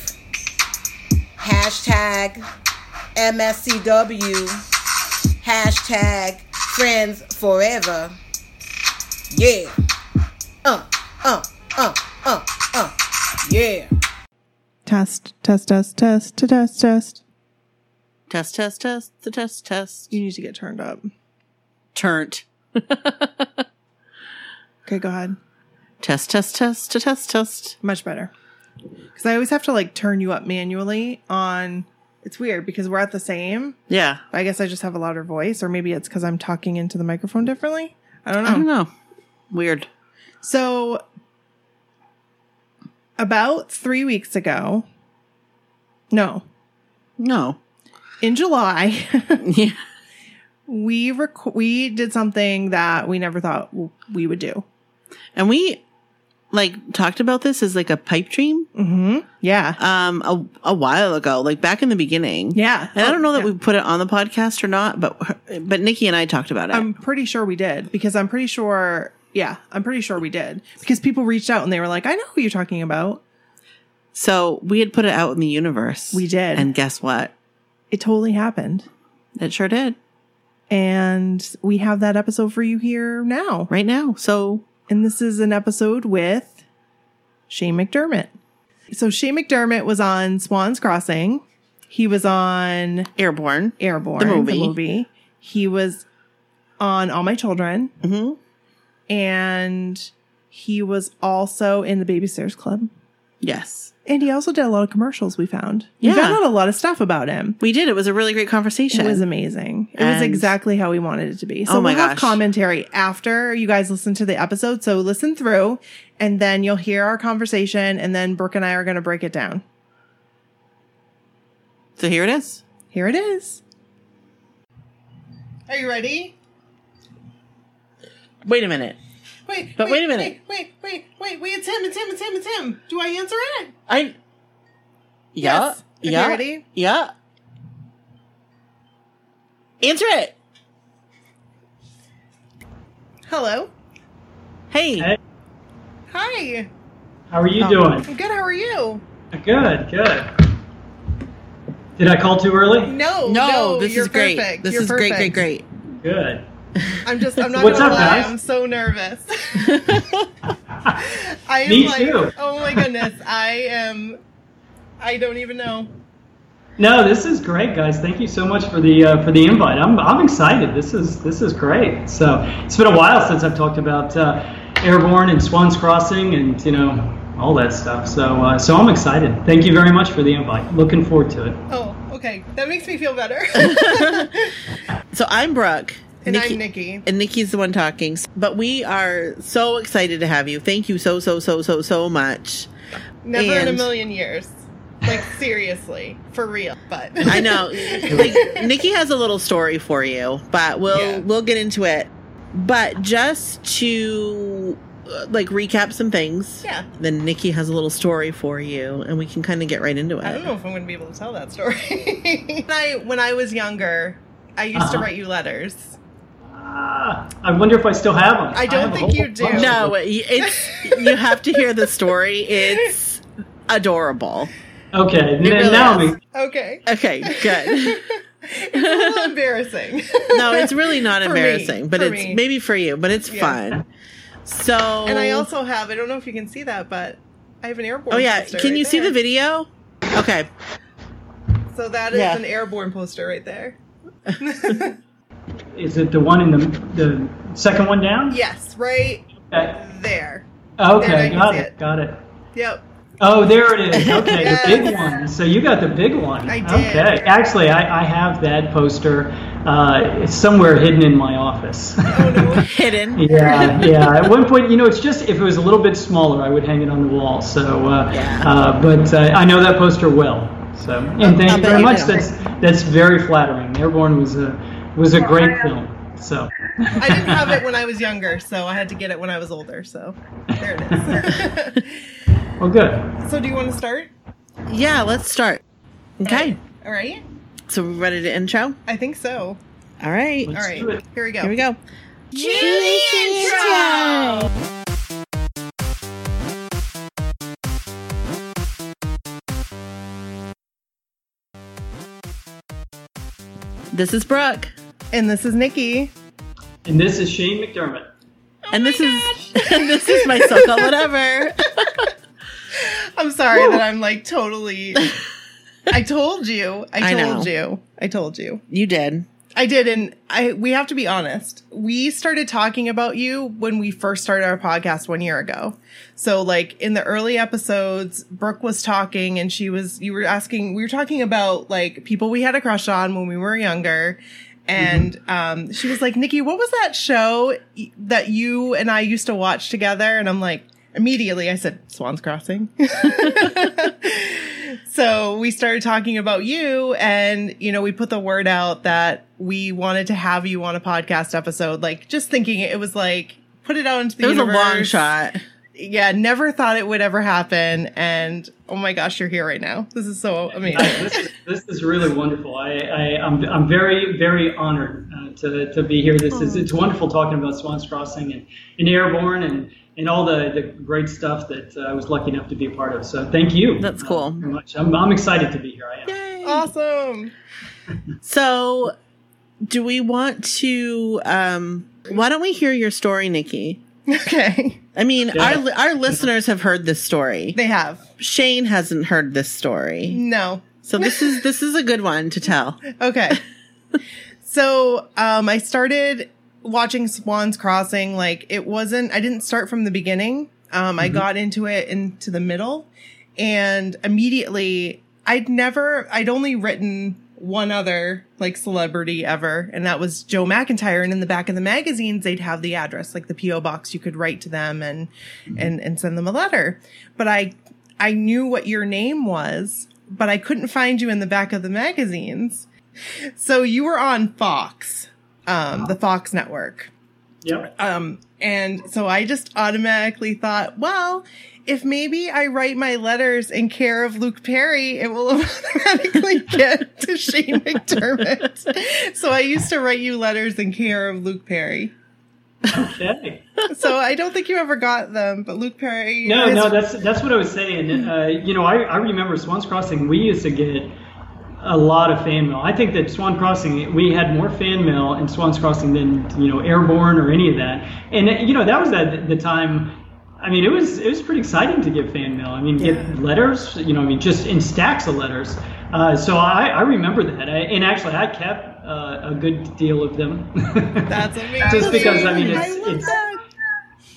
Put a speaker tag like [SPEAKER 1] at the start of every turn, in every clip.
[SPEAKER 1] Hashtag MSCW. Hashtag friends forever. Yeah. Uh, uh, uh, uh, uh. Yeah.
[SPEAKER 2] Test, test, test, test, to test, test.
[SPEAKER 3] Test, test, test, the test, test.
[SPEAKER 2] You need to get turned up.
[SPEAKER 3] Turnt.
[SPEAKER 2] Okay, go ahead.
[SPEAKER 3] Test, test, test, to test, test.
[SPEAKER 2] Much better. Because I always have to like turn you up manually on. It's weird because we're at the same.
[SPEAKER 3] Yeah.
[SPEAKER 2] I guess I just have a louder voice, or maybe it's because I'm talking into the microphone differently. I don't know.
[SPEAKER 3] I don't know. Weird.
[SPEAKER 2] So, about three weeks ago, no,
[SPEAKER 3] No.
[SPEAKER 2] in July,
[SPEAKER 3] Yeah.
[SPEAKER 2] we rec- we did something that we never thought w- we would do.
[SPEAKER 3] And we like talked about this as like a pipe dream
[SPEAKER 2] Mm-hmm. Yeah,
[SPEAKER 3] um a, a while ago, like back in the beginning.
[SPEAKER 2] yeah.
[SPEAKER 3] And I don't know that
[SPEAKER 2] Yeah.
[SPEAKER 3] we put it on the podcast or not, but her- but Nikki and I talked about it.
[SPEAKER 2] I'm pretty sure we did because I'm pretty sure. Yeah, I'm pretty sure we did because people reached out and they were like, "I know who you're talking about."
[SPEAKER 3] so we had put it out in the universe.
[SPEAKER 2] We did.
[SPEAKER 3] And guess what?
[SPEAKER 2] It totally happened,
[SPEAKER 3] It sure did.
[SPEAKER 2] and we have that episode for you here now.
[SPEAKER 3] Right now. So
[SPEAKER 2] And this is an episode with Shane McDermott. So Shane McDermott was on Swan's Crossing. He was on
[SPEAKER 3] airborne.
[SPEAKER 2] Airborne,
[SPEAKER 3] The movie.
[SPEAKER 2] He was on All My Children,
[SPEAKER 3] Mm-hmm.
[SPEAKER 2] and he was also in the Babysitters Club.
[SPEAKER 3] Yes.
[SPEAKER 2] And he also did a lot of commercials. We found, we
[SPEAKER 3] Yeah.
[SPEAKER 2] found out a lot of stuff about him.
[SPEAKER 3] We did. It was a really great conversation.
[SPEAKER 2] It was amazing. It was
[SPEAKER 3] And-
[SPEAKER 2] exactly how we wanted it to be. So
[SPEAKER 3] Oh my
[SPEAKER 2] we'll have
[SPEAKER 3] gosh.
[SPEAKER 2] commentary after you guys listen to the episode. So listen through and then you'll hear our conversation and then Brooke and I are going to break it down.
[SPEAKER 3] so here it is.
[SPEAKER 2] Here it is. Are you ready?
[SPEAKER 3] Wait a minute.
[SPEAKER 2] Wait.
[SPEAKER 3] But wait a minute.
[SPEAKER 2] Wait, wait, wait, wait, wait. It's him. It's him. It's him. It's him. Do I answer it?
[SPEAKER 3] I. Yeah.
[SPEAKER 2] Yes. Okay,
[SPEAKER 3] Yeah.
[SPEAKER 2] ready?
[SPEAKER 3] Yeah. Answer it.
[SPEAKER 2] Hello.
[SPEAKER 3] Hey.
[SPEAKER 4] Hey.
[SPEAKER 2] Hi.
[SPEAKER 4] How are
[SPEAKER 2] Oh.
[SPEAKER 4] you doing?
[SPEAKER 2] I'm good. How are you?
[SPEAKER 4] Good, good. Did I call too early?
[SPEAKER 2] No.
[SPEAKER 3] No, this
[SPEAKER 2] you're
[SPEAKER 3] is great.
[SPEAKER 2] perfect.
[SPEAKER 3] This
[SPEAKER 2] You're
[SPEAKER 3] is great,
[SPEAKER 2] perfect.
[SPEAKER 3] great, great.
[SPEAKER 4] Good.
[SPEAKER 2] I'm just. I'm not
[SPEAKER 4] What's
[SPEAKER 2] gonna
[SPEAKER 4] up,
[SPEAKER 2] lie.
[SPEAKER 4] guys?
[SPEAKER 2] I'm so nervous. I am
[SPEAKER 4] Me
[SPEAKER 2] like,
[SPEAKER 4] too.
[SPEAKER 2] oh my goodness, I am. I don't even know.
[SPEAKER 4] No, this is great, guys. Thank you so much for the uh, for the invite. I'm, I'm excited. This is this is great. So it's been a while since I've talked about uh, airborne and Swans Crossing and you know all that stuff. So uh, so I'm excited. Thank you very much for the invite. Looking forward to it.
[SPEAKER 2] Oh, okay, that makes me feel better.
[SPEAKER 3] So I'm Brooke.
[SPEAKER 2] and I'm Nikki.
[SPEAKER 3] And Nikki's the one talking. But we are so excited to have you. Thank you so, so, so, so, so much.
[SPEAKER 2] Never in a
[SPEAKER 3] and-
[SPEAKER 2] million years. Like seriously, for real. But
[SPEAKER 3] I know. like Nikki has a little story for you, but we'll
[SPEAKER 2] Yeah.
[SPEAKER 3] we'll get into it. But just to uh, like recap some things,
[SPEAKER 2] yeah,
[SPEAKER 3] then Nikki has a little story for you, and we can kind of get right into it.
[SPEAKER 2] I don't know if I'm going to be able to tell that story. when I when I was younger, I used to
[SPEAKER 4] Uh-huh.
[SPEAKER 2] write you letters.
[SPEAKER 4] Ah, I wonder if I still have them.
[SPEAKER 2] I don't
[SPEAKER 4] have a
[SPEAKER 2] think
[SPEAKER 4] whole
[SPEAKER 2] you do.
[SPEAKER 4] bunch.
[SPEAKER 3] No, it- it's you have to hear the story. It's adorable.
[SPEAKER 4] Okay. n-
[SPEAKER 3] really
[SPEAKER 4] now
[SPEAKER 3] is.
[SPEAKER 4] I'm
[SPEAKER 2] Okay.
[SPEAKER 3] Okay, good.
[SPEAKER 2] it's a little embarrassing.
[SPEAKER 3] No, it's really not
[SPEAKER 2] For me,
[SPEAKER 3] embarrassing, but
[SPEAKER 2] for
[SPEAKER 3] it's
[SPEAKER 2] me.
[SPEAKER 3] maybe for you, but it's
[SPEAKER 2] Yeah.
[SPEAKER 3] fun. So
[SPEAKER 2] And I also have, I don't know if you can see that, but I have an airborne
[SPEAKER 3] Oh yeah,
[SPEAKER 2] poster
[SPEAKER 3] can
[SPEAKER 2] right
[SPEAKER 3] you see the
[SPEAKER 2] there.
[SPEAKER 3] video? Okay.
[SPEAKER 2] So that is
[SPEAKER 3] Yeah.
[SPEAKER 2] an airborne poster right there.
[SPEAKER 4] Is it the one in the the second one down?
[SPEAKER 2] yes, right
[SPEAKER 4] Okay.
[SPEAKER 2] there. There, I
[SPEAKER 4] Oh, Okay,
[SPEAKER 2] can
[SPEAKER 4] got
[SPEAKER 2] see
[SPEAKER 4] it,
[SPEAKER 2] it.
[SPEAKER 4] Got it.
[SPEAKER 2] Yep.
[SPEAKER 4] Oh, there it is. Okay,
[SPEAKER 2] Yes.
[SPEAKER 4] the big one. So you got the big one.
[SPEAKER 2] I did.
[SPEAKER 4] Okay. Actually, I, I have that poster. Uh, it's somewhere hidden in my office.
[SPEAKER 2] Oh no.
[SPEAKER 3] Hidden.
[SPEAKER 4] yeah, yeah. At one point, you know, it's just if it was a little bit smaller, I would hang it on the wall. So, uh,
[SPEAKER 3] Yeah.
[SPEAKER 4] uh, but uh, I know that poster well. So, and thank
[SPEAKER 3] I'll
[SPEAKER 4] you
[SPEAKER 3] bet
[SPEAKER 4] very
[SPEAKER 3] you
[SPEAKER 4] much.
[SPEAKER 3] do.
[SPEAKER 4] That's that's very flattering. Airborne was a was a great film. So,
[SPEAKER 5] I didn't have it when I was younger, so I had to get it when I was older. So there it
[SPEAKER 4] well, good.
[SPEAKER 5] is. so do you want to start?
[SPEAKER 3] Yeah, let's start. Okay.
[SPEAKER 5] All right.
[SPEAKER 3] So we're ready to intro?
[SPEAKER 5] I think so.
[SPEAKER 3] All right.
[SPEAKER 4] Let's
[SPEAKER 5] All right.
[SPEAKER 4] do it.
[SPEAKER 5] Here we go.
[SPEAKER 3] Here we go.
[SPEAKER 5] Julie intro.
[SPEAKER 3] This is Brooke.
[SPEAKER 5] And this is Nikki.
[SPEAKER 4] And this is Shane McDermott.
[SPEAKER 3] and this is and this is my suck on whatever.
[SPEAKER 5] I'm sorry that I'm like totally. I told you. I
[SPEAKER 3] I know.
[SPEAKER 5] told you. I told you.
[SPEAKER 3] You did.
[SPEAKER 5] I did, and I we have to be honest. We started talking about you when we first started our podcast one year ago. So like in the early episodes, Brooke was talking and she was you were asking we were talking about like people we had a crush on when we were younger. And
[SPEAKER 3] Mm-hmm.
[SPEAKER 5] um, she was like, Nikki, what was that show y- that you and I used to watch together? And I'm like, immediately I said, Swan's Crossing. so we started talking about you and you know we put the word out that we wanted to have you on a podcast episode like just thinking it was like put it out into the
[SPEAKER 3] It was a long
[SPEAKER 5] universe.
[SPEAKER 3] shot.
[SPEAKER 5] yeah never thought it would ever happen and oh my gosh you're here right now this is so amazing
[SPEAKER 4] this, is, this is really wonderful. I, I, I'm, I'm very, very honored uh, to, to be here. This is it's wonderful talking about Swans Crossing and, and Airborne and, and all the, the great stuff that uh, I was lucky enough to be a part of. So thank you.
[SPEAKER 3] That's
[SPEAKER 4] uh,
[SPEAKER 3] cool.
[SPEAKER 4] very much. I'm, I'm excited to be here. I am.
[SPEAKER 5] awesome
[SPEAKER 3] So, do we want to? Um, why don't we hear your story, Nikki?
[SPEAKER 5] okay
[SPEAKER 3] I mean,
[SPEAKER 4] Yeah.
[SPEAKER 3] our our listeners have heard this story.
[SPEAKER 5] they have
[SPEAKER 3] Shane hasn't heard this story,
[SPEAKER 5] no
[SPEAKER 3] so this is this is a good one to tell.
[SPEAKER 5] okay. so um, I started watching Swan's Crossing. Like it wasn't. I didn't start from the beginning. Um, I got into it into the middle, and immediately I'd never. I'd only written one other like celebrity ever, and that was Joe McIntyre. And in the back of the magazines, they'd have the address, like the PO box. You could write to them and and and send them a letter. But I I knew what your name was, but I couldn't find you in the back of the magazines. So you were on Fox, um, the Fox network.
[SPEAKER 4] Yep.
[SPEAKER 5] Um, and so I just automatically thought, well, if maybe I write my letters in care of Luke Perry, it will automatically get to Shane McDermott. So I used to write you letters in care of Luke Perry.
[SPEAKER 4] Okay.
[SPEAKER 5] So I don't think you ever got them, but Luke Perry.
[SPEAKER 4] No,
[SPEAKER 5] is-
[SPEAKER 4] no, that's that's what I was saying. Uh, you know, I, I remember Swans Crossing. We used to get a lot of fan mail. I think that Swan Crossing, we had more fan mail in Swans Crossing than you know Airborne or any of that. And uh, you know, that was at the time. I mean, it was it was pretty exciting to get fan mail. I mean, get letters. You know, I mean, just in stacks of letters. Uh, so I, I remember that. I, and actually, I kept uh, a good deal of them.
[SPEAKER 5] That's amazing.
[SPEAKER 4] Just because I mean, it's,
[SPEAKER 5] I love
[SPEAKER 4] it's
[SPEAKER 5] that.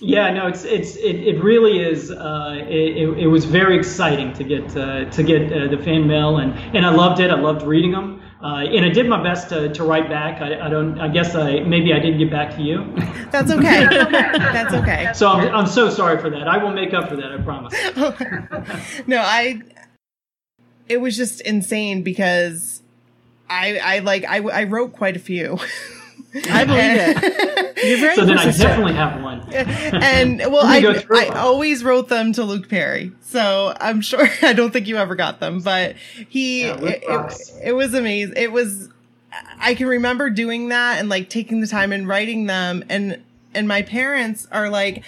[SPEAKER 4] yeah, no, it's it's it, it really is. Uh, it, it, it was very exciting to get uh, to get uh, the fan mail, and, and I loved it. I loved reading them, uh, and I did my best to, to write back. I, I don't. I guess I maybe I didn't get back to you,
[SPEAKER 5] That's okay. That's okay.
[SPEAKER 4] so I'm, I'm so sorry for that. I will make up for that. I promise.
[SPEAKER 5] no, I. It was just insane because I I like I I wrote quite a few.
[SPEAKER 3] I believe it. You're very
[SPEAKER 4] So then I
[SPEAKER 3] persistent.
[SPEAKER 4] definitely have one.
[SPEAKER 5] and well,
[SPEAKER 4] Let me go
[SPEAKER 5] I
[SPEAKER 4] through
[SPEAKER 5] I
[SPEAKER 4] them.
[SPEAKER 5] always wrote them to Luke Perry, so I'm sure I don't think you ever got them, but he
[SPEAKER 4] Yeah, Luke
[SPEAKER 5] it, it,
[SPEAKER 4] rocks.
[SPEAKER 5] it was amazing. It was I can remember doing that and like taking the time and writing them, and and my parents are like.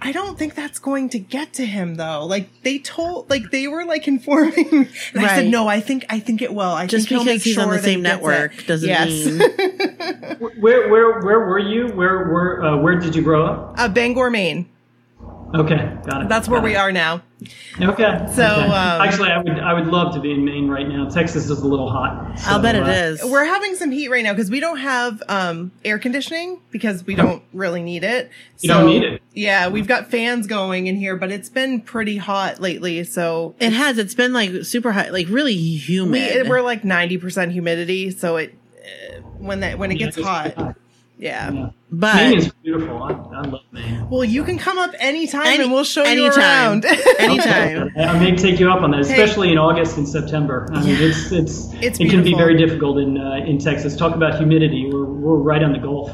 [SPEAKER 5] I don't think that's going to get to him though. Like they told, like they were like informing. And I said,
[SPEAKER 3] Right.
[SPEAKER 5] no, I think, I think it will. I
[SPEAKER 3] Just
[SPEAKER 5] think he'll
[SPEAKER 3] because
[SPEAKER 5] make
[SPEAKER 3] he's on
[SPEAKER 5] sure
[SPEAKER 3] the
[SPEAKER 5] that he
[SPEAKER 3] same
[SPEAKER 5] gets it."
[SPEAKER 3] network doesn't
[SPEAKER 5] yes.
[SPEAKER 3] mean
[SPEAKER 4] Where where where were you? Where where uh, where did you grow up?
[SPEAKER 5] uh, Bangor, Maine.
[SPEAKER 4] Okay, got it.
[SPEAKER 5] That's where
[SPEAKER 4] Got
[SPEAKER 5] we
[SPEAKER 3] Uh-huh.
[SPEAKER 4] it.
[SPEAKER 5] are now.
[SPEAKER 4] Okay. okay.
[SPEAKER 5] So, um,
[SPEAKER 4] actually, I would I would love to be in Maine right now. Texas is a little hot.
[SPEAKER 3] I'll
[SPEAKER 4] so,
[SPEAKER 3] bet it
[SPEAKER 4] uh,
[SPEAKER 3] is.
[SPEAKER 5] We're having some heat right now because we don't have um, air conditioning because we don't really need it.
[SPEAKER 4] You don't need it.
[SPEAKER 5] Yeah, we've got fans going in here, but it's been pretty hot lately. So
[SPEAKER 3] it has. It's been like super hot, like really
[SPEAKER 5] we
[SPEAKER 3] humid.
[SPEAKER 5] we're like ninety percent humidity. So it uh, when that when it
[SPEAKER 4] Yeah,
[SPEAKER 5] gets
[SPEAKER 4] it's
[SPEAKER 5] hot,
[SPEAKER 4] hot.
[SPEAKER 5] yeah.
[SPEAKER 4] Yeah.
[SPEAKER 3] but
[SPEAKER 4] Maine is beautiful. I, I love Maine.
[SPEAKER 2] Well, you can come up anytime
[SPEAKER 3] Any-
[SPEAKER 2] and we'll show you
[SPEAKER 3] anytime.
[SPEAKER 2] around.
[SPEAKER 3] Anytime.
[SPEAKER 4] I may take you up on that, especially in August and September. I mean, it's it's,
[SPEAKER 2] It's
[SPEAKER 4] it can be
[SPEAKER 2] beautiful.
[SPEAKER 4] very difficult in uh, in Texas. Talk about humidity. We're, we're right on the Gulf,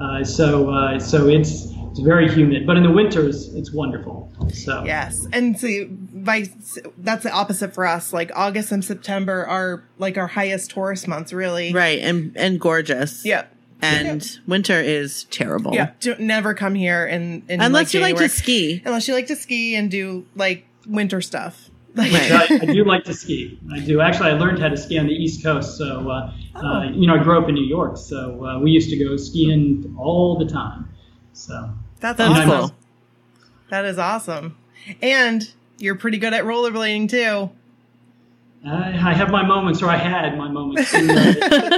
[SPEAKER 4] uh, so uh, so it's it's very humid. But in the winters, it's wonderful. So
[SPEAKER 2] yes. And so by that's the opposite for us. Like August and September are like our highest tourist months, really.
[SPEAKER 3] Right, and and gorgeous.
[SPEAKER 2] Yeah.
[SPEAKER 3] And winter is terrible.
[SPEAKER 2] Yeah. Don't, never come here and, and
[SPEAKER 3] Oh. Unless you like to
[SPEAKER 2] January.
[SPEAKER 3] ski.
[SPEAKER 2] unless you like to ski and do like winter stuff. Like
[SPEAKER 3] Right.
[SPEAKER 4] I, I do like to ski. I do. Actually, I learned how to ski on the East Coast. So, uh,
[SPEAKER 2] Oh.
[SPEAKER 4] uh, you know, I grew up in New York, so uh, we used to go skiing all the time. So,
[SPEAKER 2] that's
[SPEAKER 3] That's
[SPEAKER 2] awesome.
[SPEAKER 3] cool.
[SPEAKER 2] That is awesome. And you're pretty good at rollerblading too.
[SPEAKER 4] I, I have my moments, or I had my moments. And, uh,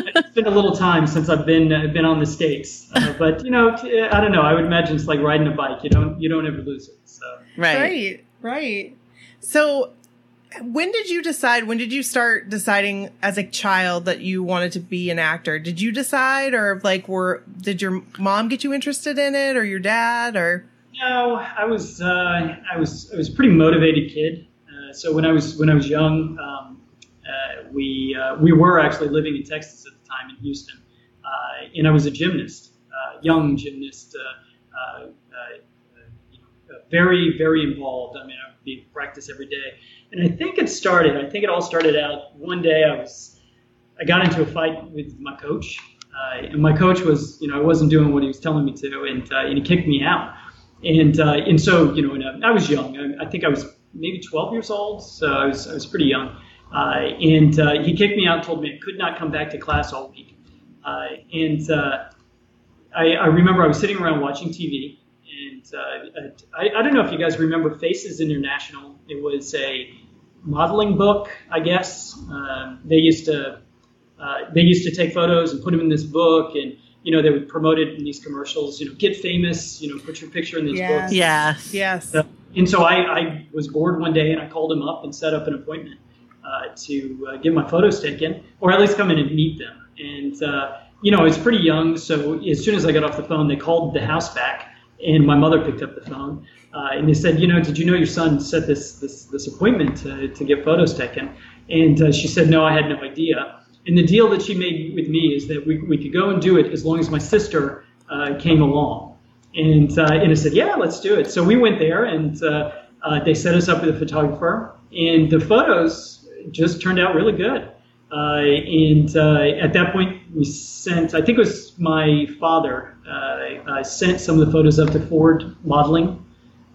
[SPEAKER 4] it's been a little time since I've been uh, been on the skates, uh, but you know, t- I don't know. I would imagine it's like riding a bike. You don't you don't ever lose it. So.
[SPEAKER 3] Right.
[SPEAKER 2] Right. Right. So when did you decide when did you start deciding as a child that you wanted to be an actor? Did you decide or like were did your mom get you interested in it or your dad or
[SPEAKER 4] No, I was uh, I was I was a pretty motivated kid. Uh, so when I was when I was young, um, uh, we uh, we were actually living in Texas at the time in Houston, uh, and I was a gymnast, uh, young gymnast, uh, uh, uh, you know, uh, very very involved. I mean, I would be in practice every day, and I think it started. I think it all started out one day. I was I got into a fight with my coach, uh, and my coach was, you know, I wasn't doing what he was telling me to, and uh, and he kicked me out, and uh, and so you know, and I, I was young. I, I think I was maybe 12 years old, so I was I was pretty young, uh, and uh, he kicked me out, told me I could not come back to class all week, uh, and. Uh, I, I remember I was sitting around watching TV, and uh, I, I don't know if you guys remember Faces International. It was a modeling book, I guess. Um, they used to uh, they used to take photos and put them in this book, and you know they would promote it in these commercials. You know, get famous. You know, put your picture in these
[SPEAKER 2] Yes.
[SPEAKER 4] books.
[SPEAKER 3] Yes.
[SPEAKER 2] yes.
[SPEAKER 4] So- And so I, I was bored one day and I called him up and set up an appointment uh, to uh, get my photos taken, or at least come in and meet them. And, uh, you know, I was pretty young, so as soon as I got off the phone, they called the house back and my mother picked up the phone. Uh, and they said, you know, did you know your son set this, this, this appointment to, to get photos taken? And uh, she said, no, I had no idea. And the deal that she made with me is that we, we could go and do it as long as my sister uh, came along. And, uh, and I said, yeah, let's do it. So we went there and uh, uh, they set us up with a photographer. And the photos just turned out really good. Uh, and uh, at that point, we sent, I think it was my father, uh, uh, sent some of the photos up to Ford Modeling.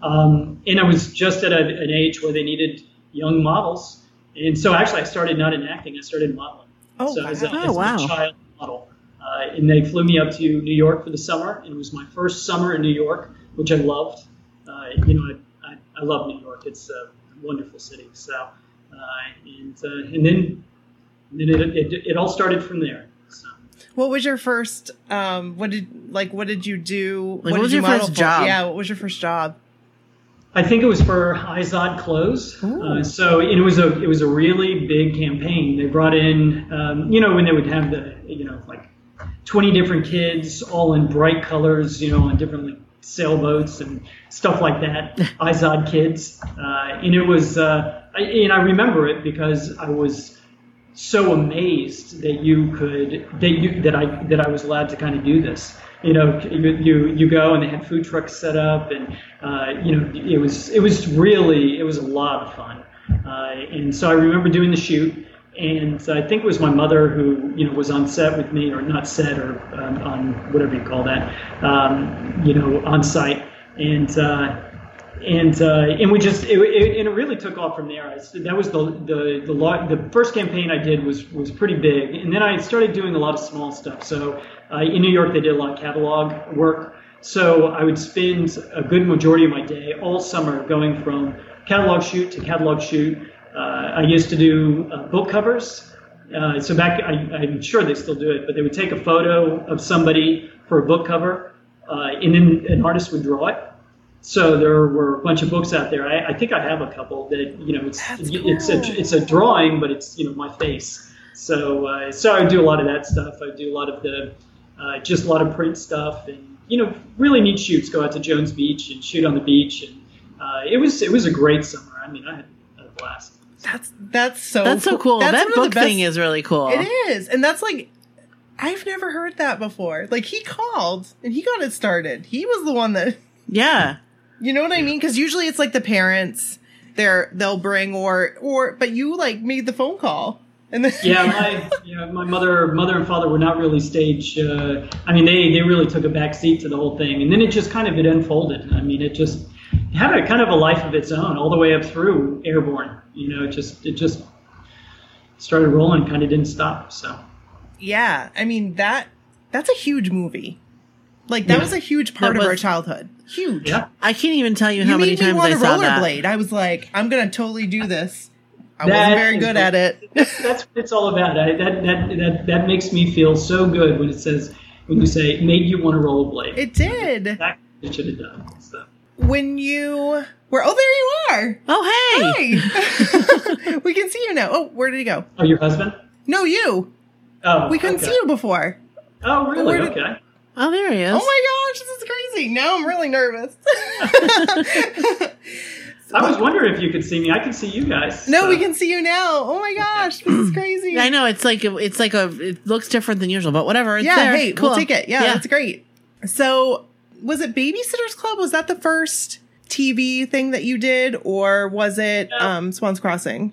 [SPEAKER 4] Um, and I was just at a, an age where they needed young models. And so actually, I started not in acting, I started modeling.
[SPEAKER 2] Oh,
[SPEAKER 4] so as a,
[SPEAKER 2] wow.
[SPEAKER 4] as
[SPEAKER 3] Oh, wow.
[SPEAKER 4] a child model. Uh, and they flew me up to New York for the summer. And it was my first summer in New York, which I loved. Uh, you know, I, I, I love New York, it's a wonderful city. So, uh, and, uh, and then, then it, it, it all started from there. So.
[SPEAKER 2] What was your first? Um, what did like? What did you do?
[SPEAKER 3] Like, what
[SPEAKER 2] did
[SPEAKER 3] was
[SPEAKER 2] you
[SPEAKER 3] your
[SPEAKER 2] model
[SPEAKER 3] first
[SPEAKER 2] for?
[SPEAKER 3] job?
[SPEAKER 2] Yeah, what was your first job?
[SPEAKER 4] I think it was for Izod Clothes. Uh, so it was a it was a really big campaign. They brought in, um, you know, when they would have the you know like twenty different kids all in bright colors, you know, on different like sailboats and stuff like that. Izod kids, uh, and it was, uh, I, and I remember it because I was so amazed that you could that you that I that I was allowed to kind of do this. You know, you you, you go and they had food trucks set up, and uh, you know it was it was really it was a lot of fun. Uh, and so I remember doing the shoot, and I think it was my mother who you know was on set with me, or not set, or um, on whatever you call that, um, you know, on site, and. Uh, and uh, and we just it, it, and it really took off from there. I, s- that was the the the, lo- the first campaign I did was was pretty big, and then I started doing a lot of small stuff. So uh, in New York, they did a lot of catalog work. So I would spend a good majority of my day all summer going from catalog shoot to catalog shoot. Uh, I used to do uh, book covers. Uh, so back, I, I'm sure they still do it, but they would take a photo of somebody for a book cover, uh, and then an artist would draw it. So there were a bunch of books out there. I, I think I have a couple that you know it's it's a it's a drawing, but it's you know my face. So uh, so I would do a lot of that stuff. I would do a lot of the uh, just a lot of print stuff, and you know, really neat shoots. Go out to Jones Beach and shoot on the beach, and uh, it was it was a great summer. I mean, I had a blast.
[SPEAKER 5] That's that's so
[SPEAKER 3] That's so cool.
[SPEAKER 5] That's
[SPEAKER 3] that
[SPEAKER 5] one of the
[SPEAKER 3] book
[SPEAKER 5] best-
[SPEAKER 3] thing is really cool.
[SPEAKER 5] It is, and that's like I've never heard that before. Like he called and he got it started. He was the one that
[SPEAKER 3] Yeah.
[SPEAKER 5] you know what I mean? Because usually it's like the parents they're they'll bring or or but you like made the phone call and then
[SPEAKER 4] Yeah, my yeah, my mother mother and father were not really stage. Uh, I mean, they they really took a back seat to the whole thing, and then it just kind of it unfolded. I mean, it just had a kind of a life of its own all the way up through Airborne. You know, it just it just started rolling, kind of didn't stop. So
[SPEAKER 5] yeah. I mean that that's a huge movie. Like that
[SPEAKER 4] Yeah.
[SPEAKER 5] was a huge part
[SPEAKER 3] That was-
[SPEAKER 5] of our childhood. Huge.
[SPEAKER 4] yeah,
[SPEAKER 3] I can't even tell you,
[SPEAKER 5] You
[SPEAKER 3] how many
[SPEAKER 5] made me
[SPEAKER 3] times
[SPEAKER 5] want
[SPEAKER 3] I
[SPEAKER 5] to
[SPEAKER 3] saw that.
[SPEAKER 5] rollerblade. I was like, I'm gonna totally do this. I
[SPEAKER 4] That
[SPEAKER 5] wasn't very
[SPEAKER 4] is
[SPEAKER 5] good
[SPEAKER 4] the-
[SPEAKER 5] at it.
[SPEAKER 4] that's what it's all about. I, that, that that that makes me feel so good when it says when you say it made you want to roll a blade.
[SPEAKER 5] It did.
[SPEAKER 4] That's what it should have done. So.
[SPEAKER 5] When you were oh there you are.
[SPEAKER 3] Oh hey.
[SPEAKER 5] Hey! we can see you now. Oh, where did he go?
[SPEAKER 4] Oh, your husband?
[SPEAKER 5] No, you.
[SPEAKER 4] Oh,
[SPEAKER 5] We couldn't
[SPEAKER 4] okay.
[SPEAKER 5] see you before.
[SPEAKER 4] Oh, really?
[SPEAKER 5] Where did-
[SPEAKER 4] okay.
[SPEAKER 3] Oh there he is.
[SPEAKER 5] Oh my gosh, this is crazy. Now I'm really nervous.
[SPEAKER 4] I was wondering if you could see me. I can see you guys.
[SPEAKER 5] no,
[SPEAKER 4] so.
[SPEAKER 5] we can see you now. Oh my gosh, this is crazy.
[SPEAKER 3] I know it's like it's like a it looks different than usual, but whatever. It's
[SPEAKER 5] Yeah,
[SPEAKER 3] there.
[SPEAKER 5] hey,
[SPEAKER 3] cool.
[SPEAKER 5] we'll take it. Yeah, that's great. So, was it Babysitters Club? Was that the first TV thing that you did, or was it
[SPEAKER 4] No.
[SPEAKER 5] um, Swans Crossing?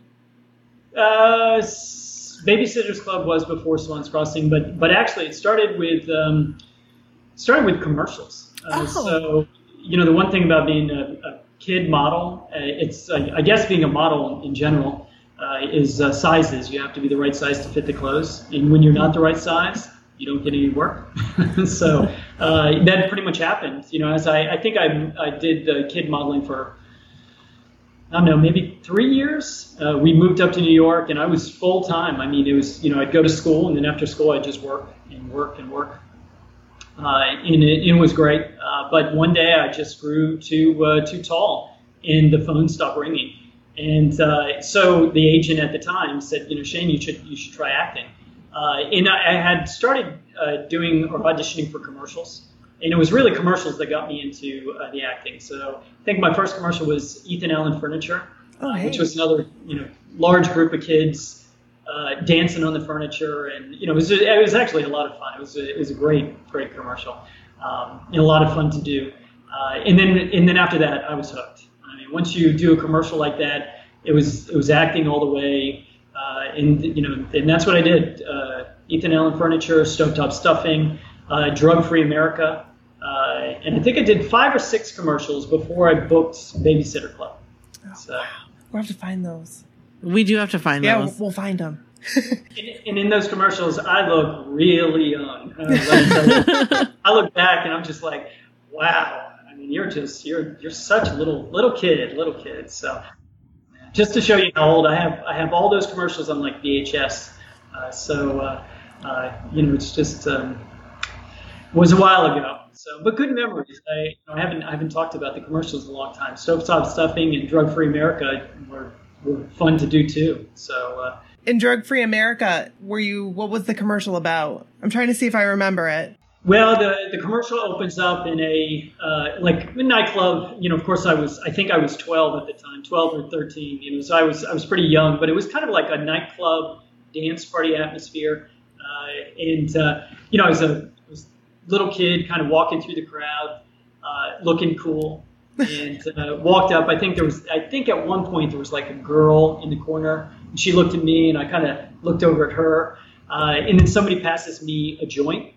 [SPEAKER 4] Uh, s- Babysitters Club was before Swans Crossing, but but actually it started with um, started with commercials. Uh,
[SPEAKER 5] Oh.
[SPEAKER 4] So you know the one thing about being a, a kid model, uh, it's I, I guess being a model in general uh, is uh, sizes. You have to be the right size to fit the clothes, and when you're not the right size, you don't get any work. so uh, that pretty much happened. You know, as I, I think I I did the kid modeling for I don't know, maybe three years. Uh, we moved up to New York, and I was full time. I mean, it was you know I'd go to school, and then after school I'd just work and work and work, uh, and it, it was great. Uh, but one day I just grew too uh, too tall, and the phone stopped ringing. And uh, so the agent at the time said, you know, Shane, you should you should try acting. Uh, and I, I had started uh, doing or auditioning for commercials, and it was really commercials that got me into uh, the acting. So I think my first commercial was Ethan Allen Furniture,
[SPEAKER 5] Oh,
[SPEAKER 4] uh,
[SPEAKER 5] hey.
[SPEAKER 4] which was another you know large group of kids uh, dancing on the furniture, and you know it was, it was actually a lot of fun. It was a, it was a great great commercial, um, and a lot of fun to do. Uh, and then and then after that, I was hooked. I mean, once you do a commercial like that, it was it was acting all the way, uh, and you know and that's what I did. Uh, Ethan Allen Furniture, Stovetop Stuffing, uh, Drug Free America. Uh, and I think I did five or six commercials before I booked Babysitter Club. So,
[SPEAKER 5] We'll have to find those.
[SPEAKER 3] We do have to find
[SPEAKER 5] Yeah,
[SPEAKER 3] those.
[SPEAKER 5] we'll, we'll find them.
[SPEAKER 4] And- And in those commercials, I look really young. Uh, let me tell you. I look back and I'm just like, wow. I mean, you're just you're you're such a little little kid, little kid. So, just to show you how old I have, I have all those commercials on like VHS. Uh, so, uh, uh, you know, it's just um, was a while ago. So, but good memories. I, you know, I haven't I haven't talked about the commercials in a long time. Stovetop stuffing and Drug Free America were were fun to do too. So. Uh,
[SPEAKER 5] in Drug Free America, were you? What was the commercial about? I'm trying to see if I remember it.
[SPEAKER 4] Well, the, the commercial opens up in a uh, like a nightclub. You know, of course, I was I think I was 12 at the time, 12 or 13. You know, so I was I was pretty young, but it was kind of like a nightclub dance party atmosphere. Uh, and uh, you know, I was a I was a little kid, kind of walking through the crowd, uh, looking cool, and uh, walked up. I think there was I think at one point there was like a girl in the corner. And she looked at me, and I kind of looked over at her. Uh, and then somebody passes me a joint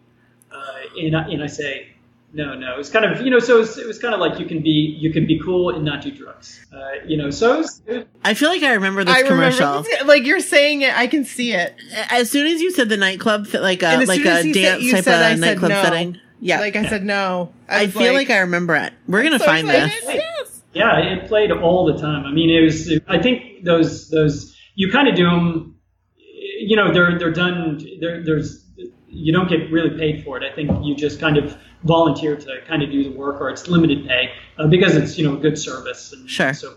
[SPEAKER 4] uh, and, I, and I say, no, no. It was kind of, you know, so it was, it was kind of like you can be, you can be cool and not do drugs, uh, you know. So it was, it was-
[SPEAKER 3] I feel like I remember this
[SPEAKER 5] I
[SPEAKER 3] commercial.
[SPEAKER 5] remember, like you're saying it. I can see it.
[SPEAKER 3] As soon as you said the nightclub, th- like
[SPEAKER 5] And
[SPEAKER 3] a
[SPEAKER 5] as
[SPEAKER 3] like
[SPEAKER 5] soon as
[SPEAKER 3] a
[SPEAKER 5] you said-
[SPEAKER 3] dance
[SPEAKER 5] you
[SPEAKER 3] type
[SPEAKER 5] said, I
[SPEAKER 3] of
[SPEAKER 5] said
[SPEAKER 3] nightclub
[SPEAKER 5] no.
[SPEAKER 3] setting. Yeah,
[SPEAKER 5] Like I said, no.
[SPEAKER 3] I,
[SPEAKER 5] was
[SPEAKER 3] feel like, I remember it. We're gonna
[SPEAKER 5] so
[SPEAKER 3] find
[SPEAKER 5] excited.
[SPEAKER 3] this.
[SPEAKER 5] Yes.
[SPEAKER 4] yeah, it played all the time. I mean, it was. I think those those you kind of do them. You know, they're they're done. There there's you don't get really paid for it. I think you just kind of volunteer to kind of do the work, or it's limited pay uh, because it's you know good service and
[SPEAKER 3] Sure.
[SPEAKER 4] so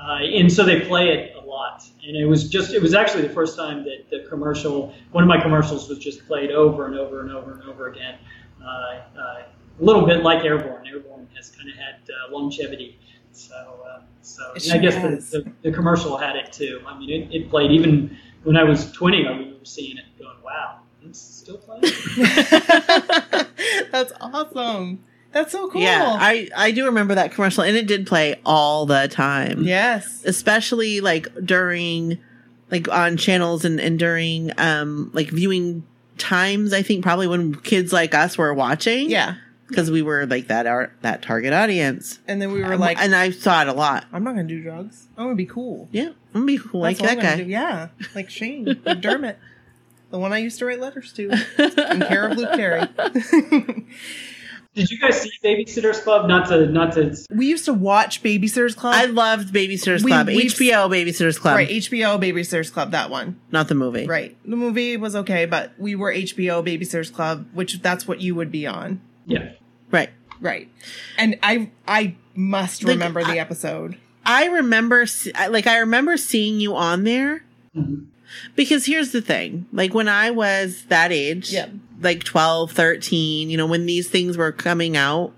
[SPEAKER 4] Uh, and so they play it a lot. And it was just, it was actually the first time that the commercial, one of my commercials was just played over and over and over and over again. Uh, uh, a little bit like Airborne. Airborne has kind of had uh, longevity. So, uh, so
[SPEAKER 5] It
[SPEAKER 4] and I guess
[SPEAKER 5] sure has.
[SPEAKER 4] the, the, the commercial had it too. I mean, it, it played even when I was 20. I remember seeing it, and going, "Wow, it's still playing."
[SPEAKER 5] That's awesome. That's so cool.
[SPEAKER 3] Yeah, I I do remember that commercial, and it did play all the time.
[SPEAKER 5] yes.
[SPEAKER 3] especially like during, like on channels and and during um like viewing times. I think probably when kids like us were watching.
[SPEAKER 5] Yeah.
[SPEAKER 3] because we were like that our that target audience.
[SPEAKER 5] And then we were
[SPEAKER 3] Um,
[SPEAKER 5] like,
[SPEAKER 3] and I saw it a lot.
[SPEAKER 5] I'm not going to do drugs. I'm going to be cool.
[SPEAKER 3] Yeah, I'm gonna be cool like
[SPEAKER 5] That's all
[SPEAKER 3] that
[SPEAKER 5] I'm gonna
[SPEAKER 3] guy.
[SPEAKER 5] do. Yeah. Like Shane, like Dermot, the one I used to write letters to in care of Luke Perry.
[SPEAKER 4] Did you guys see Babysitter's Club? Not to not to
[SPEAKER 5] we used to watch Babysitter's Club.
[SPEAKER 3] I loved Babysitter's
[SPEAKER 5] We-
[SPEAKER 3] Club,
[SPEAKER 5] we've-
[SPEAKER 3] HBO Babysitter's Club,
[SPEAKER 5] Right, HBO Babysitter's Club, that one.
[SPEAKER 3] not the movie.
[SPEAKER 5] Right. The movie was okay, but we were HBO Babysitter's Club, which that's what you would be on.
[SPEAKER 4] yeah.
[SPEAKER 3] right.
[SPEAKER 5] Right. And I I must
[SPEAKER 3] Like,
[SPEAKER 5] remember the
[SPEAKER 3] I-
[SPEAKER 5] episode.
[SPEAKER 3] I remember, se- I- like, I remember seeing you on there
[SPEAKER 5] Mm-hmm.
[SPEAKER 4] Mhm.
[SPEAKER 3] because here's the thing: like when I was that age,
[SPEAKER 5] Yep.
[SPEAKER 3] like 12, 13, you know, when these things were coming out,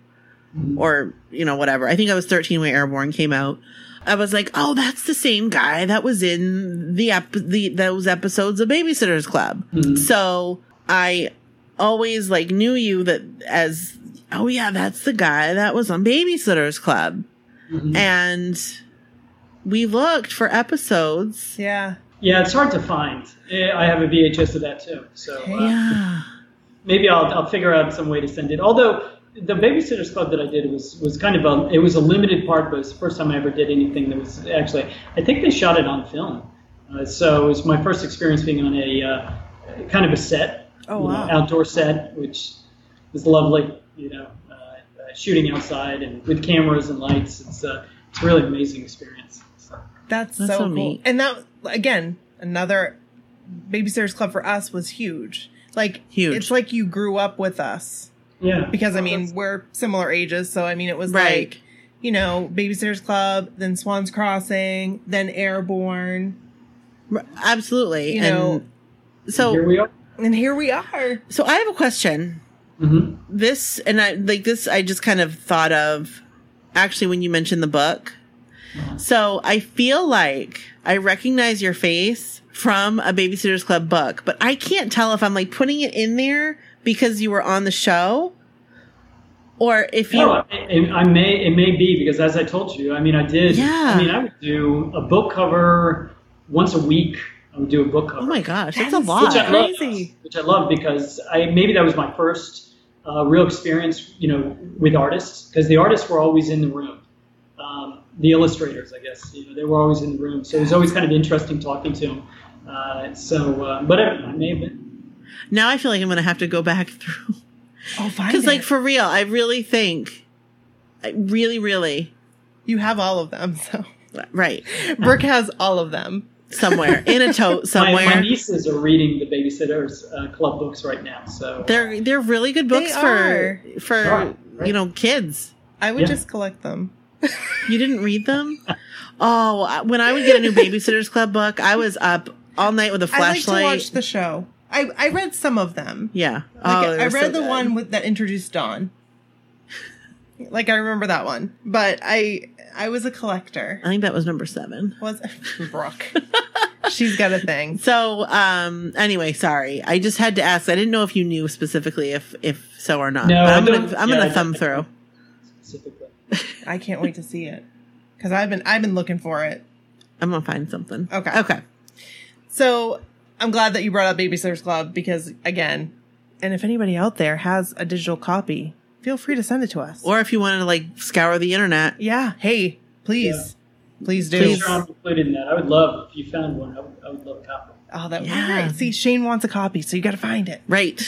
[SPEAKER 3] or you know, whatever. I think I was thirteen when Airborne came out. I was like, oh, that's the same guy that was in the ep- the those episodes of Babysitters Club.
[SPEAKER 4] Mhm.
[SPEAKER 3] So I always like knew you that as oh yeah, that's the guy that was on Babysitters Club.
[SPEAKER 4] Mhm.
[SPEAKER 3] And we looked for episodes.
[SPEAKER 5] Yeah.
[SPEAKER 4] Yeah, it's hard to find. Eh, I have a VHS of that too, so uh,
[SPEAKER 3] Yeah.
[SPEAKER 4] maybe I'll, I'll figure out some way to send it. Although the Babysitters Club that I did was was kind of a it was a limited part, but it was the first time I ever did anything that was actually I think they shot it on film, uh, so it was my first experience being on a uh, kind of a set, you
[SPEAKER 5] Oh,
[SPEAKER 4] know,
[SPEAKER 5] wow.
[SPEAKER 4] outdoor set, which was lovely, you know, uh, uh, shooting outside and with cameras and lights. It's uh, it's a really amazing experience. So.
[SPEAKER 5] That's,
[SPEAKER 3] That's so
[SPEAKER 5] so cool.
[SPEAKER 3] neat.
[SPEAKER 5] And that again, another Babysitter's Club for us was huge. Like
[SPEAKER 3] Huge.
[SPEAKER 5] It's like you grew up with us
[SPEAKER 4] Yeah.
[SPEAKER 5] because I mean we're similar ages, so I mean it was
[SPEAKER 3] Right.
[SPEAKER 5] like you know Babysitter's Club, then Swans Crossing, then Airborne,
[SPEAKER 3] R- Absolutely.
[SPEAKER 5] You
[SPEAKER 3] and
[SPEAKER 5] know-
[SPEAKER 4] Here
[SPEAKER 3] so
[SPEAKER 4] we are.
[SPEAKER 5] and here we are.
[SPEAKER 3] so I have a question.
[SPEAKER 4] hmm
[SPEAKER 3] This and I like this I just kind of thought of actually when you mentioned the book. So I feel like I recognize your face from a Babysitters Club book, but I can't tell if I'm like putting it in there because you were on the show or if you
[SPEAKER 4] No, it, I may it may be because as I told you, I mean, I did.
[SPEAKER 3] Yeah.
[SPEAKER 4] I mean, I would do a book cover once a week. I would do a book cover.
[SPEAKER 3] Oh my gosh, that's
[SPEAKER 5] That
[SPEAKER 3] a
[SPEAKER 5] is
[SPEAKER 3] lot.
[SPEAKER 4] Which I love,
[SPEAKER 5] Crazy.
[SPEAKER 4] which I love because I maybe that was my first uh, real experience, you know, with artists because the artists were always in the room. Um, the illustrators, I guess, you know, they were always in the room, so it was always kind of interesting talking to them. Uh, so, uh, but I, I may have been.
[SPEAKER 3] Now I feel like I'm going to have to go back through
[SPEAKER 5] Oh, find
[SPEAKER 3] cuz like
[SPEAKER 5] it.
[SPEAKER 3] for real, I really think I really really
[SPEAKER 5] you have all of them. So
[SPEAKER 3] right
[SPEAKER 5] Brooke has all of them.
[SPEAKER 3] somewhere in a tote
[SPEAKER 4] My,
[SPEAKER 3] somewhere.
[SPEAKER 4] my nieces are reading the Babysitters uh, Club books right now, so
[SPEAKER 3] They're they're really good books
[SPEAKER 5] They
[SPEAKER 3] for for
[SPEAKER 4] Right, right.
[SPEAKER 3] you know kids.
[SPEAKER 5] I would
[SPEAKER 4] Yeah.
[SPEAKER 5] just collect them.
[SPEAKER 3] You didn't read them? oh, I- when I would get a new Babysitters Club book, I was up all night with a
[SPEAKER 5] I like
[SPEAKER 3] flashlight.
[SPEAKER 5] to watch the show. I I read some of them.
[SPEAKER 3] yeah.
[SPEAKER 5] Like,
[SPEAKER 3] oh, they
[SPEAKER 5] I
[SPEAKER 3] were so
[SPEAKER 5] read the
[SPEAKER 3] good.
[SPEAKER 5] one with, that introduced Dawn. like I remember that one, but I I was a collector.
[SPEAKER 3] I think that was number 7.
[SPEAKER 5] Was Brooke? She's got a thing.
[SPEAKER 3] So, um anyway, sorry. I just had to ask. I didn't know if you knew specifically if if so or not.
[SPEAKER 4] No,
[SPEAKER 3] but
[SPEAKER 4] I
[SPEAKER 3] I'm going
[SPEAKER 4] don't-
[SPEAKER 3] to I'm
[SPEAKER 4] yeah, I
[SPEAKER 3] going
[SPEAKER 4] don't
[SPEAKER 3] to thumb
[SPEAKER 4] think so.
[SPEAKER 3] through.
[SPEAKER 4] specifically.
[SPEAKER 5] I can't wait to see it because I've been I've been looking for it.
[SPEAKER 3] I'm going to find something.
[SPEAKER 5] Okay.
[SPEAKER 3] Okay.
[SPEAKER 5] So I'm glad that you brought up Babysitters Club because again, and if anybody out there has a digital copy, feel free to send it to us.
[SPEAKER 3] Or if you wanted to like scour the internet,
[SPEAKER 5] yeah, hey, please, please do.
[SPEAKER 4] Pretty sure I'm included in that. I would love if you found one. I would, I would love a copy.
[SPEAKER 5] Oh, that
[SPEAKER 3] Yeah.
[SPEAKER 5] right. See, Shane wants a copy, so you got to find it.
[SPEAKER 3] right.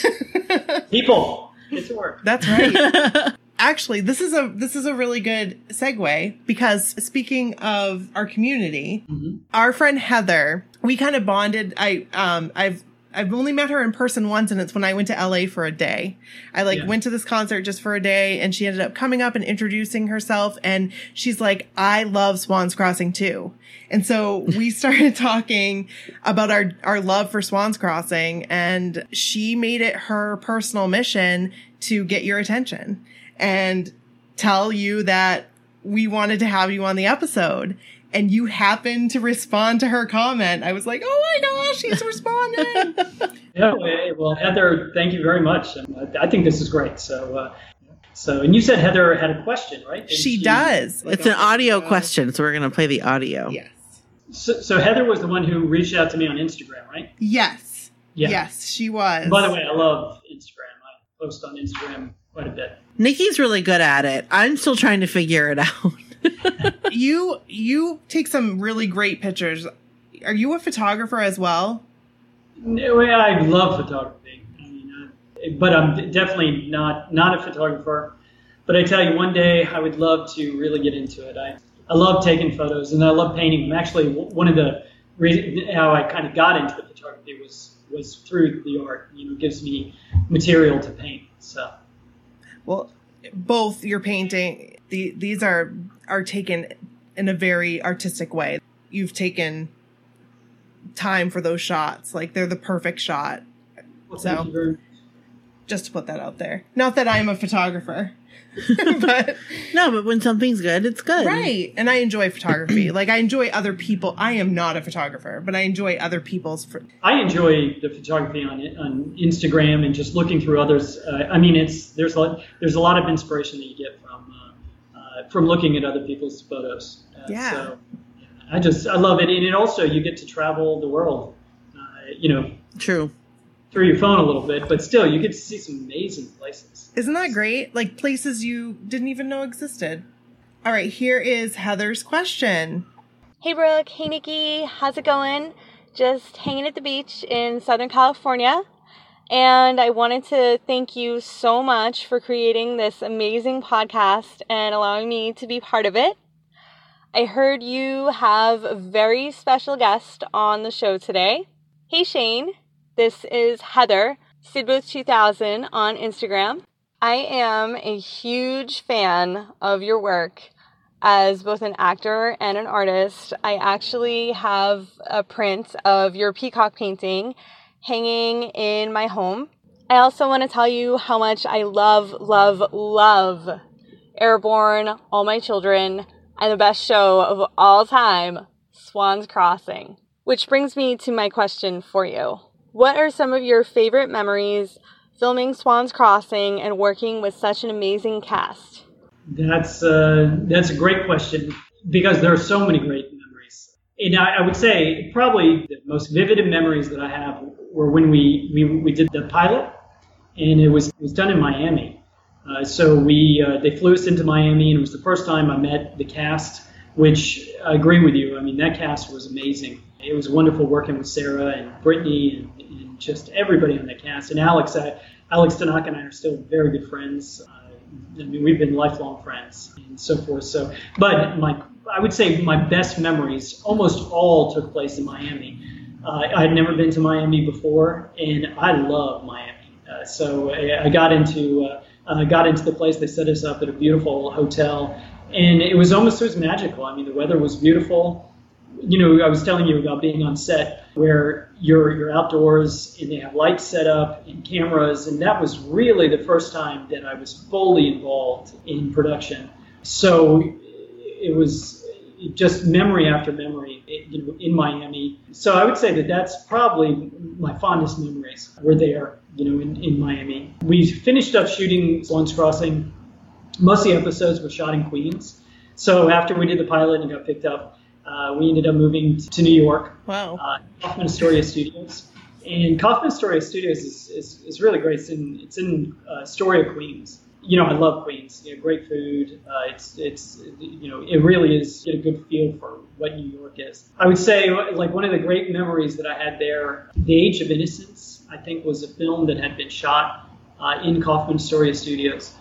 [SPEAKER 4] People, get to work.
[SPEAKER 5] That's right. Actually, this is a this is a really good segue because speaking of our community,
[SPEAKER 4] Mhm.
[SPEAKER 5] our friend Heather, we kind of bonded. I um I've I've only met her in person once and it's when I went to LA for a day. I like
[SPEAKER 4] Yeah.
[SPEAKER 5] went to this concert just for a day and she ended up coming up and introducing herself and she's like, I love Swans Crossing too. And so we started talking about our, our love for Swans Crossing and she made it her personal mission to get your attention.
[SPEAKER 2] and tell you that we wanted to have you on the episode and you happened to respond to her comment. I was like, oh my gosh, she's responding.
[SPEAKER 4] Yeah, well, eh, well, Heather, thank you very much. And I, I think this is great. So, uh, so, and you said Heather had a question, right? Didn't
[SPEAKER 2] she does.
[SPEAKER 3] It's an audio
[SPEAKER 2] Oh,
[SPEAKER 3] question, so we're going to play the audio.
[SPEAKER 4] "Oh,
[SPEAKER 2] Yes.
[SPEAKER 4] So, so Heather was the one who reached out to me on Instagram, right?
[SPEAKER 2] Yes.
[SPEAKER 4] Yeah.
[SPEAKER 2] Yes, she was.
[SPEAKER 4] By the way, I love Instagram. I post on Instagram quite a bit.
[SPEAKER 3] Nikki's really good at it. I'm still trying to figure it out.
[SPEAKER 2] you you take some really great pictures. Are you a photographer as well?
[SPEAKER 4] No, I love photography. I mean, uh, but I'm definitely not not a photographer. But I tell you, one day I would love to really get into it. I I love taking photos and I love painting them. Actually, w- one of the reason how I kind of got into the photography was was through the art. You know, it gives me material to paint. So
[SPEAKER 2] Well, both your painting the, these are are taken in a very artistic way. You've taken time for those shots. Like they're the perfect shot.
[SPEAKER 4] well,
[SPEAKER 2] So-
[SPEAKER 4] thank you very much.
[SPEAKER 2] Just to put that out there. Not that I'm a photographer. but
[SPEAKER 3] No, but when something's good, it's good.
[SPEAKER 2] right and i enjoy photography like i enjoy other people i am not a photographer but i enjoy other people's ph-
[SPEAKER 4] I enjoy the photography on on Instagram and just looking through others. Uh, I mean, it's there's a lot, there's a lot of inspiration that you get from uh, uh, from looking at other people's photos. Uh,
[SPEAKER 2] Yeah.
[SPEAKER 4] So I just I love it, and it also you get to travel the world. Uh, you know,
[SPEAKER 3] True.
[SPEAKER 4] through your phone a little bit, but still you get to see some amazing places.
[SPEAKER 2] Isn't that great? Like places you didn't even know existed. All right, here is Heather's question.
[SPEAKER 6] Hey Brooke, hey Nikki, how's it going? Just hanging at the beach in Southern California. And I wanted to thank you so much for creating this amazing podcast and allowing me to be part of it. I heard you have a very special guest on the show today. Hey Shane, this is Heather, Sidbooth2000 on Instagram. I am a huge fan of your work as both an actor and an artist. I actually have a print of your peacock painting hanging in my home. I also want to tell you how much I love, love, love Airborne, All My Children, and the best show of all time, Swan's Crossing. Which brings me to my question for you. What are some of your favorite memories filming Swan's Crossing and working with such an amazing cast?
[SPEAKER 4] That's uh, that's a great question because there are so many great memories, and I, I would say probably the most vivid memories that I have were when we we, we did the pilot, and it was it was done in Miami. Uh, so we uh, they flew us into Miami, and it was the first time I met the cast. Which I agree with you. I mean, that cast was amazing. It was wonderful working with Sarah and Brittany and, and just everybody on that cast. And Alex, I, Alex Tanaka and I are still very good friends. Uh, I mean, we've been lifelong friends and so forth. So, but my, I would say my best memories almost all took place in Miami. Uh, I'd never been to Miami before, and I love Miami. Uh, so I, I got into uh, I got into the place. They set us up at a beautiful hotel, and it was almost it was magical. I mean, the weather was beautiful you know, I was telling you about being on set where you're you're outdoors and they have lights set up and cameras, and that was really the first time that I was fully involved in production. So it was just memory after memory, you know, in Miami. So I would say that that's probably my fondest memories were there, you know, in, in Miami. We finished up shooting Swans Crossing most of the episodes were shot in Queens. So after we did the pilot and got picked up, uh, we ended up moving t- to New York,
[SPEAKER 2] Wow.
[SPEAKER 4] uh, Kaufman Astoria Studios. And Kaufman Astoria Studios is, is, is really great. It's in, it's in uh, Astoria, Queens. You know, I love Queens. You know, great food. Uh, it's, it's, you know, it really is get a good feel for what New York is. I would say, like, one of the great memories that I had there, The Age of Innocence, I think, was a film that had been shot uh, in Kaufman Astoria Studios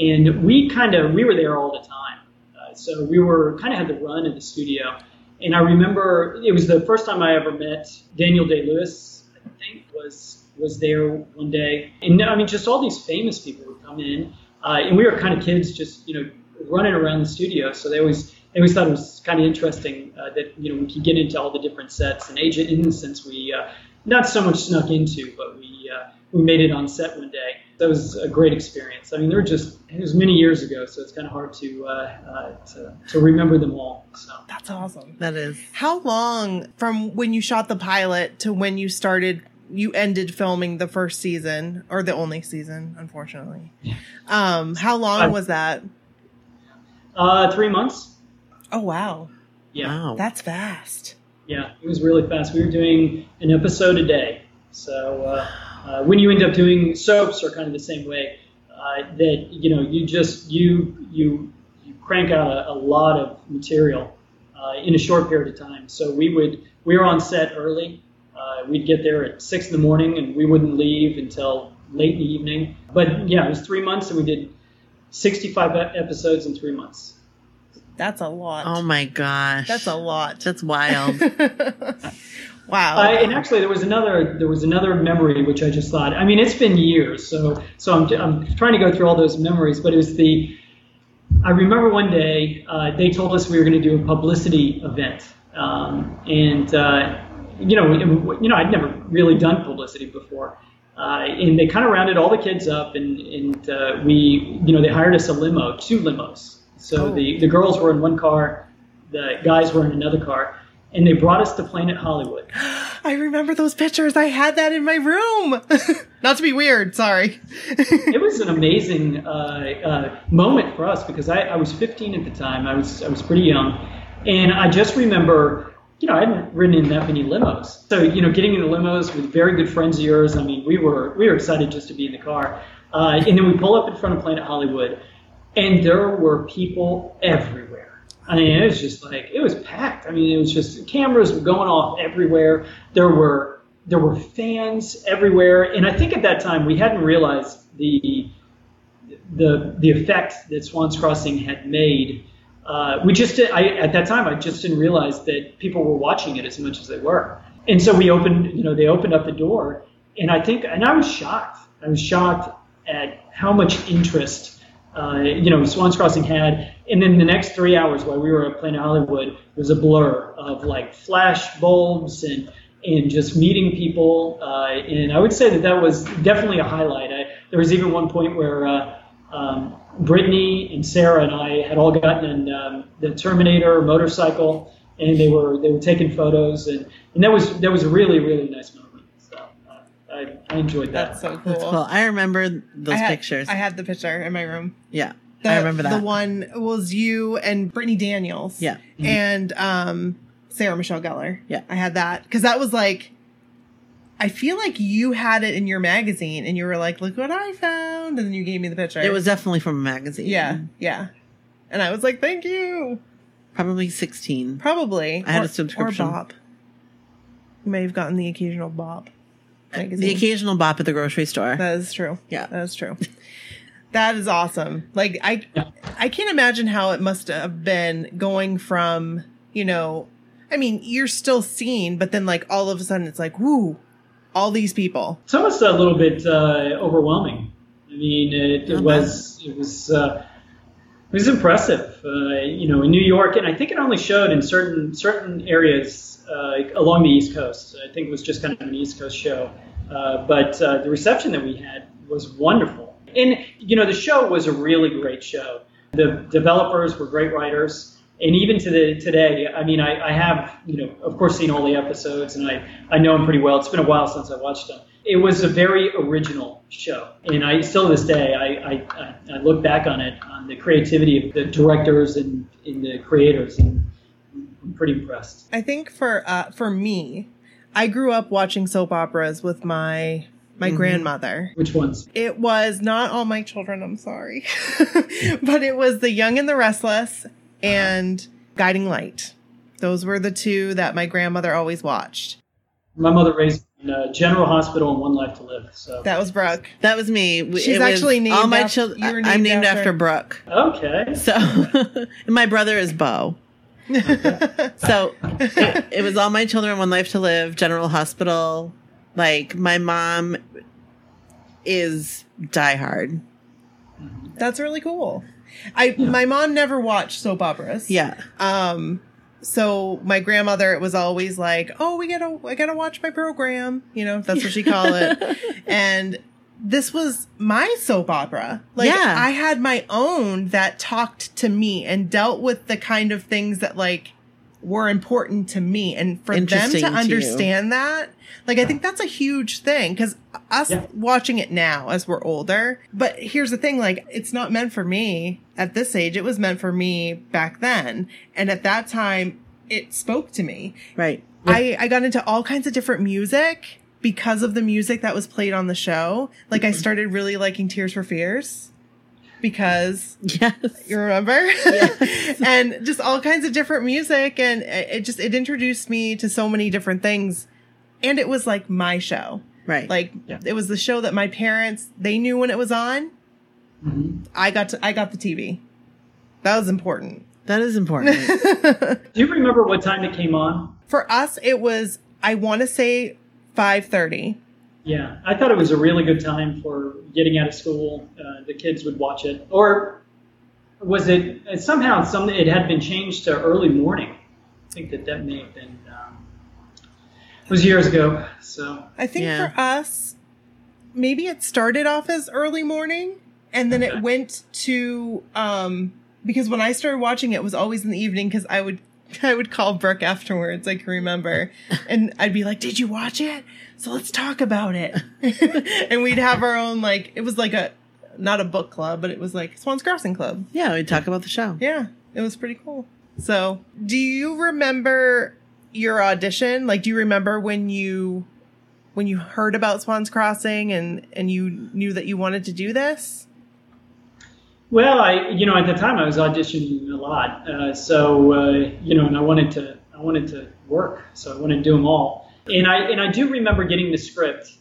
[SPEAKER 4] and we kind of we were there all the time uh, so we were kind of had the run of the studio and i remember it was the first time i ever met daniel day lewis i think was was there one day and i mean just all these famous people would come in uh, and we were kind of kids just you know running around the studio so they always they always thought it was kind of interesting uh, that you know we could get into all the different sets and agent innocence we uh, not so much snuck into but we uh, we made it on set one day that was a great experience. I mean, they're just it was many years ago, so it's kind of hard to uh, uh, to, to remember them all. So
[SPEAKER 2] That's awesome.
[SPEAKER 3] That is.
[SPEAKER 2] How long from when you shot the pilot to when you started you ended filming the first season or the only season, unfortunately. Um, how long
[SPEAKER 4] I-
[SPEAKER 2] was that?
[SPEAKER 4] uh, three months.
[SPEAKER 2] Oh wow.
[SPEAKER 4] Yeah,
[SPEAKER 3] Wow.
[SPEAKER 2] That's fast.
[SPEAKER 4] yeah, it was really fast. We were doing an episode a day. So uh, uh, when you end up doing soaps, are kind of the same way. Uh, that you know, you just you you you crank out a, a lot of material uh, in a short period of time. So we would we were on set early. Uh, we'd get there at six in the morning, and we wouldn't leave until late in the evening. But yeah, it was three months, and we did sixty-five e- episodes in three months.
[SPEAKER 2] That's a lot.
[SPEAKER 3] oh my gosh.
[SPEAKER 2] That's a lot.
[SPEAKER 3] That's wild.
[SPEAKER 2] wow.
[SPEAKER 4] Uh, and actually, there was another there was another memory which I just thought. I mean, it's been years, so so I'm, I'm trying to go through all those memories. But it was the I remember one day uh, they told us we were going to do a publicity event, um, and uh, you know you know I'd never really done publicity before. Uh, and they kind of rounded all the kids up, and, and uh, we, you know, they hired us a limo, two limos. So the, the girls were in one car, the guys were in another car, and they brought us to Planet Hollywood.
[SPEAKER 2] I remember those pictures. I had that in my room. Not to be weird, sorry.
[SPEAKER 4] it was an amazing uh, uh, moment for us because I, I was 15 at the time. I was I was pretty young, and I just remember, you know, I hadn't ridden in that many limos. So you know, getting in the limos with very good friends of yours. I mean, we were we were excited just to be in the car, uh, and then we pull up in front of Planet Hollywood, and there were people everywhere. I mean, it was just like it was packed. I mean, it was just cameras were going off everywhere. There were there were fans everywhere, and I think at that time we hadn't realized the the the effect that Swans Crossing had made. Uh, we just did, I, at that time I just didn't realize that people were watching it as much as they were, and so we opened you know they opened up the door, and I think and I was shocked. I was shocked at how much interest uh, you know Swans Crossing had, and then the next three hours while we were at Planet Hollywood was a blur of like flash bulbs and and just meeting people. Uh, and I would say that that was definitely a highlight. I, there was even one point where uh, um, Brittany and Sarah and I had all gotten in um, the Terminator motorcycle, and they were they were taking photos, and, and that was that was a really really nice moment. So uh, I, I enjoyed that.
[SPEAKER 2] That's so cool.
[SPEAKER 3] That's cool. I remember those
[SPEAKER 2] I had,
[SPEAKER 3] pictures.
[SPEAKER 2] I had the picture in my room.
[SPEAKER 3] yeah.
[SPEAKER 2] The,
[SPEAKER 3] I remember that.
[SPEAKER 2] The one was you and Brittany Daniels.
[SPEAKER 3] Yeah. Mm-hmm.
[SPEAKER 2] And um, Sarah Michelle Gellar.
[SPEAKER 3] Yeah.
[SPEAKER 2] I had that because that was like, I feel like you had it in your magazine and you were like, look what I found. And then you gave me the picture.
[SPEAKER 3] It was definitely from a magazine.
[SPEAKER 2] yeah, yeah. And I was like, thank you.
[SPEAKER 3] Probably 16.
[SPEAKER 2] Probably.
[SPEAKER 3] I had a
[SPEAKER 2] Or-
[SPEAKER 3] subscription.
[SPEAKER 2] Or Bop. You may have gotten the occasional Bop magazine.
[SPEAKER 3] The occasional bop at the grocery store.
[SPEAKER 2] That is true.
[SPEAKER 3] Yeah.
[SPEAKER 2] that is true. That is awesome. Like I, I can't imagine how it must have been going from you know, I mean, you're still seen, but then like all of a sudden it's like, woo, all these people.
[SPEAKER 4] It's almost a little bit uh, overwhelming. I mean, it, it was it was uh, it was impressive. Uh, you know, in New York, and I think it only showed in certain certain areas uh, along the East Coast. I think it was just kind of an East Coast show, uh, but uh, the reception that we had was wonderful. And you know, the show was a really great show. The developers were great writers, and even to the today, I mean, I, I have you know, of course, seen all the episodes, and I I know them pretty well. It's been a while since I watched them. It was a very original show, and I still to this day I I, I, I look back on it on the creativity of the directors and, and the creators, and I'm pretty impressed.
[SPEAKER 2] I think for uh, for me, I grew up watching soap operas with my my grandmother.
[SPEAKER 4] Which ones?
[SPEAKER 2] It was not all my children. I'm sorry, but it was The Young and the Restless and Guiding Light. Those were the two that my grandmother always watched.
[SPEAKER 4] My mother raised me in uh, General Hospital and One Life to Live. So
[SPEAKER 2] That was Brooke.
[SPEAKER 3] That was me. W-
[SPEAKER 2] She's
[SPEAKER 3] it was
[SPEAKER 2] actually named
[SPEAKER 3] all my
[SPEAKER 2] af-
[SPEAKER 3] children.
[SPEAKER 2] you were
[SPEAKER 3] I'm
[SPEAKER 2] named
[SPEAKER 3] named
[SPEAKER 2] after-
[SPEAKER 3] after, Brooke.
[SPEAKER 4] okay,
[SPEAKER 3] So and my brother is Bo. so it, it was all my children, one life to live, General Hospital. Like my mom is diehard.
[SPEAKER 2] That's really cool. I my mom never watched soap operas.
[SPEAKER 3] Yeah.
[SPEAKER 2] Um. So my grandmother, it was always like, "Oh, we gotta, I gotta watch my program." You know, that's what she called it. and this was my soap opera. Like
[SPEAKER 3] Yeah.
[SPEAKER 2] I had my own that talked to me and dealt with the kind of things that like were important to me and for them
[SPEAKER 3] Interesting
[SPEAKER 2] to
[SPEAKER 3] to you.
[SPEAKER 2] understand that like i think that's a huge thing because us
[SPEAKER 4] Yeah.
[SPEAKER 2] watching it now as we're older but here's the thing like it's not meant for me at this age it was meant for me back then and at that time it spoke to me
[SPEAKER 3] Right.
[SPEAKER 2] I, I got into all kinds of different music because of the music that was played on the show. Like I started really liking Tears for Fears because
[SPEAKER 3] Yes.
[SPEAKER 2] you remember? and just all kinds of different music and it it just it introduced me to so many different things and it was like my show.
[SPEAKER 3] Right.
[SPEAKER 2] Like
[SPEAKER 4] Yeah.
[SPEAKER 2] it was the show that my parents they knew when it was on.
[SPEAKER 4] Mhm.
[SPEAKER 2] I got to I got the TV. That was important.
[SPEAKER 3] that is important.
[SPEAKER 4] Do you remember what time it came on?
[SPEAKER 2] For us it was I want to say 5:30.
[SPEAKER 4] Yeah, I thought it was a really good time for getting out of school. Uh, the kids would watch it, or was it uh, somehow some? It had been changed to early morning. I think that that may have been um, it was years ago. So
[SPEAKER 2] I think
[SPEAKER 3] Yeah.
[SPEAKER 2] for us, maybe it started off as early morning and then it went to um because when I started watching it was always in the evening because I would I would call Brooke afterwards, I can remember. And I'd be like, Did you watch it? So let's talk about it. and we'd have our own like it was like a not a book club, but it was like Swans Crossing Club.
[SPEAKER 3] yeah, we talk about the show.
[SPEAKER 2] Yeah, it was pretty cool. So, do you remember your audition? Like, do you remember when you when you heard about Swans Crossing and and you knew that you wanted to do this?
[SPEAKER 4] Well, I, you know, at the time I was auditioning a lot, uh, so uh, you know, and I wanted to, I wanted to work, so I wanted to do them all. And I, and I do remember getting the script.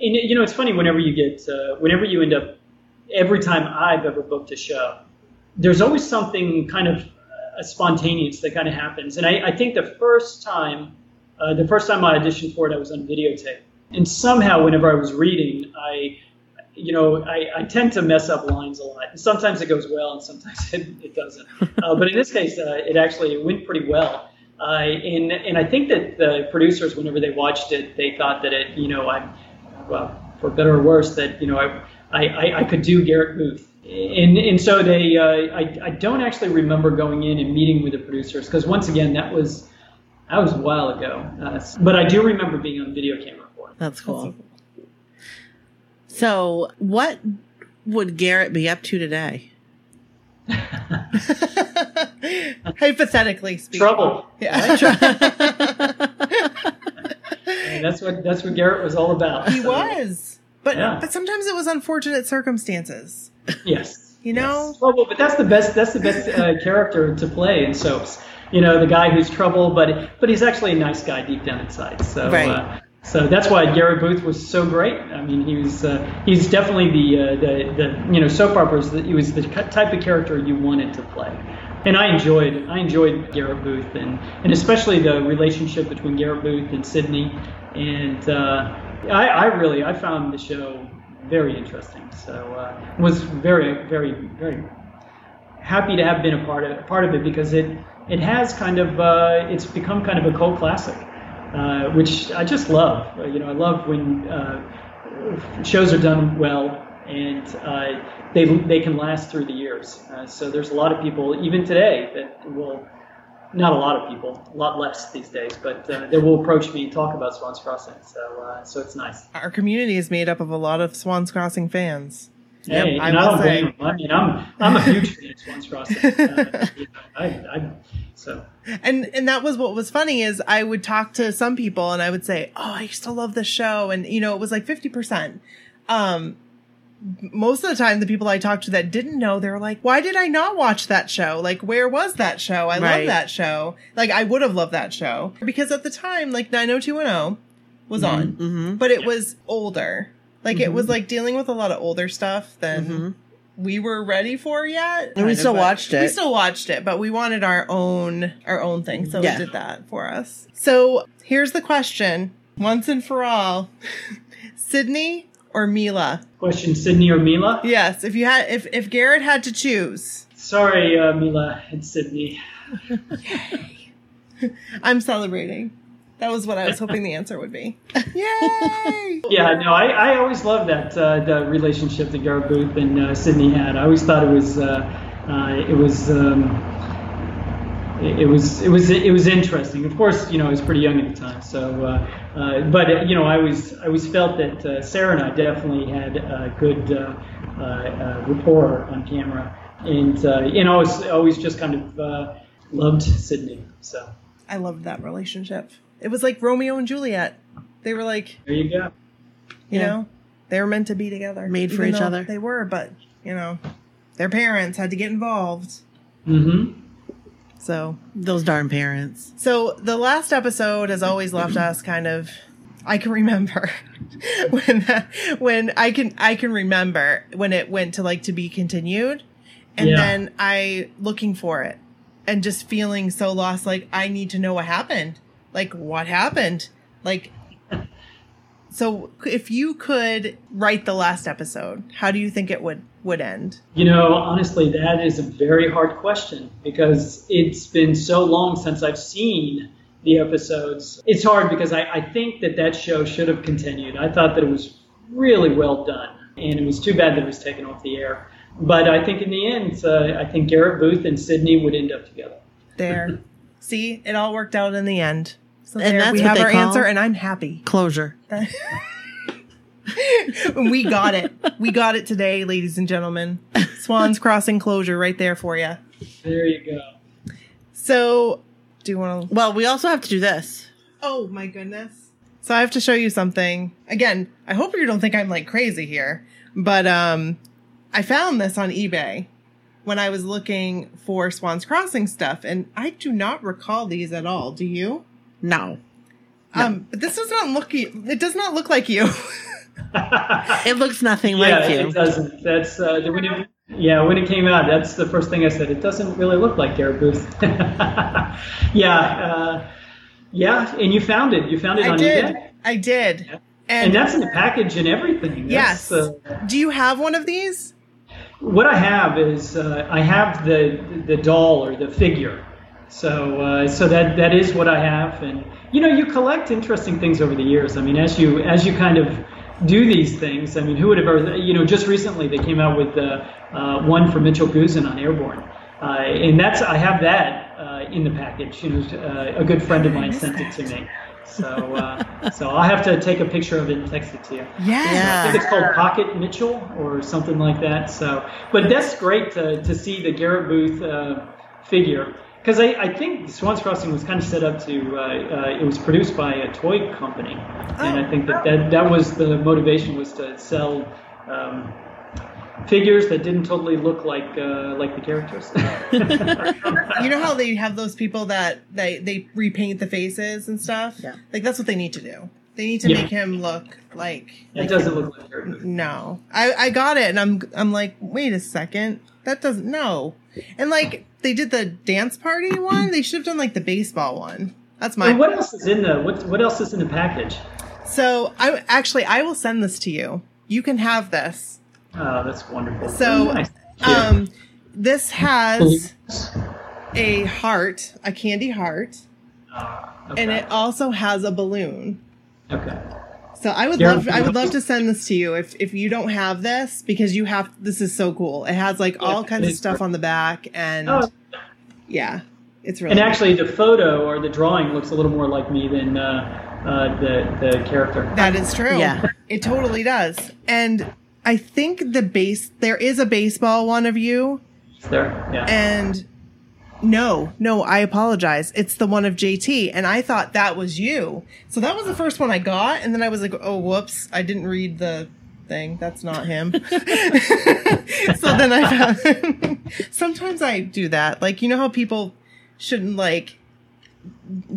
[SPEAKER 4] And you know, it's funny whenever you get, uh, whenever you end up, every time I've ever booked a show, there's always something kind of uh, spontaneous that kind of happens. And I, I think the first time, uh, the first time I auditioned for it, I was on videotape. And somehow, whenever I was reading, I you know, I, I tend to mess up lines a lot. And sometimes it goes well, and sometimes it, it doesn't. Uh, but in this case, uh, it actually it went pretty well. Uh, and and I think that the producers, whenever they watched it, they thought that it, you know, I, well, for better or worse, that you know, I I, I, I could do Garrett Booth. And and so they, uh, I I don't actually remember going in and meeting with the producers because once again, that was that was a while ago. Uh, but I do remember being on video camera for it.
[SPEAKER 3] That's cool. So, what would Garrett be up to today?
[SPEAKER 2] Hypothetically speaking,
[SPEAKER 4] Trouble.
[SPEAKER 2] Yeah,
[SPEAKER 4] And that's what that's what Garrett was all about.
[SPEAKER 2] he
[SPEAKER 4] So,
[SPEAKER 2] was. But
[SPEAKER 4] Yeah.
[SPEAKER 2] but sometimes it was unfortunate circumstances.
[SPEAKER 4] Yes.
[SPEAKER 2] You know?
[SPEAKER 4] Yes. Well, well, but that's the best. That's the best uh, character to play in soaps. You know, the guy who's trouble, but but he's actually a nice guy deep down inside. So.
[SPEAKER 3] Right.
[SPEAKER 4] Uh, so that's why Garrett Booth was so great. I mean, he was uh, he's definitely the, uh, the the you know soap operas. That he was the ki- type of character you wanted to play, and I enjoyed I enjoyed Garrett Booth and and especially the relationship between Garrett Booth and Sydney, and uh, I, I really I found the show very interesting. So uh, was very very very happy to have been a part of part of it because it it has kind of uh, it's become kind of a cult classic, uh, which I just love. Uh, You know, I love when uh, shows are done well and uh, they they can last through the years. Uh, so there's a lot of people even today that will. Not a lot of people, a lot less these days, but uh, they will approach me and talk about Swans Crossing. So, uh, so it's nice.
[SPEAKER 2] Our community is made up of a lot of Swans Crossing fans.
[SPEAKER 4] Yeah,
[SPEAKER 2] Yep,
[SPEAKER 4] and
[SPEAKER 2] I
[SPEAKER 4] I,
[SPEAKER 2] will
[SPEAKER 4] don't
[SPEAKER 2] say-
[SPEAKER 4] blame him. I mean, I'm I'm a huge fan of Swans Crossing. Uh, you know, I, I, so
[SPEAKER 2] and and that was what was funny is I would talk to some people and I would say, "Oh, I used to love this show," and you know it was like fifty percent. Um, most of the time, the people I talked to that didn't know, they were like, "Why did I not watch that show? Like, where was that show? I love
[SPEAKER 3] Right.
[SPEAKER 2] that show. Like, I would have loved that show because at the time, like nine hundred two one zero was on,
[SPEAKER 3] Mm-hmm.
[SPEAKER 2] but it was older. Like, it was like dealing with a lot of older stuff than."
[SPEAKER 3] Mm-hmm.
[SPEAKER 2] we were ready for yet.
[SPEAKER 3] And we
[SPEAKER 2] Kind
[SPEAKER 3] still
[SPEAKER 2] but-
[SPEAKER 3] watched it.
[SPEAKER 2] We still watched it, but we wanted our own our own thing, so
[SPEAKER 3] Yeah.
[SPEAKER 2] it did that for us. So here's the question: once and for all, Sydney or Mila?
[SPEAKER 4] Question Sydney or Mila?
[SPEAKER 2] Yes, if you had if if Garrett had to choose,
[SPEAKER 4] Sorry, uh, Mila and Sydney.
[SPEAKER 2] I'm celebrating. That was what I was hoping the answer would be. Yay!
[SPEAKER 4] Yeah, no, I, I always loved that uh, the relationship that Garth Booth and uh, Sydney had. I always thought it was uh, uh, it was um, it, it was it was it was interesting. Of course, you know, I was pretty young at the time, so uh, uh, but uh, you know, I was I always felt that uh, Sarah and I definitely had a good uh, uh, uh, rapport on camera, and uh, you know, I was always just kind of uh, loved Sydney. So
[SPEAKER 2] I loved that relationship. It was like Romeo and Juliet. They were like,
[SPEAKER 4] there you go.
[SPEAKER 2] you
[SPEAKER 3] Yeah.
[SPEAKER 2] know, they were meant to be together,
[SPEAKER 3] Made for
[SPEAKER 2] even
[SPEAKER 3] each
[SPEAKER 2] though
[SPEAKER 3] other.
[SPEAKER 2] They were, but you know, their parents had to get involved.
[SPEAKER 4] Mm-hmm.
[SPEAKER 2] So
[SPEAKER 3] Those darn parents.
[SPEAKER 2] So the last episode has always left us kind of I can remember when that, when I can I can remember when it went to like to be continued and
[SPEAKER 4] Yeah.
[SPEAKER 2] then I looking for it and just feeling so lost like I need to know what happened. Like what happened? Like so if you could write the last episode, how do you think it would would end?
[SPEAKER 4] You know, honestly, that is a very hard question because it's been so long since I've seen the episodes. It's hard because I, I think that that show should have continued. I thought that it was really well done, and it was too bad that it was taken off the air. But I think in the end, uh, I think Garrett Booth and Sydney would end up together.
[SPEAKER 2] There. See, it all worked out in the end. So
[SPEAKER 3] And
[SPEAKER 2] there
[SPEAKER 3] that's
[SPEAKER 2] we
[SPEAKER 3] what
[SPEAKER 2] have
[SPEAKER 3] they
[SPEAKER 2] our
[SPEAKER 3] call-
[SPEAKER 2] answer and I'm happy.
[SPEAKER 3] Closure.
[SPEAKER 2] And we got it. We got it today, ladies and gentlemen. Swans Crossing closure right there for you.
[SPEAKER 4] There you go.
[SPEAKER 2] So, do you want to?
[SPEAKER 3] Well, we also have to do this.
[SPEAKER 2] Oh my goodness. So I have to show you something. Again, I hope you don't think I'm like crazy here, but um I found this on eBay when I was looking for Swans Crossing stuff and I do not recall these at all. Do you?
[SPEAKER 3] No.
[SPEAKER 2] Um but this does not look it does not look like you.
[SPEAKER 3] It looks nothing
[SPEAKER 4] yeah,
[SPEAKER 3] like
[SPEAKER 4] it
[SPEAKER 3] you.
[SPEAKER 4] doesn't. That's uh, when it, yeah, when it came out, that's the first thing I said. It doesn't really look like Garrett Booth. yeah, uh, yeah, and you found it. You found it
[SPEAKER 2] I
[SPEAKER 4] on
[SPEAKER 2] did.
[SPEAKER 4] eBay,
[SPEAKER 2] I did.
[SPEAKER 4] and that's in the package and everything.
[SPEAKER 2] Yes.
[SPEAKER 4] That's, uh,
[SPEAKER 2] Do you have one of these?
[SPEAKER 4] what I have is uh, I have the the doll or the figure. So uh, so that that is what I have, and you know you collect interesting things over the years. I mean, as you as you kind of do these things, I mean, who would have ever you know just recently they came out with uh, uh, one for Mitchell Guzan on Airborne, uh, and that's I have that uh, in the package. You know, uh, a good friend of mine sent it to me. So, uh, so I'll have to take a picture of it and text it to you. I
[SPEAKER 3] Yeah.
[SPEAKER 4] think it's called Pocket Mitchell or something like that. So, but that's great to, to see the Garrett Booth uh, figure because I, I think Swans Crossing was kind of set up to uh, uh, it was produced by a toy company, and
[SPEAKER 2] Oh,
[SPEAKER 4] I think that, that that was the motivation was to sell um, figures that didn't totally look like uh, like the characters.
[SPEAKER 2] You know how they have those people that they they repaint the faces and stuff.
[SPEAKER 3] Yeah.
[SPEAKER 2] like that's what they need to do. They need to
[SPEAKER 4] Yeah.
[SPEAKER 2] make him look like.
[SPEAKER 4] it doesn't look like Garrett Booth.
[SPEAKER 2] No, I I got it, and I'm I'm like, wait a second, that doesn't no. And like they did the dance party one. They should have done like the baseball one. That's my
[SPEAKER 4] And what else is in the what what else is in the package?
[SPEAKER 2] so I actually I will send this to you. You can have this.
[SPEAKER 4] Oh, that's wonderful.
[SPEAKER 2] So,
[SPEAKER 4] Nice. Yeah.
[SPEAKER 2] um, this has a heart, a candy heart,
[SPEAKER 4] Ah,
[SPEAKER 2] and
[SPEAKER 4] okay.
[SPEAKER 2] it also has a balloon.
[SPEAKER 4] okay.
[SPEAKER 2] So I would
[SPEAKER 4] Yeah.
[SPEAKER 2] love I would love to send this to you if if you don't have this because you have this is so cool. It has like all
[SPEAKER 4] Yeah,
[SPEAKER 2] kinds
[SPEAKER 4] it
[SPEAKER 2] of
[SPEAKER 4] is
[SPEAKER 2] stuff on the back and
[SPEAKER 4] Oh,
[SPEAKER 2] yeah, it's really
[SPEAKER 4] And actually, the photo or the drawing looks a little more like me than uh, uh, the the character.
[SPEAKER 2] that is true.
[SPEAKER 3] Yeah.
[SPEAKER 2] it totally does. And I think the base there is a baseball one of you
[SPEAKER 4] It's there, yeah.
[SPEAKER 2] and no, no, I apologize. It's the one of JT and I thought that was you. So that was the first one I got and then I was like, "Oh, whoops, I didn't read the thing. That's not him." so then I found Sometimes I do that. Like, you know how people shouldn't like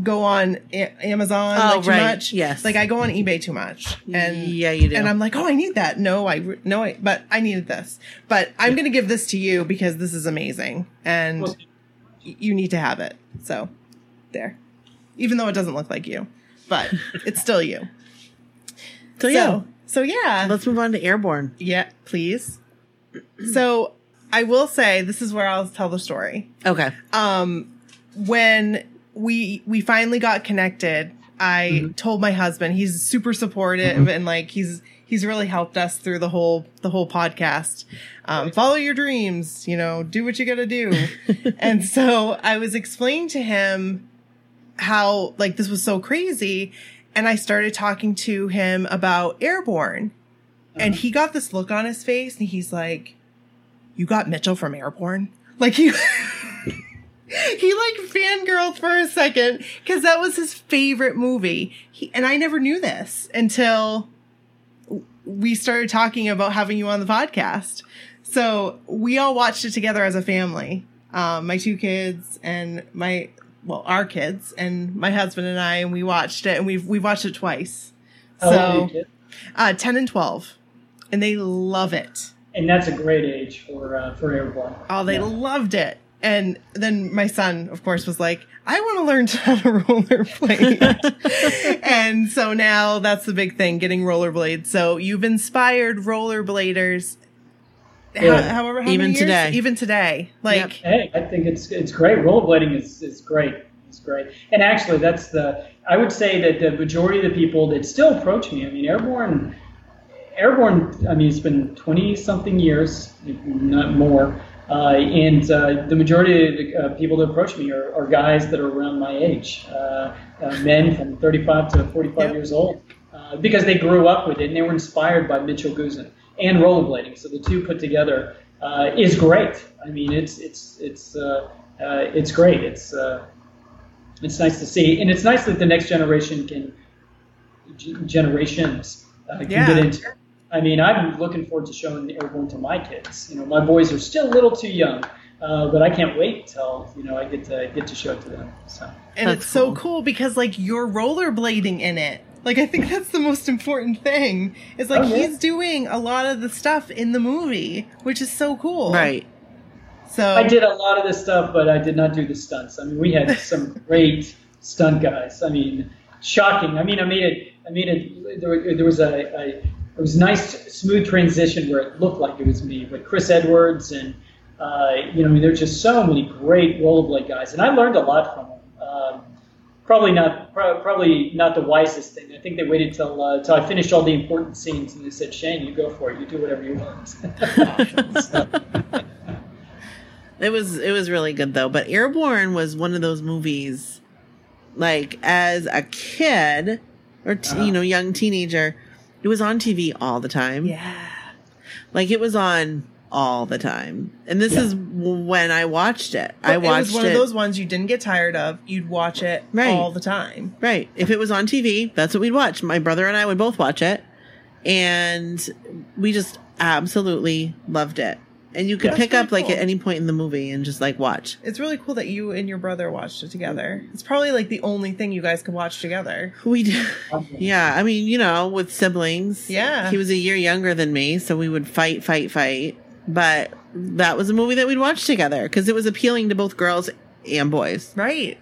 [SPEAKER 2] go on a- Amazon
[SPEAKER 3] Oh,
[SPEAKER 2] like, too
[SPEAKER 3] right.
[SPEAKER 2] much.
[SPEAKER 3] Yes.
[SPEAKER 2] Like I go on eBay too much. And
[SPEAKER 3] Yeah, you do.
[SPEAKER 2] And I'm like, "Oh, I need that." No, I re- no, I, but I needed this. But I'm going to give this to you because this is amazing and
[SPEAKER 4] Well,
[SPEAKER 2] y- you need to have it. So, there. Even though it doesn't look like you, but it's still you.
[SPEAKER 3] so, Oh, yeah.
[SPEAKER 2] So, yeah.
[SPEAKER 3] Let's move on to Airborne.
[SPEAKER 2] yeah, please. So, I will say this is where I'll tell the story.
[SPEAKER 3] Okay.
[SPEAKER 2] Um when we we finally got connected, I told my husband. He's super supportive and like he's he's really helped us through the whole the whole podcast. Um, follow your dreams, you know, do what you got to do. and so I was explaining to him how like this was so crazy and I started talking to him about Airborne. And he got this look on his face and he's like, "You got Mitchell from Airborne?" Like he he like fangirled for a second because that was his favorite movie. He, and I never knew this until w- we started talking about having you on the podcast. So we all watched it together as a family. Um, my two kids and my well, our kids and my husband and I, and we watched it, and we've we watched it twice.
[SPEAKER 4] How old are
[SPEAKER 2] So
[SPEAKER 4] you kids?
[SPEAKER 2] uh, ten and twelve, and they love it.
[SPEAKER 4] and that's a great age for uh, for airborne.
[SPEAKER 2] Oh, they
[SPEAKER 4] Yeah.
[SPEAKER 2] loved it. And then my son, of course, was like, I want to learn how to rollerblade. and so now that's the big thing, getting rollerblades. So you've inspired rollerbladers. ho-
[SPEAKER 4] Yeah.
[SPEAKER 2] however, how
[SPEAKER 3] Even
[SPEAKER 2] many years?
[SPEAKER 3] today.
[SPEAKER 2] Even today. Like,
[SPEAKER 4] Hey, I think it's it's great. Rollerblading is, is great. It's great. And actually, that's the I would say that the majority of the people that still approach me. I mean, airborne, airborne. I mean, it's been twenty something years, if not more. Uh, and uh, the majority of the uh, people that approach me are, are guys that are around my age, uh, uh, men from 35 to 45
[SPEAKER 2] Yep.
[SPEAKER 4] years old, uh, because they grew up with it and they were inspired by Mitchell Guzin and rollerblading. So the two put together uh, is great. I mean, it's it's it's uh, uh, it's great. It's uh, it's nice to see, and it's nice that the next generation can g- generations uh, can
[SPEAKER 2] Yeah.
[SPEAKER 4] get into. it. I mean, I'm looking forward to showing the airborne to my kids. You know, my boys are still a little too young, uh, but I can't wait till you know I get to get to show it to them. So.
[SPEAKER 2] and
[SPEAKER 3] That's
[SPEAKER 2] it's so
[SPEAKER 3] cool.
[SPEAKER 2] cool because, like, you're rollerblading in it. Like, I think that's the most important thing. It's like
[SPEAKER 4] Oh, yeah.
[SPEAKER 2] he's doing a lot of the stuff in the movie, which is so cool.
[SPEAKER 3] Right.
[SPEAKER 2] So
[SPEAKER 5] Um,
[SPEAKER 4] I did a lot of this stuff, but I did not do the stunts. I mean, we had some great stunt guys. I mean, shocking. I mean, I made it. I made it. There, there was a, a. It was nice, smooth transition where it looked like it was me with Chris Edwards and. Uh, you know, I mean, there's just so many great rollerblade guys, and I learned a lot from them. Um, probably not, pro- probably not the wisest thing. I think they waited till uh, till I finished all the important scenes, and they said, "Shane, you go for it. You do whatever you want."
[SPEAKER 3] It was it was really good though. But Airborne was one of those movies, like as a kid or t-
[SPEAKER 4] Uh-huh.
[SPEAKER 3] you know young teenager, it was on TV all the time.
[SPEAKER 2] Yeah.
[SPEAKER 3] Like it was on all the time. And this
[SPEAKER 4] Yeah.
[SPEAKER 3] is when I watched it. I
[SPEAKER 2] But
[SPEAKER 3] watched
[SPEAKER 2] it was one
[SPEAKER 3] it.
[SPEAKER 2] of those ones you didn't get tired of. You'd watch it
[SPEAKER 3] Right.
[SPEAKER 2] all the time.
[SPEAKER 3] Right. If it was on TV, that's what we'd watch. My brother and I would both watch it. And we just absolutely loved it. And you could
[SPEAKER 2] That's
[SPEAKER 3] pick
[SPEAKER 2] really
[SPEAKER 3] up like
[SPEAKER 2] cool.
[SPEAKER 3] at any point in the movie and just like watch.
[SPEAKER 2] It's really cool that you and your brother watched it together. It's probably like the only thing you guys could watch together.
[SPEAKER 3] We did. Yeah. I mean, you know, with siblings.
[SPEAKER 2] Yeah.
[SPEAKER 3] He was a year younger than me. So we would fight, fight, fight. But that was a movie that we'd watch together because it was appealing to both girls and boys.
[SPEAKER 2] Right.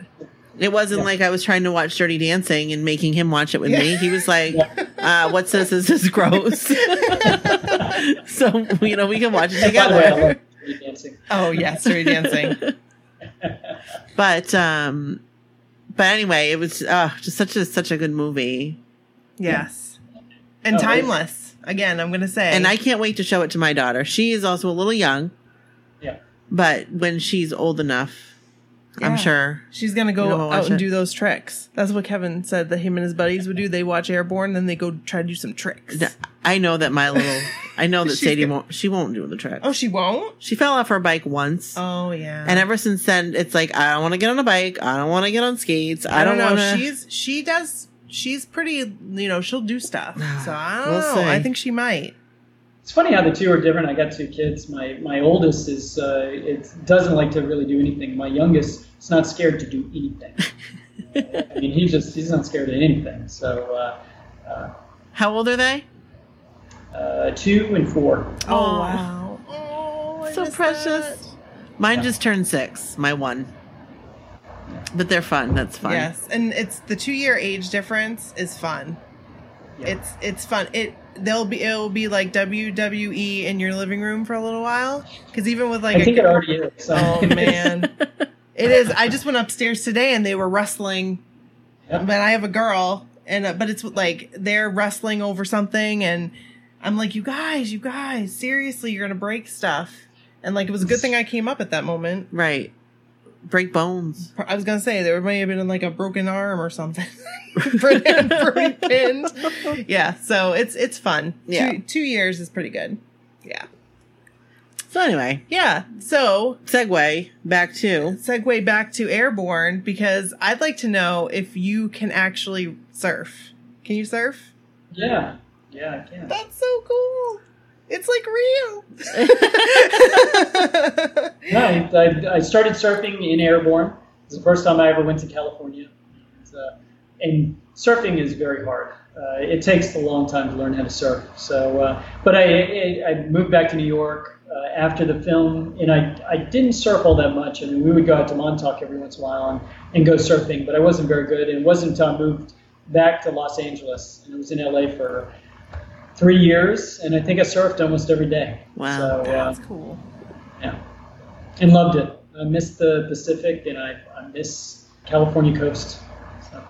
[SPEAKER 3] It wasn't
[SPEAKER 4] Yeah.
[SPEAKER 3] like I was trying to watch Dirty Dancing and making him watch it with me.
[SPEAKER 2] Yeah.
[SPEAKER 3] He was like, uh, "What's this? This is gross." so you know we can watch it
[SPEAKER 4] By the way, I
[SPEAKER 3] together.
[SPEAKER 4] love street dancing.
[SPEAKER 2] Oh yes, Dirty Dancing.
[SPEAKER 3] But um, but anyway, it was uh, just such a such a good movie,
[SPEAKER 2] Yes. And
[SPEAKER 4] Oh, it is.
[SPEAKER 2] timeless. Again, I'm gonna say.
[SPEAKER 3] and I can't wait to show it to my daughter. She is also a little young,
[SPEAKER 4] Yeah.
[SPEAKER 3] but when she's old enough,
[SPEAKER 2] Yeah.
[SPEAKER 3] I'm sure.
[SPEAKER 2] She's gonna go
[SPEAKER 3] You know, I'll
[SPEAKER 2] out
[SPEAKER 3] watch
[SPEAKER 2] and
[SPEAKER 3] it.
[SPEAKER 2] do those tricks. That's what Kevin said that him and his buddies would do. They watch Airborne, then they go try to do some tricks.
[SPEAKER 3] I know that my little, I know that
[SPEAKER 2] She's
[SPEAKER 3] Sadie
[SPEAKER 2] gonna-
[SPEAKER 3] won't. She won't do the trick.
[SPEAKER 2] Oh, she won't.
[SPEAKER 3] She fell off her bike once.
[SPEAKER 2] Oh yeah.
[SPEAKER 3] And ever since then, it's like I don't want to get on a bike. I don't want to get on skates. I, don't,
[SPEAKER 2] know.
[SPEAKER 3] want to.
[SPEAKER 2] Oh, She's she does. She's pretty. You know, she'll do stuff. So I don't
[SPEAKER 3] We'll
[SPEAKER 2] know.
[SPEAKER 3] see.
[SPEAKER 2] I think she might.
[SPEAKER 4] It's funny how the two are different. I got two kids. My my oldest is uh, it doesn't like to really do anything. My youngest is not scared to do anything. I mean, he just he's not scared of anything. So uh,
[SPEAKER 3] How old are they?
[SPEAKER 4] uh, uh, two and four.
[SPEAKER 2] Oh wow. Oh, I
[SPEAKER 3] So
[SPEAKER 2] miss
[SPEAKER 3] precious.
[SPEAKER 2] that.
[SPEAKER 3] Mine just turned six. My one. But they're fun. That's fun.
[SPEAKER 2] Yes, and it's the two year age difference is fun.
[SPEAKER 4] Yeah.
[SPEAKER 2] It's it's fun. It they'll be it'll be like WWE in your living room for a little while because even with like
[SPEAKER 4] I think
[SPEAKER 2] a,
[SPEAKER 4] it already is. So.
[SPEAKER 2] oh man, it is. I just went upstairs today and they were wrestling But I have a girl, and uh, but it's like they're wrestling over something, and I'm like, you guys, you guys, seriously, you're gonna break stuff. And like, it was a good thing I came up at that moment.
[SPEAKER 3] Right. Break bones.
[SPEAKER 2] I was gonna say there may have been like a broken arm or something, pretty pinned. Yeah, so it's it's fun.
[SPEAKER 3] Yeah.
[SPEAKER 2] two, two years is pretty good. Yeah,
[SPEAKER 3] So anyway,
[SPEAKER 2] yeah. So
[SPEAKER 3] segue back to
[SPEAKER 2] segue back to airborne because I'd like to know if you can actually surf. Can you surf?
[SPEAKER 4] Yeah. Yeah, I can.
[SPEAKER 2] That's so cool. It's like real.
[SPEAKER 4] Yeah, I, I, I started surfing in Airborne. It was the first time I ever went to California. And, uh, and surfing is very hard. Uh, it takes a long time to learn how to surf. So, uh, but I, I, I moved back to New York uh, after the film, and I, I didn't surf all that much. I mean, we would go out to Montauk every once in a while and, and go surfing, but I wasn't very good. And it wasn't until I moved back to Los Angeles, and I was in LA for three years, and I think I surfed almost every day.
[SPEAKER 3] Wow,
[SPEAKER 4] so, uh,
[SPEAKER 2] That's cool.
[SPEAKER 4] yeah, and loved it. I miss the Pacific, and I, I miss California coast. So,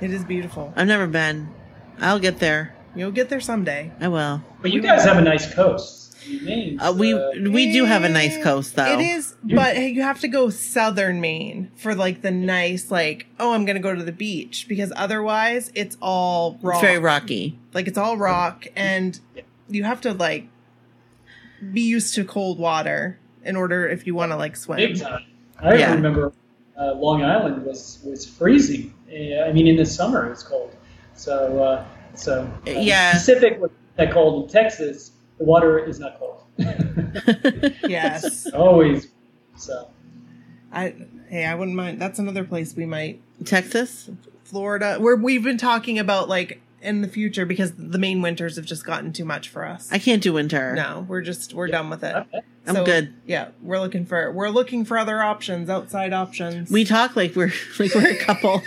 [SPEAKER 2] It is beautiful.
[SPEAKER 3] I've never been. I'll get there.
[SPEAKER 2] You'll get there someday.
[SPEAKER 3] I will.
[SPEAKER 4] but you guys have a nice coast. I mean, Maine's,
[SPEAKER 3] Uh, we
[SPEAKER 4] uh,
[SPEAKER 3] we do have a nice coast though.
[SPEAKER 2] It is, but you have to go southern Maine for like the nice, like, oh, I'm going to go to the beach because otherwise it's all rock.
[SPEAKER 3] It's very rocky.
[SPEAKER 2] Like it's all rock and you have to like be used to cold water in order if you want to like swim.
[SPEAKER 4] big time. I
[SPEAKER 3] Yeah.
[SPEAKER 4] remember uh, Long Island was was freezing. Uh, I mean, in the summer it was cold. So uh, so uh,
[SPEAKER 3] Yeah.
[SPEAKER 4] Pacific was that cold. In Texas, the water is not cold.
[SPEAKER 2] Yes.
[SPEAKER 4] Always. So
[SPEAKER 2] I hey, I wouldn't mind. That's another place we might
[SPEAKER 3] Texas?
[SPEAKER 2] Florida where we've been talking about like in the future because the Maine winters have just gotten too much for us.
[SPEAKER 3] I can't do winter.
[SPEAKER 2] no, we're just we're done with it.
[SPEAKER 4] okay.
[SPEAKER 3] I'm good.
[SPEAKER 2] Yeah, we're looking for we're looking for other options, outside options.
[SPEAKER 3] We talk like we're like we're a couple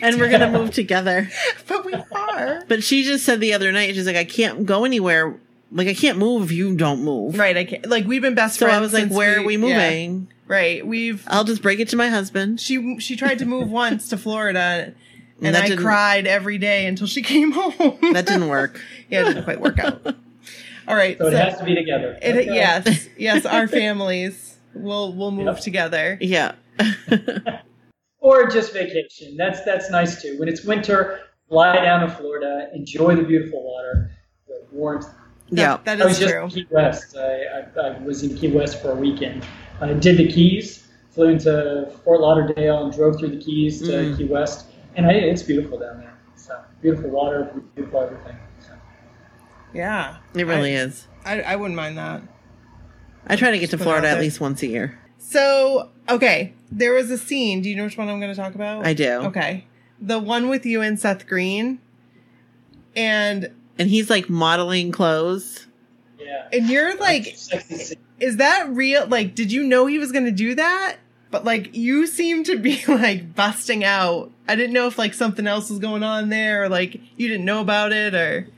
[SPEAKER 3] and we're gonna move together.
[SPEAKER 2] but we are
[SPEAKER 3] But she just said the other night, she's like, I can't go anywhere. Like I can't move if you don't move.
[SPEAKER 2] right. I can't like we've been best
[SPEAKER 3] So
[SPEAKER 2] friends.
[SPEAKER 3] I was like,
[SPEAKER 2] since
[SPEAKER 3] Where are we
[SPEAKER 2] yeah,
[SPEAKER 3] moving?
[SPEAKER 2] right, we've
[SPEAKER 3] I'll just break it to my husband.
[SPEAKER 2] she she tried to move once to Florida, and
[SPEAKER 3] that
[SPEAKER 2] I
[SPEAKER 3] didn't-
[SPEAKER 2] cried every day until she came home.
[SPEAKER 3] That didn't work.
[SPEAKER 2] yeah, it didn't quite work out. All right,
[SPEAKER 4] so it
[SPEAKER 2] so
[SPEAKER 4] has to be together.
[SPEAKER 2] it-
[SPEAKER 4] Okay.
[SPEAKER 2] yes, yes, our families will will move together.
[SPEAKER 3] Yeah.
[SPEAKER 4] or just vacation. That's that's nice too. When it's winter, fly down to Florida, enjoy the beautiful water, the warmth.
[SPEAKER 3] yeah.
[SPEAKER 2] that
[SPEAKER 4] I was
[SPEAKER 2] is
[SPEAKER 4] just
[SPEAKER 2] true.
[SPEAKER 4] in Key West. I, I, I was in Key West for a weekend. I did the Keys, flew into Fort Lauderdale, and drove through the Keys to
[SPEAKER 3] Mm.
[SPEAKER 4] Key West. And I, it's beautiful down there. So beautiful water, beautiful everything. So,
[SPEAKER 2] Yeah,
[SPEAKER 3] It really is.
[SPEAKER 2] I, I wouldn't mind that.
[SPEAKER 3] I try to get to
[SPEAKER 2] put it
[SPEAKER 3] Florida
[SPEAKER 2] out
[SPEAKER 3] at
[SPEAKER 2] there.
[SPEAKER 3] least once a year.
[SPEAKER 2] So okay, there was a scene. Do you know which one I'm going to talk about?
[SPEAKER 3] I do.
[SPEAKER 2] Okay. The one with you and Seth Green. And
[SPEAKER 3] And he's like modeling clothes.
[SPEAKER 4] yeah.
[SPEAKER 2] and you're like,
[SPEAKER 4] Sexy scene.
[SPEAKER 2] is that real? Like, did you know he was gonna do that? But like you seem to be like busting out. I didn't know if like something else was going on there or like you didn't know about it or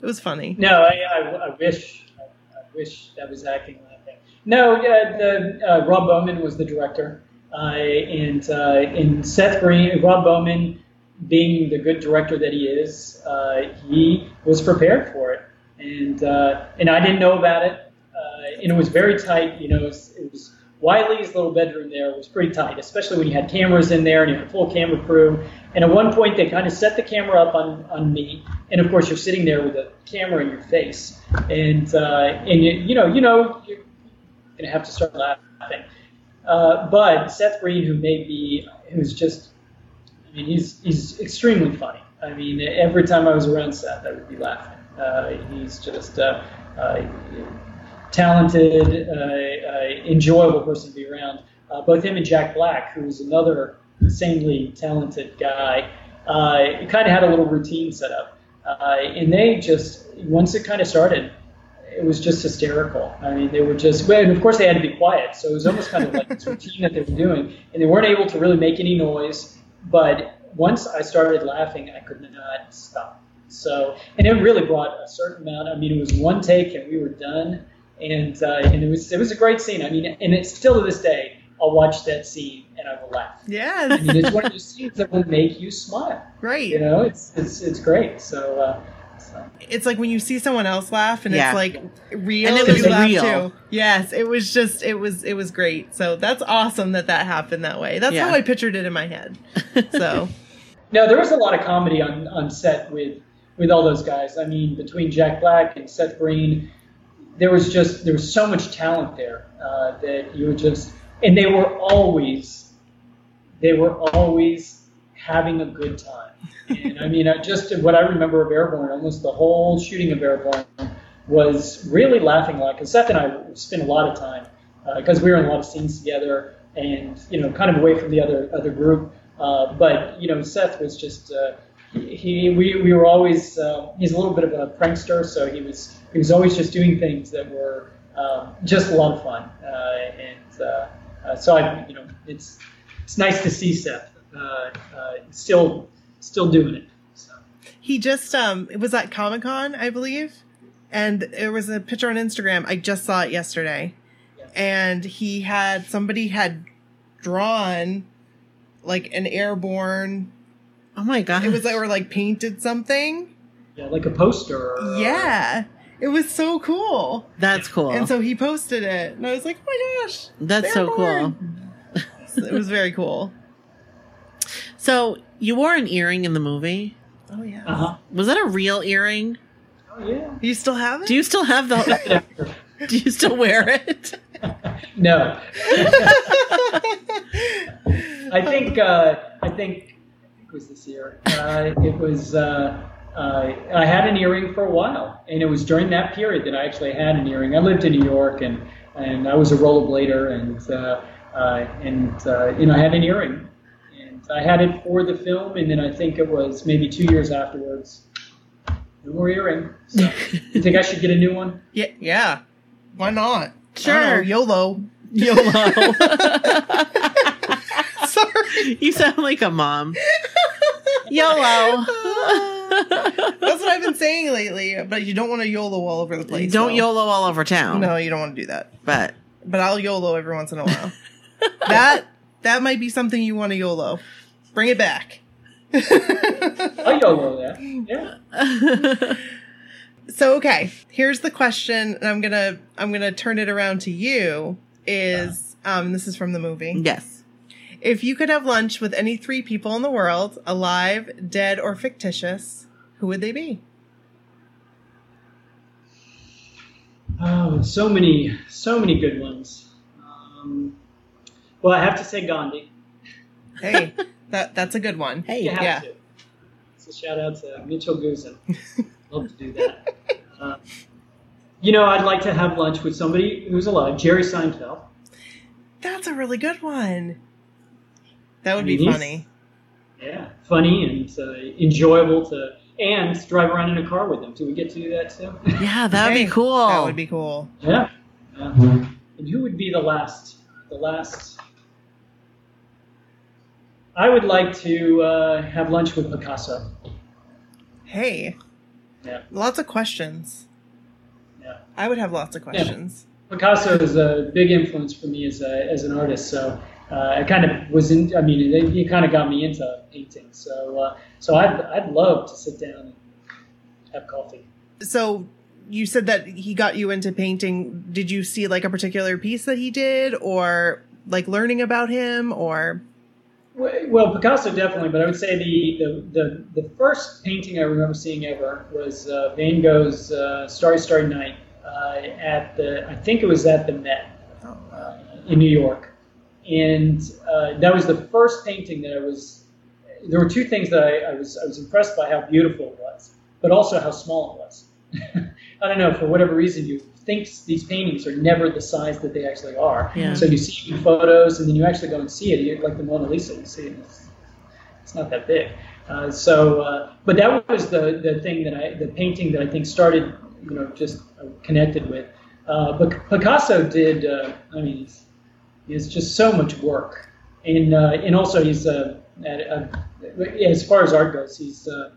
[SPEAKER 2] it was funny.
[SPEAKER 4] No, I, I, I wish I, I wish that was acting like that. No, uh, the, uh, Rob Bowman was the director, uh, and uh, and Seth Green, Rob Bowman, being the good director that he is, uh, he was prepared for it, and uh, and I didn't know about it, uh, and it was very tight. You know, it was. It was Wiley's little bedroom there was pretty tight, especially when you had cameras in there and you had a full camera crew. And at one point, they kind of set the camera up on, on me, and of course, you're sitting there with a camera in your face, and uh, and you, you know you know you're gonna have to start laughing. Uh, but Seth Green, who may be who's just I mean, he's he's extremely funny. I mean, every time I was around Seth, I would be laughing. Uh, he's just uh, uh, talented, uh, uh, enjoyable person to be around. Uh, both him and Jack Black, who's another insanely talented guy, uh, kind of had a little routine set up, uh, and they just once it kind of started, it was just hysterical. I mean, they were just, well, and of course they had to be quiet, so it was almost kind of like this routine that they were doing, and they weren't able to really make any noise. But once I started laughing, I could not stop. So, and it really brought a certain amount. I mean, it was one take, and we were done, and uh, and it was it was a great scene. I mean, and it's still to this day I'll watch that scene and I will laugh. I
[SPEAKER 2] Yes.
[SPEAKER 4] mean, it's one of those scenes that will make you smile.
[SPEAKER 2] Great.
[SPEAKER 4] You know, it's it's it's great. So, uh, so
[SPEAKER 2] It's like when you see someone else laugh and
[SPEAKER 3] Yeah.
[SPEAKER 2] it's like real
[SPEAKER 3] And it was
[SPEAKER 2] you laugh
[SPEAKER 3] real.
[SPEAKER 2] too. Yes, it was just it was it was great. So that's awesome that that happened that way. That's
[SPEAKER 3] Yeah.
[SPEAKER 2] how I pictured it in my head. So
[SPEAKER 4] no, there was a lot of comedy on, on set with with all those guys. I mean, between Jack Black and Seth Green, there was just there was so much talent there uh, that you were just and they were always they were always having a good time. And I mean, I just what I remember of Airborne, almost the whole shooting of Airborne was really laughing a lot. Because Seth and I spent a lot of time because we were in a lot of scenes together, and you know, kind of away from the other other group. Uh, but you know, Seth was just uh, he we, we were always uh, he's a little bit of a prankster, so he was he was always just doing things that were um, just a lot of fun. Uh, and uh, uh, so I you know it's it's nice to see Seth uh, uh, still still doing it. So.
[SPEAKER 2] he just um it was at Comic Con, I believe. And there was a picture on Instagram. I just saw it yesterday.
[SPEAKER 4] Yeah.
[SPEAKER 2] And he had somebody had drawn like an airborne
[SPEAKER 3] Oh my god!
[SPEAKER 2] it was like or like painted something.
[SPEAKER 4] Yeah, like a poster. Or,
[SPEAKER 2] Yeah. It was so cool.
[SPEAKER 3] that's cool.
[SPEAKER 2] And so he posted it, and I was like, "Oh my gosh,
[SPEAKER 3] that's so cool.
[SPEAKER 2] cool!" It was very cool.
[SPEAKER 3] So you wore an earring in the movie.
[SPEAKER 2] Oh yeah,
[SPEAKER 4] Uh huh.
[SPEAKER 3] Was that a real earring?
[SPEAKER 4] Oh yeah.
[SPEAKER 2] you still have it?
[SPEAKER 3] Do you still have the? do you still wear it?
[SPEAKER 4] No, I think uh, I think I think it was this year. Uh, it was uh, uh, I had an earring for a while, and it was during that period that I actually had an earring. I lived in New York, and and I was a rollerblader, and uh, uh, and uh, you know I had an earring, and I had it for the film, and then I think it was maybe two years afterwards. No more earring. So, you think I should get a new one?
[SPEAKER 2] yeah, yeah. Why not?
[SPEAKER 3] Sure.
[SPEAKER 2] I don't know, YOLO.
[SPEAKER 3] YOLO.
[SPEAKER 2] Sorry,
[SPEAKER 3] you sound like a mom. YOLO.
[SPEAKER 2] that's what I've been saying lately. But you don't want to YOLO all over the place.
[SPEAKER 3] Don't
[SPEAKER 2] though.
[SPEAKER 3] YOLO all over town.
[SPEAKER 2] No, you don't want to do that.
[SPEAKER 3] But
[SPEAKER 2] But I'll YOLO every once in a while. that that might be something you want to YOLO. Bring it back.
[SPEAKER 4] I YOLO that. Yeah.
[SPEAKER 2] so okay here's the question and i'm gonna i'm gonna turn it around to you is um this is from the movie
[SPEAKER 3] yes.
[SPEAKER 2] if you could have lunch with any three people in the world alive dead or fictitious who would they be
[SPEAKER 4] Oh, so many, so many good ones. Um, well, I have to say Gandhi.
[SPEAKER 2] hey that that's a good one
[SPEAKER 4] You have
[SPEAKER 2] yeah
[SPEAKER 4] to. It's a shout out to Mitchell Guzan. Love to do that. Uh, you know, I'd like to have lunch with somebody who's alive, Jerry Seinfeld.
[SPEAKER 2] that's a really good one that would be
[SPEAKER 4] Yes.
[SPEAKER 2] funny
[SPEAKER 4] Yeah, funny and uh, enjoyable to, and drive around in a car with them. Do we get to do that too?
[SPEAKER 3] Yeah, that would
[SPEAKER 2] Hey,
[SPEAKER 3] be cool.
[SPEAKER 2] that would be cool
[SPEAKER 4] yeah. yeah. And who would be the last? The last. I would like to uh, have lunch with Picasso.
[SPEAKER 2] hey
[SPEAKER 4] Yeah.
[SPEAKER 2] lots of questions
[SPEAKER 4] Yeah.
[SPEAKER 2] i would have lots of questions
[SPEAKER 4] Picasso is a big influence for me as, a, as an artist. So uh, I kind of was in. I mean, it- he kind of got me into painting. So uh, so I'd, I'd love to sit down and have coffee.
[SPEAKER 2] so you said that he got you into painting did you see like a particular piece that he did or like learning about him or
[SPEAKER 4] W- Well, Picasso definitely, but I would say the the, the, the first painting I remember seeing ever was uh, Van Gogh's uh, Starry Starry Night uh, at the I think it was at the Met. uh, in New York, and uh, that was the first painting that I was. There were two things that I, I was I was impressed by how beautiful it was, but also how small it was. I don't know for whatever reason you think these paintings are never the size that they actually are.
[SPEAKER 3] Yeah.
[SPEAKER 4] So you see it in photos, and then you actually go and see it. You, like the Mona Lisa, you see it. and It's, it's not that big. Uh, so, uh, but that was the, the thing that I, the painting that I think started, you know, just uh, connected with. Uh, but Picasso did, uh, I mean, he's, he has just so much work. And, uh, and also he's, uh, at, uh, as far as art goes, he's, uh,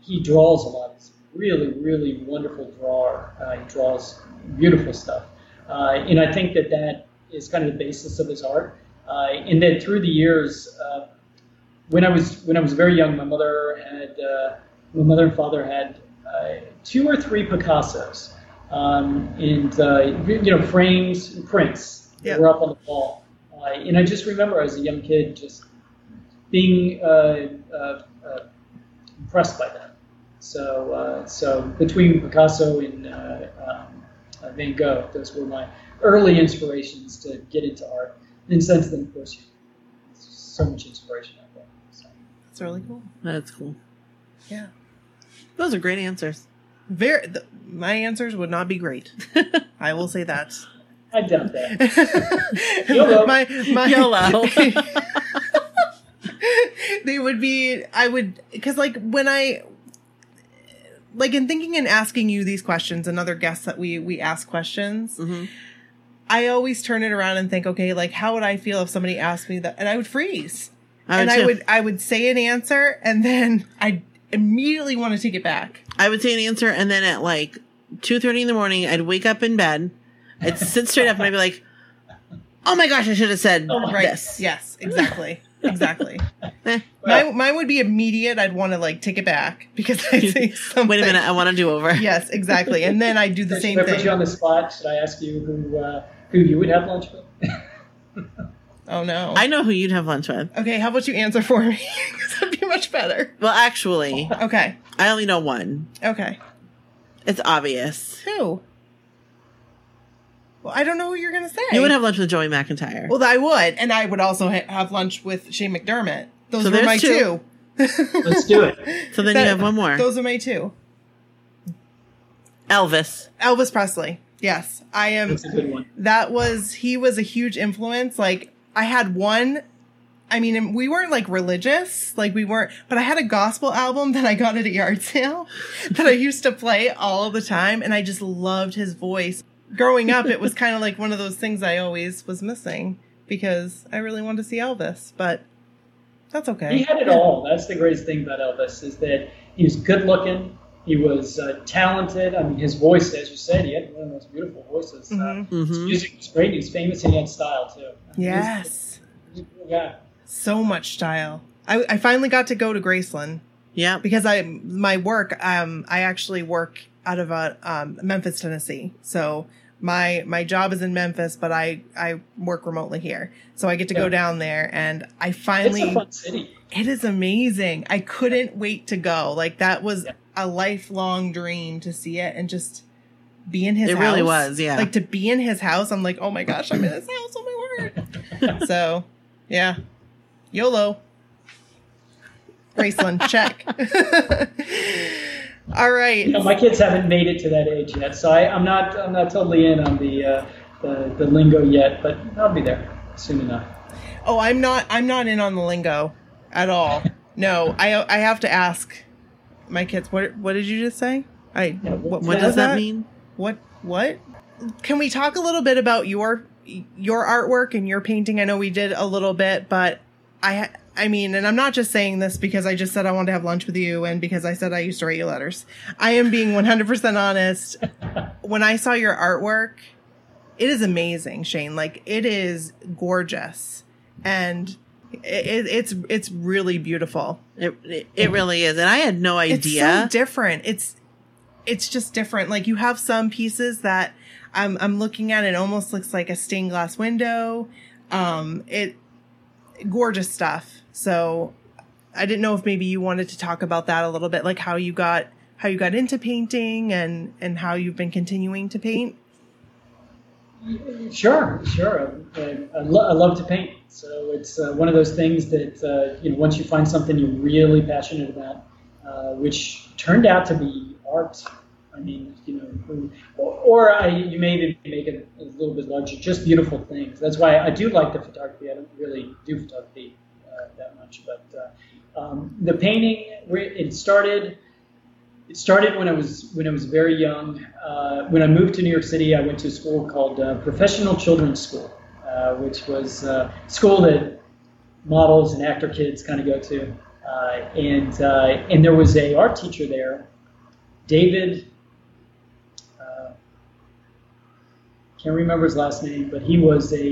[SPEAKER 4] he draws a lot. He's a really, really wonderful drawer. Uh, he draws beautiful stuff. Uh, and I think that that is kind of the basis of his art. Uh, and then through the years, uh, when I was when I was very young, my mother had uh, my mother and father had uh, two or three Picassos, um, and uh, you know frames and prints that
[SPEAKER 2] Yeah.
[SPEAKER 4] were up on the wall. Uh, and I just remember as a young kid just being uh, uh, uh, impressed by them. So uh, so between Picasso and uh, um, uh, Van Gogh, those were my early inspirations to get into art. And since then, of course, you- so much inspiration out there. So.
[SPEAKER 2] It's really cool.
[SPEAKER 3] That's cool.
[SPEAKER 2] Yeah.
[SPEAKER 3] Those are great answers.
[SPEAKER 2] Very. The, my answers would not be great. I will say that.
[SPEAKER 4] I doubt that. YOLO.
[SPEAKER 2] my my
[SPEAKER 3] YOLO.
[SPEAKER 2] they would be. I would because like when I like in thinking and asking you these questions and other guests that we we ask questions.
[SPEAKER 3] Mhm.
[SPEAKER 2] I always turn it around and think, okay, like how would I feel if somebody asked me that? And I would freeze.
[SPEAKER 3] I
[SPEAKER 2] and
[SPEAKER 3] would
[SPEAKER 2] I
[SPEAKER 3] too.
[SPEAKER 2] would I would say an answer and then I immediately want to take it back.
[SPEAKER 3] I would say an answer, and then at like two thirty in the morning, I'd wake up in bed, I'd sit straight up, and I'd be like, "Oh my gosh, I should have said
[SPEAKER 4] Oh my-
[SPEAKER 2] Right.
[SPEAKER 3] this."
[SPEAKER 2] Yes, exactly. Exactly.
[SPEAKER 3] Eh,
[SPEAKER 2] mine, mine would be immediate. I'd want to like take it back because I say something.
[SPEAKER 3] wait a minute, I want to do over.
[SPEAKER 2] Yes, exactly. And then I do the same
[SPEAKER 4] Should I put you
[SPEAKER 2] thing.
[SPEAKER 4] on the spot? Should I ask you who uh, who you would have lunch with?
[SPEAKER 2] Oh no.
[SPEAKER 3] I know who you'd have lunch with.
[SPEAKER 2] okay, how about you answer for me? 'Cause That'd be much better.
[SPEAKER 3] Well, actually,
[SPEAKER 2] Okay.
[SPEAKER 3] I only know one.
[SPEAKER 2] Okay.
[SPEAKER 3] It's obvious.
[SPEAKER 2] Who? Well, I don't know who you're gonna say.
[SPEAKER 3] You would have lunch with Joey McIntyre.
[SPEAKER 2] Well, I would, and I would also ha- have lunch with Shane McDermott. Those
[SPEAKER 3] So
[SPEAKER 2] were
[SPEAKER 3] there's
[SPEAKER 2] my
[SPEAKER 3] two.
[SPEAKER 2] two.
[SPEAKER 4] Let's do it.
[SPEAKER 3] so then
[SPEAKER 2] that-
[SPEAKER 3] you have one more.
[SPEAKER 2] Those are my two.
[SPEAKER 3] Elvis.
[SPEAKER 2] Elvis Presley. Yes, I am.
[SPEAKER 4] That's a good one.
[SPEAKER 2] That was he was a huge influence. Like I had one. I mean, and we weren't like religious, like we weren't, but I had a gospel album that I got at a yard sale that I used to play all the time, and I just loved his voice. Growing up, it was kind of like one of those things I always was missing because I really wanted to see Elvis, but that's okay.
[SPEAKER 4] He had it all. That's the greatest thing about Elvis is that he was good looking. He was uh, talented. I mean, his voice, as you said, he had one of the most beautiful voices. Uh,
[SPEAKER 2] Mhm.
[SPEAKER 4] his
[SPEAKER 3] hmm
[SPEAKER 4] music was great. He was famous. and He had style too.
[SPEAKER 2] Yes,
[SPEAKER 4] He was, he was a cool guy.
[SPEAKER 2] so much style. I, I finally got to go to Graceland
[SPEAKER 3] Yeah.
[SPEAKER 2] because I my work um I actually work out of a um, Memphis, Tennessee. So my my job is in Memphis, but I I work remotely here. So I get to
[SPEAKER 4] Yeah.
[SPEAKER 2] go down there, and I
[SPEAKER 4] It's
[SPEAKER 2] finally
[SPEAKER 4] a fun city.
[SPEAKER 2] it is amazing. I couldn't wait to go. Like that was a lifelong dream to see it and just be in his
[SPEAKER 3] It
[SPEAKER 2] house.
[SPEAKER 3] really was, yeah.
[SPEAKER 2] Like to be in his house, I'm like, oh my gosh, I'm in his house. Oh my word. so, yeah, YOLO. Graceland, check. All right.
[SPEAKER 4] You know, my kids haven't made it to that age yet, so I, I'm not I'm not totally in on the, uh, the the lingo yet, but I'll be there soon enough.
[SPEAKER 2] Oh, I'm not. I'm not in on the lingo at all. No, I I have to ask my kids. What What did you just say? I
[SPEAKER 4] Yeah,
[SPEAKER 2] what, what,
[SPEAKER 3] What
[SPEAKER 2] was
[SPEAKER 3] does that mean?
[SPEAKER 2] What What? Can we talk a little bit about your your artwork and your painting? I know we did a little bit, but I I mean, and I'm not just saying this because I just said I wanted to have lunch with you and because I said I used to write you letters. I am being 100% honest. when I saw your artwork, it is amazing, Shane. Like it is gorgeous and it, it, it's it's really beautiful.
[SPEAKER 3] It, it, it really is. And I had no idea.
[SPEAKER 2] It's so different. It's it's just different. Like you have some pieces that I'm I'm looking at. It almost looks like a stained glass window. Um, it gorgeous stuff. So I didn't know if maybe you wanted to talk about that a little bit, like how you got how you got into painting and and how you've been continuing to paint.
[SPEAKER 4] Sure, sure. I, I, I, lo- I love to paint, so it's uh, one of those things that uh, you know. Once you find something you're really passionate about, uh, which turned out to be art. I mean, you know, or, or I, you may even make it a little bit larger. Just beautiful things. That's why I do like the photography. I don't really do photography uh, that much, but uh, um, the painting. where It started it started when I was when I was very young. Uh, when I moved to New York City, I went to a school called uh, Professional Children's School, uh, which was uh, a school that models and actor kids kind of go to. Uh, and uh, and there was a art teacher there, David. Uh, can't remember his last name, but he was a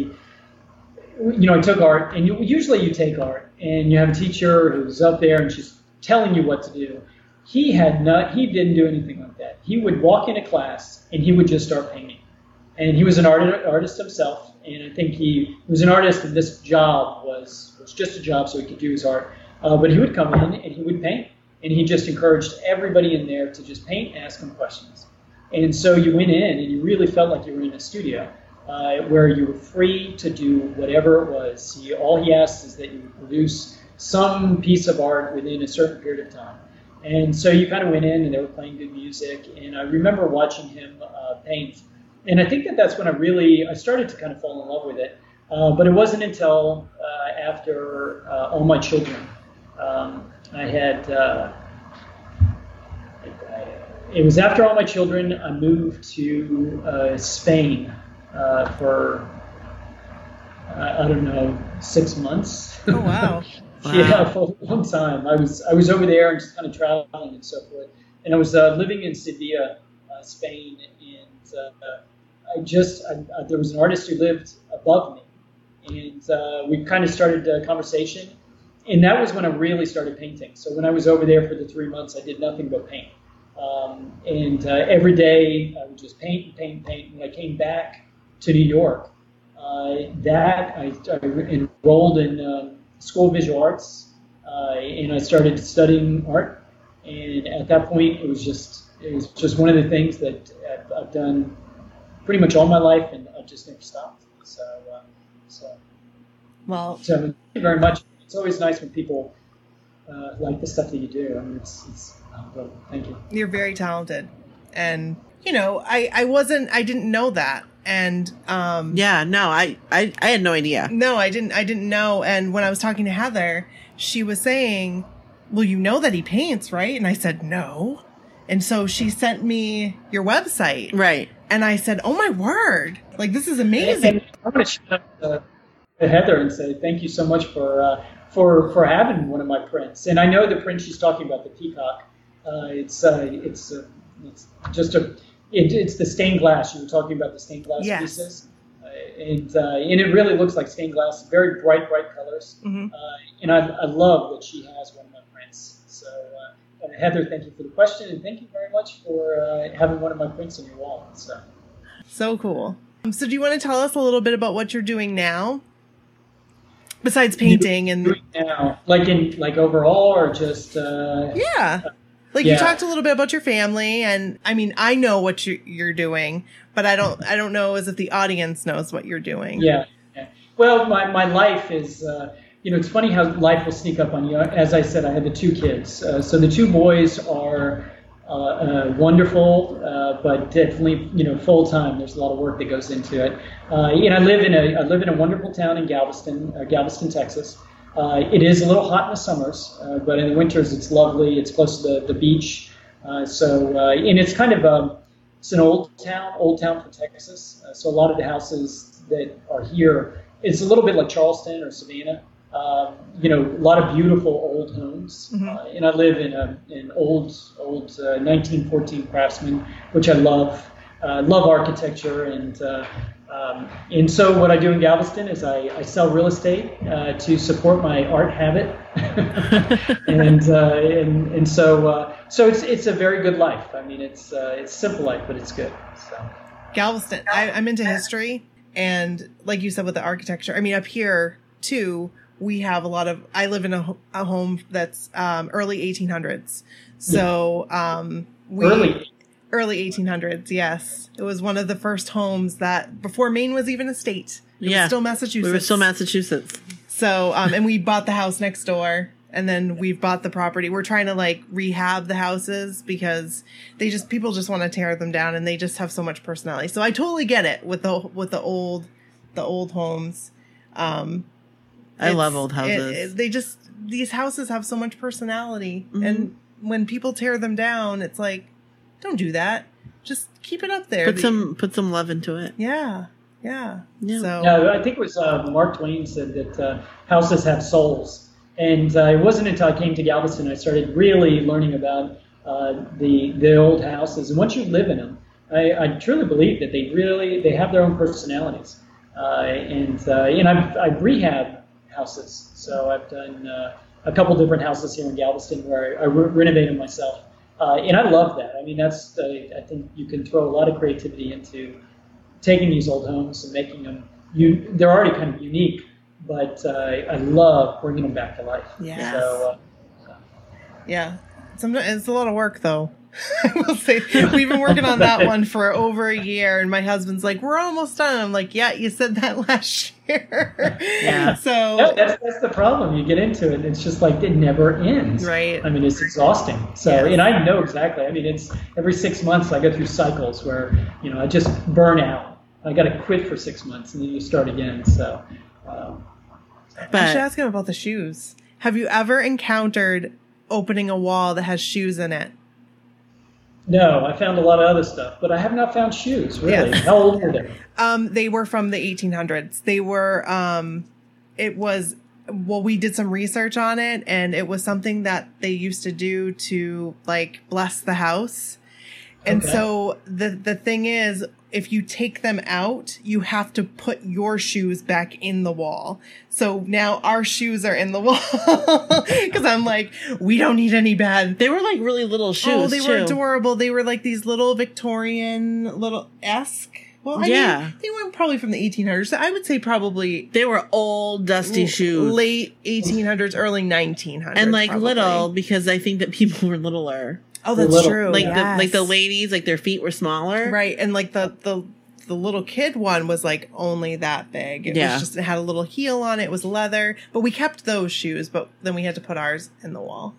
[SPEAKER 4] you know, I took art, and you, usually you take art, and you have a teacher who's up there and she's telling you what to do. He had not, he didn't do anything like that. He would walk into class and he would just start painting. And he was an art, artist himself, and I think he was an artist, and this job was, was just a job so he could do his art. Uh, but he would come in and he would paint, and he just encouraged everybody in there to just paint and ask him questions. And so you went in and you really felt like you were in a studio uh, where you were free to do whatever it was. He, all he asked is that you produce some piece of art within a certain period of time. And so you kind of went in and they were playing good music. And I remember watching him uh, paint. And I think that that's when I really I started to kind of fall in love with it. Uh, but it wasn't until uh, after uh, All My Children. Um, I had uh, it was after all my children, I moved to uh, Spain uh, for, uh, I don't know, six months.
[SPEAKER 2] Oh, wow.
[SPEAKER 4] yeah, for a long time. I was, I was over there and just kind of traveling and so forth. And I was uh, living in Sevilla, uh, Spain, and uh, I just, I, there was an artist who lived above me. And uh, we kind of started a conversation. And that was when I really started painting. So when I was over there for the three months, I did nothing but paint. Um, and uh, every day I would just paint and paint and paint. When I came back to New York, uh, that I, I, enrolled in uh, school visual arts, uh, and I started studying art. And at that point, it was just it was just one of the things that I've, I've done pretty much all my life, and I've just never stopped. So, uh, so
[SPEAKER 2] well,
[SPEAKER 4] so thank you very much. It's always nice when people uh, like the stuff that you do. I mean, it's, it's well, thank you.
[SPEAKER 2] You're very talented, and you know, I I wasn't, I didn't know that, and um,
[SPEAKER 3] yeah, no, I I I had no idea.
[SPEAKER 2] No, I didn't, I didn't know. And when I was talking to Heather, she was saying, "Well, you know that he paints, right?" And I said, "No," and so she sent me your website,
[SPEAKER 3] right?
[SPEAKER 2] And I said, "Oh my word! Like this is amazing."
[SPEAKER 4] I'm gonna shout out to Heather and say thank you so much for. Uh, for, for having one of my prints, and I know the print she's talking about, the peacock, uh, it's uh, it's uh, it's just a it, it's the stained glass you were talking about the stained glass
[SPEAKER 2] yes.
[SPEAKER 4] pieces Uh, and and it really looks like stained glass very bright bright colors Uh,
[SPEAKER 2] mm-hmm.
[SPEAKER 4] and I, I love that she has one of my prints so uh, Heather thank you for the question and thank you very much for uh, having one of my prints on your wall so
[SPEAKER 2] so cool um, so do you want to tell us a little bit about what you're doing now besides painting and
[SPEAKER 4] now like in like overall or just uh, yeah
[SPEAKER 2] like yeah. you talked a little bit about your family and i mean i know what you, are doing but i don't i don't know as if the audience knows what you're doing
[SPEAKER 4] yeah, yeah. well my, my life is uh, you know it's funny how life will sneak up on you as i said i had the two kids uh, so the two boys are uh, wonderful uh, but definitely you know full time there's a lot of work that goes into it Uh, and i live in a i live in a wonderful town in galveston uh, galveston texas uh, it is a little hot in the summers, uh, but in the winters it's lovely. It's close to the, the beach, uh, so and it's kind of um, a, it's an old town, old town from Texas. Uh, so a lot of the houses that are here, it's a little bit like Charleston or Savannah. Um, you know, a lot of beautiful old homes, Uh,
[SPEAKER 2] mm-hmm.
[SPEAKER 4] and I live in a, an old old 1914 Craftsman, which I love. Uh, love architecture and. Um, and so what I do in Galveston is I, I sell real estate uh, to support my art habit, and, uh, and and so uh, so it's it's a very good life. I mean, it's uh, it's simple life, but it's good. So.
[SPEAKER 2] Galveston, I, I'm into history, and like you said with the architecture, I mean up here too, we have a lot of. I live in a, a home that's um, early 1800s, so um, we.
[SPEAKER 4] Early
[SPEAKER 2] early 1800s. Yes, it was one of the first homes that before Maine was even a state. It yeah, still Massachusetts.
[SPEAKER 3] We were still Massachusetts.
[SPEAKER 2] So, um, and we bought the house next door, and then we've bought the property. We're trying to like rehab the houses because they just people just want to tear them down, and they just have so much personality. So I totally get it with the with the old the old homes. Um,
[SPEAKER 3] I love old houses.
[SPEAKER 2] It, it, they just these houses have so much personality, mm-hmm. and when people tear them down, it's like don't do that. Just keep it up there.
[SPEAKER 3] Put some put some love into it.
[SPEAKER 2] Yeah, yeah.
[SPEAKER 3] Yeah.
[SPEAKER 2] So.
[SPEAKER 4] yeah I think it was uh, Mark Twain said that uh, houses have souls, and uh, it wasn't until I came to Galveston I started really learning about uh, the the old houses. And once you live in them, I, I, truly believe that they really they have their own personalities. Uh, and uh, you know, I've, I've rehab houses, so I've done uh, a couple different houses here in Galveston where I, I re- renovate them myself, uh, and I love that. I mean, that's uh, I think you can throw a lot of creativity into taking these old homes and making them. You, they're already kind of unique, but uh, I love bringing them back to life.
[SPEAKER 2] Yes.
[SPEAKER 4] So, uh,
[SPEAKER 2] Yeah. Sometimes it's a lot of work though. I will say we've been working on that one for over a year and my husband's like, We're almost done. I'm like, Yeah, you said that last year.
[SPEAKER 3] Yeah.
[SPEAKER 2] So
[SPEAKER 4] no, that's, that's the problem. You get into it, and it's just like it never ends.
[SPEAKER 2] Right.
[SPEAKER 4] I mean, it's exhausting. So,
[SPEAKER 2] Yes.
[SPEAKER 4] and I know exactly. I mean, it's every six months I go through cycles where you know I just burn out. I got to quit for six months, and then you start again. So, um,
[SPEAKER 2] I should
[SPEAKER 3] But
[SPEAKER 2] ask him about the shoes. Have you ever encountered opening a wall that has shoes in it?
[SPEAKER 4] no, I found a lot of other stuff, but I have not found shoes. Really,
[SPEAKER 2] Yes.
[SPEAKER 4] how old are they?
[SPEAKER 2] Um, they were from the 1800s. They were, um, it was, well, we did some research on it and it was something that they used to do to like bless the house. And
[SPEAKER 4] Okay.
[SPEAKER 2] so the, the thing is, if you take them out, you have to put your shoes back in the wall. So now our shoes are in the wall. Cause I'm like, we don't need any bad
[SPEAKER 3] they were like really little shoes.
[SPEAKER 2] Oh, they were
[SPEAKER 3] too.
[SPEAKER 2] adorable. They were like these little Victorian, little esque. Well, I
[SPEAKER 3] Yeah.
[SPEAKER 2] mean, they weren't probably from the 1800s. So I would say probably
[SPEAKER 3] They were old, dusty shoes.
[SPEAKER 2] late 1800s, early 1900s,
[SPEAKER 3] and like
[SPEAKER 2] probably.
[SPEAKER 3] little because I think that people were littler.
[SPEAKER 2] Oh, that's
[SPEAKER 4] Little.
[SPEAKER 2] true.
[SPEAKER 3] Like the like the
[SPEAKER 2] Yes.
[SPEAKER 3] ladies, like their feet were smaller.
[SPEAKER 2] right? And like the the the little kid one was like only that big. It
[SPEAKER 3] Yeah.
[SPEAKER 2] was just it had a little heel on it. It was leather, but we kept those shoes. But then we had to put ours in the wall,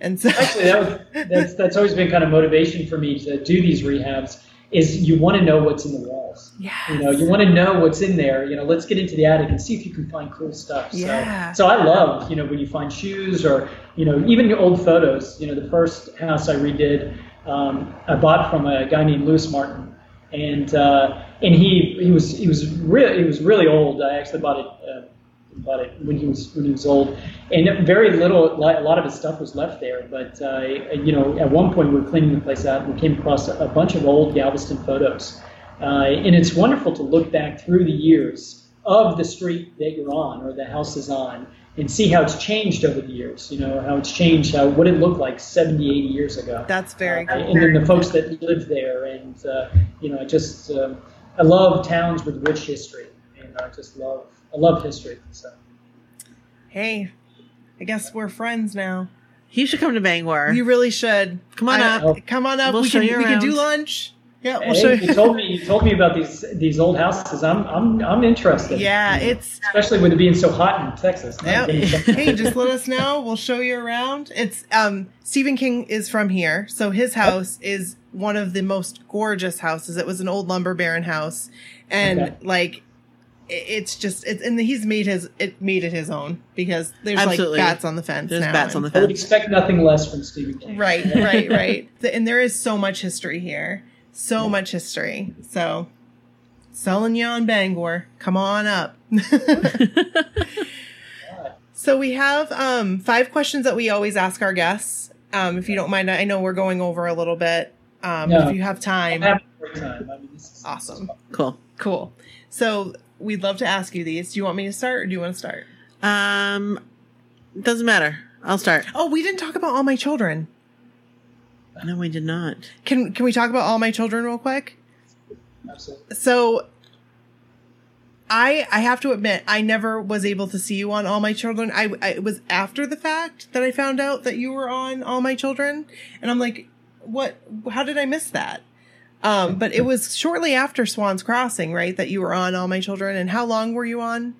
[SPEAKER 2] and so
[SPEAKER 4] Actually, that was, that's that's always been kind of motivation for me to do these rehabs. Is you want to know what's in the walls. You know,
[SPEAKER 2] Yes.
[SPEAKER 4] you want to know what's in there. You know, let's get into the attic and see if you can find cool stuff. So,
[SPEAKER 2] Yeah.
[SPEAKER 4] so I love, you know, when you find shoes or, you know, even your old photos. You know, the first house I redid, um, I bought from a guy named Lewis Martin, and uh, and he he was he was really he was really old. I actually bought it. Uh, bought it when he was when he was old, and very little. A lot of his stuff was left there. But uh, you know, at one point we were cleaning the place out, and we came across a, a bunch of old Galveston photos. Uh, and it's wonderful to look back through the years of the street that you're on or the house is on and see how it's changed over the years. You know, how it's changed, how what it looked like 70, 80 years ago.
[SPEAKER 2] that's very
[SPEAKER 4] Uh,
[SPEAKER 2] cool.
[SPEAKER 4] and then the folks that live there, and uh, you know, I just um, I love towns with rich history, and I just love I love history. So.
[SPEAKER 2] Hey, I guess we're friends now.
[SPEAKER 3] He should come to Bangor.
[SPEAKER 2] You really should.
[SPEAKER 3] Come on
[SPEAKER 2] I-
[SPEAKER 3] up.
[SPEAKER 2] Come on up.
[SPEAKER 3] We'll
[SPEAKER 2] we
[SPEAKER 3] show
[SPEAKER 2] can
[SPEAKER 3] you
[SPEAKER 2] we can do
[SPEAKER 3] around.
[SPEAKER 2] lunch. Yeah, we'll show
[SPEAKER 4] Hey, you
[SPEAKER 2] you.
[SPEAKER 4] told me you told me about these these old houses. I'm I'm I'm interested.
[SPEAKER 2] Yeah, it's
[SPEAKER 4] Especially with it being so hot in Texas.
[SPEAKER 2] yep.
[SPEAKER 4] Yeah.
[SPEAKER 2] hey, just let us know. We'll show you around. It's um Stephen King is from here, so his house is one of the most gorgeous houses. It was an old lumber baron house, and
[SPEAKER 4] Okay.
[SPEAKER 2] like i- it's just it's and he's made his it made it his own because there's
[SPEAKER 3] Absolutely.
[SPEAKER 2] like bats on the fence.
[SPEAKER 3] There's
[SPEAKER 2] now
[SPEAKER 3] bats on
[SPEAKER 2] and-
[SPEAKER 3] the
[SPEAKER 4] I would
[SPEAKER 3] fence.
[SPEAKER 4] expect nothing less from Stephen King.
[SPEAKER 2] Right, right, right. The- and there is so much history here. So much history. So, Salignon Bangor, come on up. so, we have um, five questions that we always ask our guests. Um, if you don't mind, I know we're going over a little bit. Um,
[SPEAKER 4] No.
[SPEAKER 2] If you have
[SPEAKER 4] I'm
[SPEAKER 2] time,
[SPEAKER 4] having a great time. I mean, this is
[SPEAKER 2] awesome.
[SPEAKER 3] Cool.
[SPEAKER 2] Cool. So, we'd love to ask you these. Do you want me to start or do you want to start?
[SPEAKER 3] Um, doesn't matter. I'll start.
[SPEAKER 2] Oh, we didn't talk about all my children.
[SPEAKER 3] No, we did not.
[SPEAKER 2] Can, can we talk about all my children real quick?
[SPEAKER 4] Absolutely.
[SPEAKER 2] so I I have to admit I never was able to see you on All My Children. I, I it was after the fact that I found out that you were on All My Children, and I'm like, what? How did I miss that? Um, but it was shortly after Swan's Crossing, right? That you were on All My Children, and how long were you on?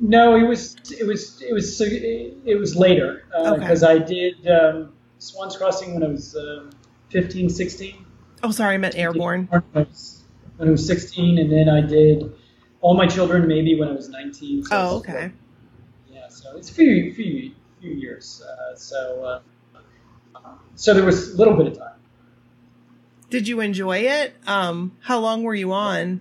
[SPEAKER 4] No, it was it was it was so- it was later
[SPEAKER 2] Okay.
[SPEAKER 4] because I did um, Swans Crossing when I was um, 15, 16.
[SPEAKER 2] Oh, sorry, I meant Airborne.
[SPEAKER 4] When I was, when I was 16, and then I did all my children maybe when I was 19. so
[SPEAKER 2] Oh,
[SPEAKER 4] it's-
[SPEAKER 2] okay.
[SPEAKER 4] Yeah, so it's a few few few years. Uh, so uh, so there was a little bit of time.
[SPEAKER 2] Did you enjoy it? Um, how long were you on?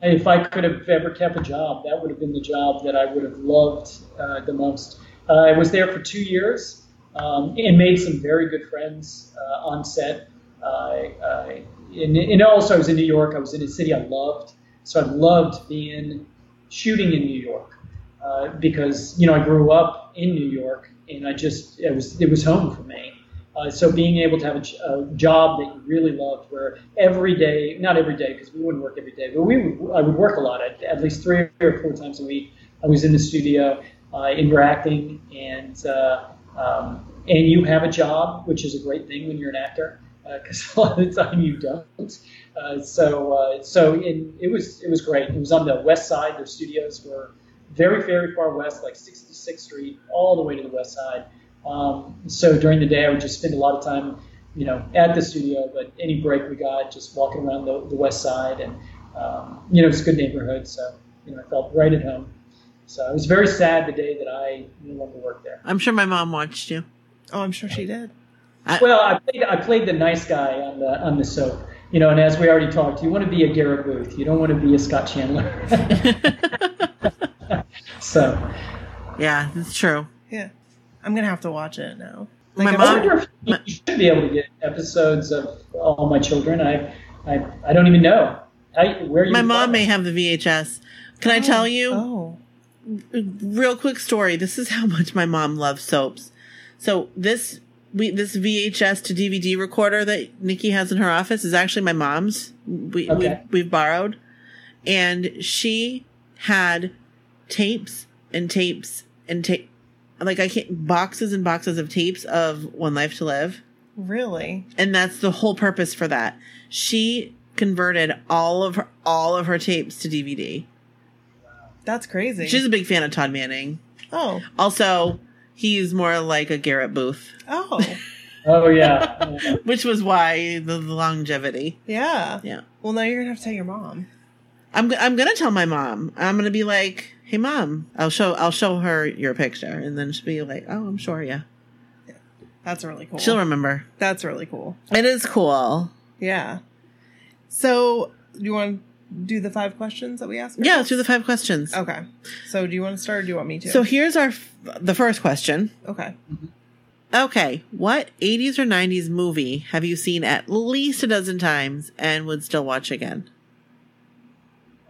[SPEAKER 4] And if I could have ever kept a job, that would have been the job that I would have loved uh, the most. Uh, I was there for two years um, and made some very good friends uh, on set. Uh, I, and, and also, I was in New York. I was in a city I loved, So I loved being shooting in New York uh, because you know I grew up in New York and I just it was it was home for me. Uh, so being able to have a, j- a job that you really loved, where every day, not every day, because we wouldn't work every day, but we would, I would work a lot, at, at least three or four times a week. I was in the studio uh, interacting, and uh, um, and you have a job, which is a great thing when you're an actor, because a lot of the time you don't. Uh, so uh, so in, it was it was great. It was on the west side. Their studios were very very far west, like 66th Street, all the way to the west side. Um, so during the day, I would just spend a lot of time, you know, at the studio. But any break we got, just walking around the, the west side, and um, you know, it's a good neighborhood. So you know, I felt right at home. So I was very sad the day that I no longer worked there.
[SPEAKER 3] I'm sure my mom watched you.
[SPEAKER 5] Oh, I'm sure she did.
[SPEAKER 4] Well, I played I played the nice guy on the on the soap. You know, and as we already talked, you want to be a Garrett Booth. You don't want to be a Scott Chandler. so
[SPEAKER 3] Yeah, that's true.
[SPEAKER 5] Yeah. I'm going to have to watch it now.
[SPEAKER 3] My
[SPEAKER 5] I'm-
[SPEAKER 4] I
[SPEAKER 3] mom-
[SPEAKER 4] wonder if you should be able to get episodes of all my children. I I, I don't even know. I, where you
[SPEAKER 3] My
[SPEAKER 4] can
[SPEAKER 3] mom
[SPEAKER 4] find
[SPEAKER 3] may
[SPEAKER 4] them.
[SPEAKER 3] have the VHS. Can I tell you?
[SPEAKER 5] Oh.
[SPEAKER 3] real quick story. This is how much my mom loves soaps. So this we this VHS to DVD recorder that Nikki has in her office is actually my mom's. We
[SPEAKER 4] Okay.
[SPEAKER 3] we we've borrowed, and she had tapes and tapes and tape like I can't boxes and boxes of tapes of One Life to Live
[SPEAKER 5] Really?
[SPEAKER 3] and that's the whole purpose for that. She converted all of her all of her tapes to DVD.
[SPEAKER 5] That's crazy.
[SPEAKER 3] She's a big fan of Todd Manning.
[SPEAKER 5] oh.
[SPEAKER 3] Also, he's more like a Garrett Booth,
[SPEAKER 5] Oh.
[SPEAKER 4] Oh yeah. yeah.
[SPEAKER 3] which was why the, the longevity.
[SPEAKER 5] yeah.
[SPEAKER 3] Yeah,
[SPEAKER 5] Well, now you're going to have to tell your mom.
[SPEAKER 3] I'm g- I'm gonna tell my mom. I'm gonna be like, "Hey, mom, I'll show I'll show her your picture," and then she'll be like, "Oh, I'm sure, yeah,
[SPEAKER 5] That's really cool.
[SPEAKER 3] she'll remember."
[SPEAKER 5] That's really cool.
[SPEAKER 3] It is cool.
[SPEAKER 5] Yeah. So, do you want to do the five questions that we asked?
[SPEAKER 3] Yeah, through the five questions.
[SPEAKER 2] Oh,
[SPEAKER 5] Okay. So, do you want to start or do you want me to?
[SPEAKER 3] So here's our f- the first question.
[SPEAKER 5] okay.
[SPEAKER 3] Okay, what 80s or 90s movie have you seen at least a dozen times and would still watch again?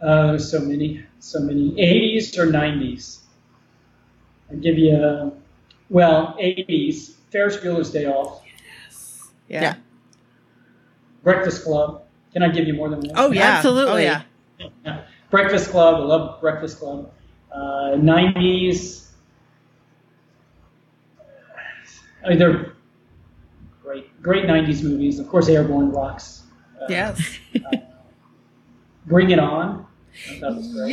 [SPEAKER 4] Oh, so many, so many. 80s or 90s? I'll give you a, well, 80s. Ferris Bueller's Day Off,
[SPEAKER 5] Yeah.
[SPEAKER 3] Yeah.
[SPEAKER 4] Breakfast Club. Can I give you more than one?
[SPEAKER 3] Oh, yeah. Absolutely.
[SPEAKER 5] Oh, yeah.
[SPEAKER 4] Yeah. Breakfast Club. I love Breakfast Club. Uh, 90s. I mean, they're great, great 90s movies. Of course, Airborne rocks. Uh,
[SPEAKER 5] Yes.
[SPEAKER 4] Bring It On. I thought it was great.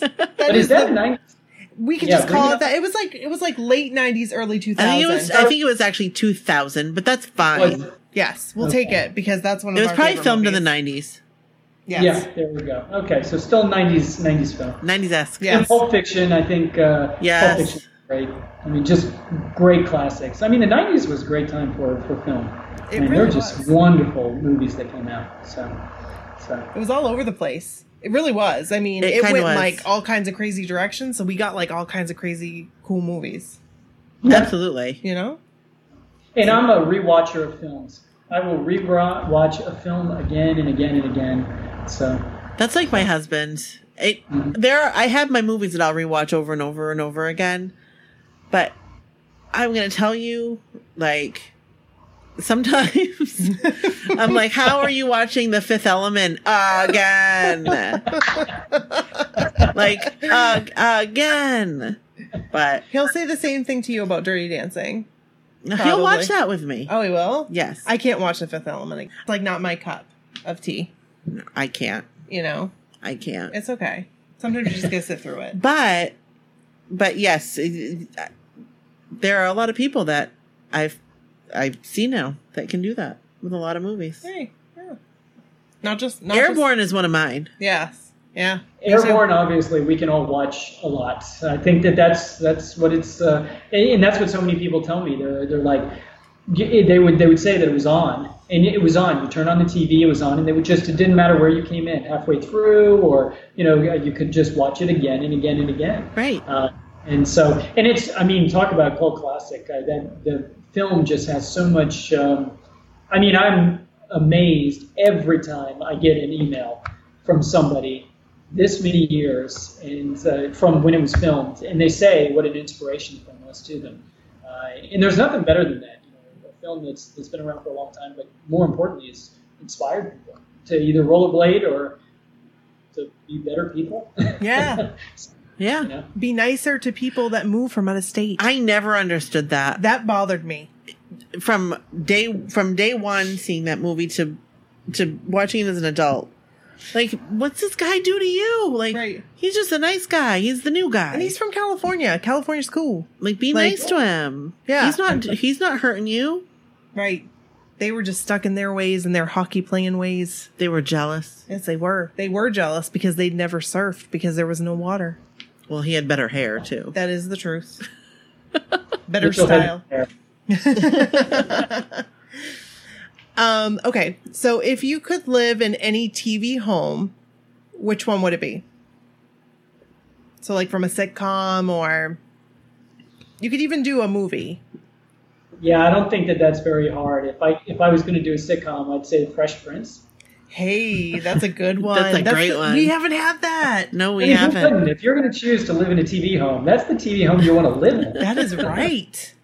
[SPEAKER 4] But
[SPEAKER 5] that
[SPEAKER 4] is
[SPEAKER 5] is
[SPEAKER 4] that
[SPEAKER 5] the,
[SPEAKER 4] 90s?
[SPEAKER 5] we could
[SPEAKER 4] Yeah,
[SPEAKER 5] just
[SPEAKER 4] bring
[SPEAKER 5] call
[SPEAKER 4] it
[SPEAKER 5] it
[SPEAKER 4] up.
[SPEAKER 5] that. It was like it was like late 90s early 2000s.
[SPEAKER 3] I think it was uh, I think it was actually 2000, but that's fine.
[SPEAKER 4] Was-
[SPEAKER 5] yes, we'll
[SPEAKER 4] Okay.
[SPEAKER 5] take it because that's one of
[SPEAKER 3] it was
[SPEAKER 5] our
[SPEAKER 3] probably
[SPEAKER 5] favorite
[SPEAKER 3] filmed in the 90s.
[SPEAKER 5] movies. Yes.
[SPEAKER 4] Yeah, there we go. Okay, so still 90s 90s film.
[SPEAKER 3] 90s-esque.
[SPEAKER 5] Yes.
[SPEAKER 4] And Pulp Fiction, I think. Uh,
[SPEAKER 3] Yes.
[SPEAKER 4] Pulp Fiction is great. I mean, just great classics. I mean, the 90s was a great time for, for film. I
[SPEAKER 5] It
[SPEAKER 4] mean, there
[SPEAKER 5] really
[SPEAKER 4] were just
[SPEAKER 5] was.
[SPEAKER 4] wonderful movies that came out. So, so
[SPEAKER 5] It was all over the place. It really was. I mean,
[SPEAKER 3] It
[SPEAKER 5] it,
[SPEAKER 3] kinda
[SPEAKER 5] went
[SPEAKER 3] was.
[SPEAKER 5] like all kinds of crazy directions, so we got like all kinds of crazy cool movies,
[SPEAKER 3] Absolutely.
[SPEAKER 5] you know?
[SPEAKER 4] and I'm a rewatcher of films. I will rewatch a film again and again and again. So, Mm-hmm.
[SPEAKER 3] That's like my husband. It there I have my movies that I'll rewatch over and over and over again. But I'm going to tell you like sometimes I'm like, "How are you watching The Fifth Element again?" like ag- again. But
[SPEAKER 5] He'll say the same thing to you about Dirty Dancing.
[SPEAKER 3] he'll
[SPEAKER 5] Probably.
[SPEAKER 3] watch that with me.
[SPEAKER 5] Oh, he will?
[SPEAKER 3] Yes.
[SPEAKER 5] I can't watch The Fifth Element. It's like not my cup of tea,
[SPEAKER 3] No, I can't.
[SPEAKER 5] you know?
[SPEAKER 3] I can't.
[SPEAKER 5] It's okay. Sometimes you just gotta sit through it.
[SPEAKER 3] but but yes it- it- there are a lot of people that i've i see now that can do that with a lot of movies
[SPEAKER 5] Hey, yeah. Not just not
[SPEAKER 3] airborne is one of mine
[SPEAKER 5] Just, yes. Yeah.
[SPEAKER 4] Airborne, obviously, we can all watch a lot. I think that that's that's what it's, uh, and and that's what so many people tell me. They're they're like, y- they would they would say that it was on, and it was on. You turn on the TV, it was on, and they would just it didn't matter where you came in, halfway through, or you know you could just watch it again and again and again.
[SPEAKER 3] right
[SPEAKER 4] Uh, and so, and it's, I mean, talk about cult classic. Uh, that the film just has so much. Um, I mean, I'm amazed every time I get an email from somebody this many years and uh, from when it was filmed, and they say what an inspiration the film was to them. Uh, and there's nothing better than that. You know, a film that's, that's been around for a long time, but more importantly, is inspired people to either rollerblade or to be better people.
[SPEAKER 5] Yeah.
[SPEAKER 3] Yeah.
[SPEAKER 4] You know?
[SPEAKER 5] Be nicer to people that move from out of state.
[SPEAKER 3] I never understood that.
[SPEAKER 5] that bothered me.
[SPEAKER 3] From day from day one seeing that movie to to watching it as an adult. Like, what's this guy do to you? Like
[SPEAKER 5] Right.
[SPEAKER 3] he's just a nice guy. He's the new guy.
[SPEAKER 5] And he's from California. California's cool.
[SPEAKER 3] like be
[SPEAKER 5] like-
[SPEAKER 3] nice to him.
[SPEAKER 5] Yeah.
[SPEAKER 3] He's not he's not hurting you.
[SPEAKER 5] Right. They were just stuck in their ways and their hockey playing ways.
[SPEAKER 3] They were jealous.
[SPEAKER 5] Yes, they were. They were jealous because they'd never surfed because there was no water.
[SPEAKER 3] Well, he had better hair too.
[SPEAKER 5] That is the truth. Better
[SPEAKER 4] Mitchell had-
[SPEAKER 5] style. um, okay. So if you could live in any TV home, which one would it be? So like from a sitcom or you could even do a movie.
[SPEAKER 4] Yeah, I don't think that that's very hard. If I if I was going to do a sitcom, I'd say Fresh Prince.
[SPEAKER 5] Hey, that's a good one.
[SPEAKER 3] That's a great
[SPEAKER 5] the-
[SPEAKER 3] one.
[SPEAKER 5] We haven't had that.
[SPEAKER 3] No,
[SPEAKER 4] I
[SPEAKER 3] we
[SPEAKER 4] mean, who
[SPEAKER 3] haven't.
[SPEAKER 4] wouldn't? If you're going to choose to live in a TV home, that's the TV home you want to live in.
[SPEAKER 5] That is right.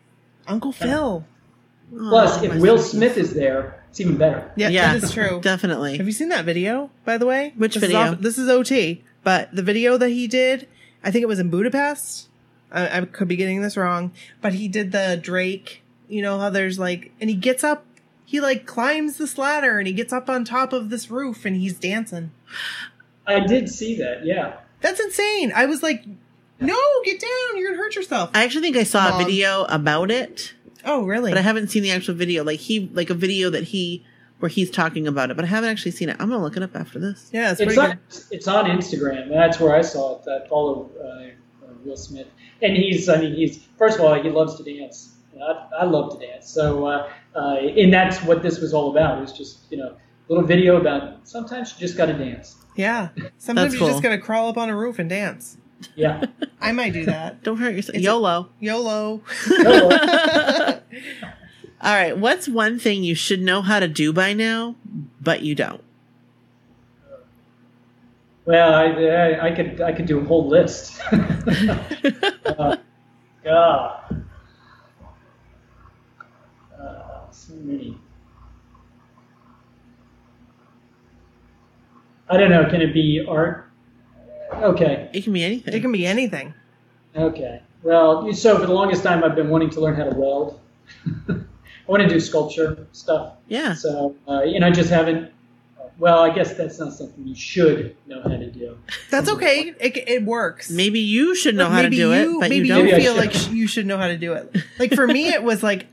[SPEAKER 5] Uncle Phil.
[SPEAKER 4] Plus,
[SPEAKER 3] Oh,
[SPEAKER 4] if
[SPEAKER 3] my
[SPEAKER 4] Will
[SPEAKER 3] son.
[SPEAKER 4] Smith is there, it's even better.
[SPEAKER 5] Yeah,
[SPEAKER 3] Yeah.
[SPEAKER 5] that is true. Have
[SPEAKER 3] Definitely.
[SPEAKER 5] you seen that video, by the way?
[SPEAKER 3] Which
[SPEAKER 5] This
[SPEAKER 3] video?
[SPEAKER 5] Is off- this is OT, but the video that he did, I think it was in Budapest. I, I could be getting this wrong, but he did the Drake. You know how there's like, and he gets up, he like climbs this ladder and he gets up on top of this roof and he's dancing.
[SPEAKER 4] I did see that. Yeah,
[SPEAKER 5] That's insane. I was like, no, get down. You're going to hurt yourself.
[SPEAKER 3] I actually think I saw
[SPEAKER 5] Mom.
[SPEAKER 3] a video about it,
[SPEAKER 5] oh, really?
[SPEAKER 3] but I haven't seen the actual video. Like he like a video that he where he's talking about it, but I haven't actually seen it. I'm gonna look it up after this.
[SPEAKER 5] yeah, it's
[SPEAKER 4] it's
[SPEAKER 5] pretty good.
[SPEAKER 4] on it's on Instagram. That's where I saw it. I follow uh, uh, Will Smith, and he's I mean he's first of all he loves to dance. And I, I love to dance, so uh, uh, and that's what this was all about. It was just you know a little video about sometimes you just got to dance.
[SPEAKER 5] Yeah. Sometimes
[SPEAKER 3] That's
[SPEAKER 5] you
[SPEAKER 3] cool.
[SPEAKER 5] just got to crawl up on a roof and dance.
[SPEAKER 4] Yeah.
[SPEAKER 5] I might do that.
[SPEAKER 3] Don't hurt yourself.
[SPEAKER 5] It's a-
[SPEAKER 3] YOLO.
[SPEAKER 5] YOLO.
[SPEAKER 3] All right. What's one thing you should know how to do by now, but you don't?
[SPEAKER 4] Well, I, I, I could I could do a whole list. uh, God, uh, so many. I don't know. Can it be art? Okay,
[SPEAKER 3] It can be anything.
[SPEAKER 5] It can be anything.
[SPEAKER 4] okay. Well, so for the longest time, I've been wanting to learn how to weld. I want to do sculpture stuff.
[SPEAKER 3] yeah.
[SPEAKER 4] So, uh, and I just haven't. Well, I guess that's not something you should know how to do.
[SPEAKER 5] That's okay. It, it works.
[SPEAKER 3] Maybe you should know
[SPEAKER 5] Like,
[SPEAKER 3] how to
[SPEAKER 5] maybe
[SPEAKER 3] do it, but
[SPEAKER 5] maybe
[SPEAKER 3] you don't.
[SPEAKER 4] Maybe I
[SPEAKER 5] feel
[SPEAKER 4] should.
[SPEAKER 5] like sh- you should know how to do it. Like for me, it was like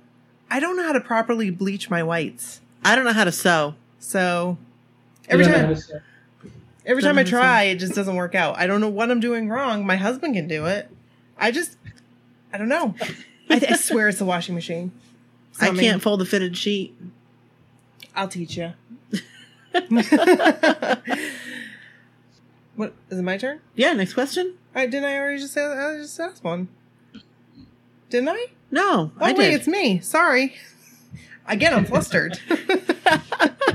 [SPEAKER 5] I don't know how to properly bleach my whites.
[SPEAKER 3] I don't know how to sew.
[SPEAKER 5] So
[SPEAKER 4] You
[SPEAKER 5] every
[SPEAKER 4] don't know how
[SPEAKER 5] time,
[SPEAKER 4] to sew.
[SPEAKER 5] every time I
[SPEAKER 3] Doesn't
[SPEAKER 5] try, it just doesn't work out. I don't know what I'm doing wrong. My husband can do it. I just, I don't know. I, I swear it's the washing machine.
[SPEAKER 3] I
[SPEAKER 5] Something.
[SPEAKER 3] can't fold a fitted sheet.
[SPEAKER 5] I'll teach you. what is it? My turn.
[SPEAKER 3] Yeah. Next question.
[SPEAKER 5] I didn't I already just ask, I just asked one? Didn't I?
[SPEAKER 3] No,
[SPEAKER 5] Oh
[SPEAKER 3] I
[SPEAKER 5] wait,
[SPEAKER 3] did.
[SPEAKER 5] it's me. Sorry. Again, I'm flustered.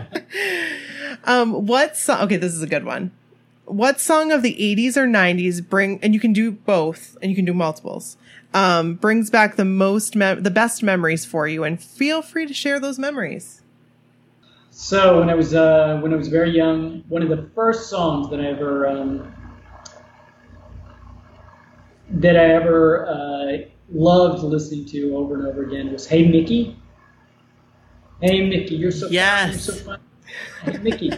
[SPEAKER 5] um, what song? Okay, this is a good one. What song of the 80s or 90s bring? And you can do both, and you can do multiples. Um, brings back the most, mem the best memories for you, and feel free to share those memories.
[SPEAKER 4] So when I was uh, when I was very young, one of the first songs that I ever um, that I ever uh, loved listening to over and over again was "Hey Mickey." Hey Mickey, you're so
[SPEAKER 3] Yes.
[SPEAKER 4] fine. You're so fine. Hey Mickey.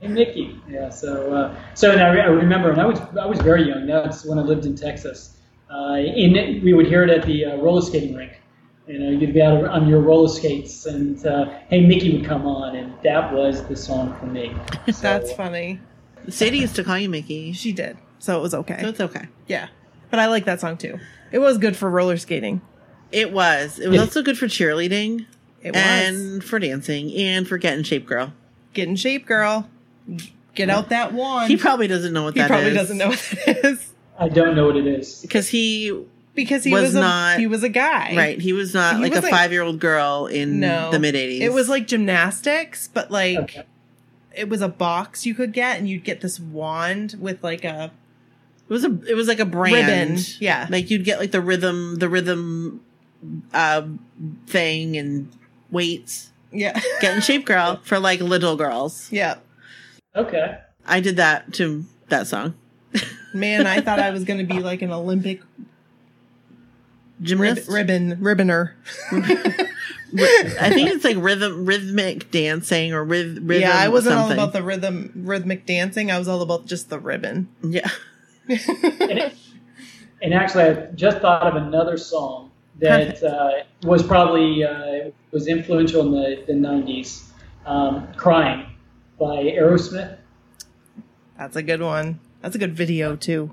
[SPEAKER 4] hey Mickey. Yeah. So uh, so and I, re- I remember, and I was I was very young. That's when I lived in Texas. Uh, in we would hear it at the uh, roller skating rink. You know, you'd be out on your roller skates, and uh, hey, Mickey would come on, and that was the song for me. So,
[SPEAKER 5] That's funny.
[SPEAKER 3] Sadie used to call you Mickey,
[SPEAKER 5] She did, so it was okay.
[SPEAKER 3] so it's okay.
[SPEAKER 5] yeah, but I like that song too. It was good for roller skating.
[SPEAKER 3] It was. It was also good for cheerleading
[SPEAKER 5] It was.
[SPEAKER 3] and for dancing and for getting shape, girl.
[SPEAKER 5] Get in shape, girl. Get out that wand.
[SPEAKER 3] He probably doesn't know what
[SPEAKER 5] He
[SPEAKER 3] that
[SPEAKER 5] probably
[SPEAKER 3] is.
[SPEAKER 5] doesn't know what that is
[SPEAKER 4] I don't know what it is.
[SPEAKER 3] because he
[SPEAKER 5] because he was,
[SPEAKER 3] Was
[SPEAKER 5] a,
[SPEAKER 3] not-
[SPEAKER 5] he was a guy,
[SPEAKER 3] right. He was not
[SPEAKER 5] He
[SPEAKER 3] like a
[SPEAKER 5] wasn't-
[SPEAKER 3] five year old girl in
[SPEAKER 5] No,
[SPEAKER 3] the mid eighties.
[SPEAKER 5] It was like gymnastics, but like
[SPEAKER 4] Okay.
[SPEAKER 2] it was a box you could get, and you'd get this wand with like a
[SPEAKER 3] It was a it was like a brand.
[SPEAKER 2] Ribbon, yeah.
[SPEAKER 3] Like you'd get like the rhythm the rhythm uh thing and weights.
[SPEAKER 2] yeah
[SPEAKER 3] Get in shape girl for like little girls.
[SPEAKER 2] yeah.
[SPEAKER 4] Okay.
[SPEAKER 3] I did that to that song.
[SPEAKER 2] Man, I thought I was going to be like an Olympic rib-
[SPEAKER 3] Gymnast
[SPEAKER 2] ribbon ribboner.
[SPEAKER 3] ri- I think it's like rhythm rhythmic dancing or rhyth rhythm.
[SPEAKER 2] yeah, I wasn't
[SPEAKER 3] something.
[SPEAKER 2] all about the rhythm rhythmic dancing. I was all about just the ribbon.
[SPEAKER 3] Yeah.
[SPEAKER 4] And, it- and actually, I just thought of another song that uh, was probably uh, was influential in the, the 90s, um, "Crying" by Aerosmith.
[SPEAKER 2] That's a good one. That's a good video too.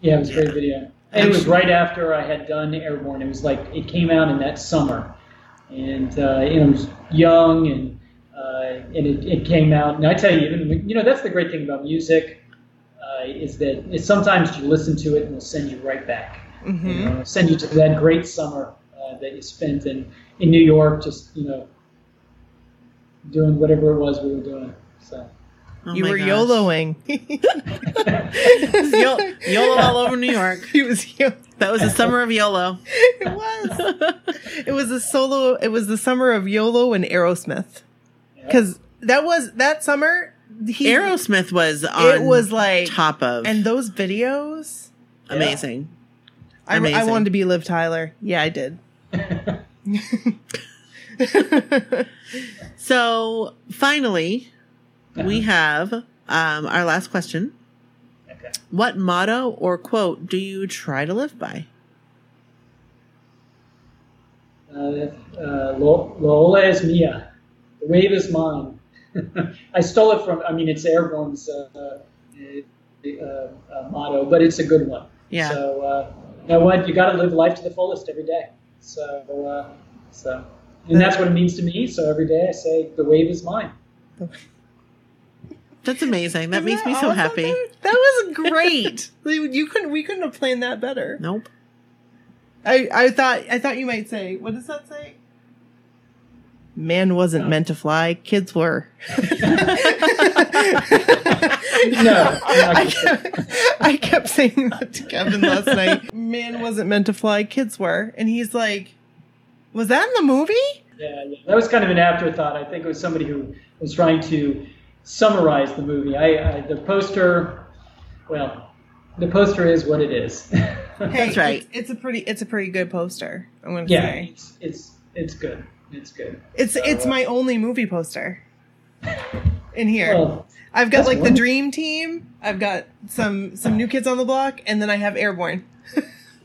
[SPEAKER 4] Yeah, it was a great video. And it was right after I had done Airborne. It was like it came out in that summer, and uh, you know, I was young and uh, and it, it came out. And I tell you, even you know, that's the great thing about music uh, is that it, sometimes you listen to it and it'll send you right back. You know, it'll send you to that great summer uh, that you spent in in New York, just you know, doing whatever it was we were doing. So.
[SPEAKER 3] Oh
[SPEAKER 2] you
[SPEAKER 3] my
[SPEAKER 2] were
[SPEAKER 3] gosh.
[SPEAKER 2] YOLOing.
[SPEAKER 3] Yo- YOLO all over New York.
[SPEAKER 2] it was you.
[SPEAKER 3] That was the summer of YOLO.
[SPEAKER 2] It was. it was the solo. It was the summer of YOLO and Aerosmith. Because that was that summer. He,
[SPEAKER 3] Aerosmith was on
[SPEAKER 2] It was like
[SPEAKER 3] top of
[SPEAKER 2] and those videos.
[SPEAKER 3] amazing.
[SPEAKER 2] I, I
[SPEAKER 3] Amazing.
[SPEAKER 2] wanted to be Liv Tyler. Yeah, I did.
[SPEAKER 3] So finally, we have um, our last question.
[SPEAKER 4] Okay.
[SPEAKER 3] What motto or quote do you try to live by?
[SPEAKER 4] Uh, uh, Lo- La Ola es mía. The wave is mine. I stole it from, I mean, it's Airborne's uh, uh, uh, uh, motto, but it's a good one.
[SPEAKER 3] Yeah.
[SPEAKER 4] So, uh, you know what? You got to live life to the fullest every day. So, uh, so, and that's what it means to me. So every day I say, the wave is mine.
[SPEAKER 3] That's amazing. That
[SPEAKER 2] Isn't
[SPEAKER 3] makes me so
[SPEAKER 2] awesome,
[SPEAKER 3] happy.
[SPEAKER 2] dude? That was great. you you couldn't. We couldn't have planned that better.
[SPEAKER 3] Nope.
[SPEAKER 2] I, I thought I thought you might say what does that say? Man wasn't meant to fly. Kids were.
[SPEAKER 4] No.
[SPEAKER 2] I kept, I kept saying that to Kevin last night. Man wasn't meant to fly. Kids were, and he's like, "Was that in the movie?"
[SPEAKER 4] Yeah, yeah. That was kind of an afterthought. I think it was somebody who was trying to summarize the movie. I, I the poster, well, the poster is what it is.
[SPEAKER 2] Hey,
[SPEAKER 3] That's right.
[SPEAKER 2] It's, it's a pretty. It's a pretty good poster. I'm gonna
[SPEAKER 4] yeah,
[SPEAKER 2] say
[SPEAKER 4] it's, it's it's good. It's good.
[SPEAKER 2] it's it's my only movie poster. In here.
[SPEAKER 4] Well,
[SPEAKER 2] I've got
[SPEAKER 4] That's
[SPEAKER 2] like the
[SPEAKER 4] wonderful.
[SPEAKER 2] dream team. I've got some some new kids on the block, and then I have airborne.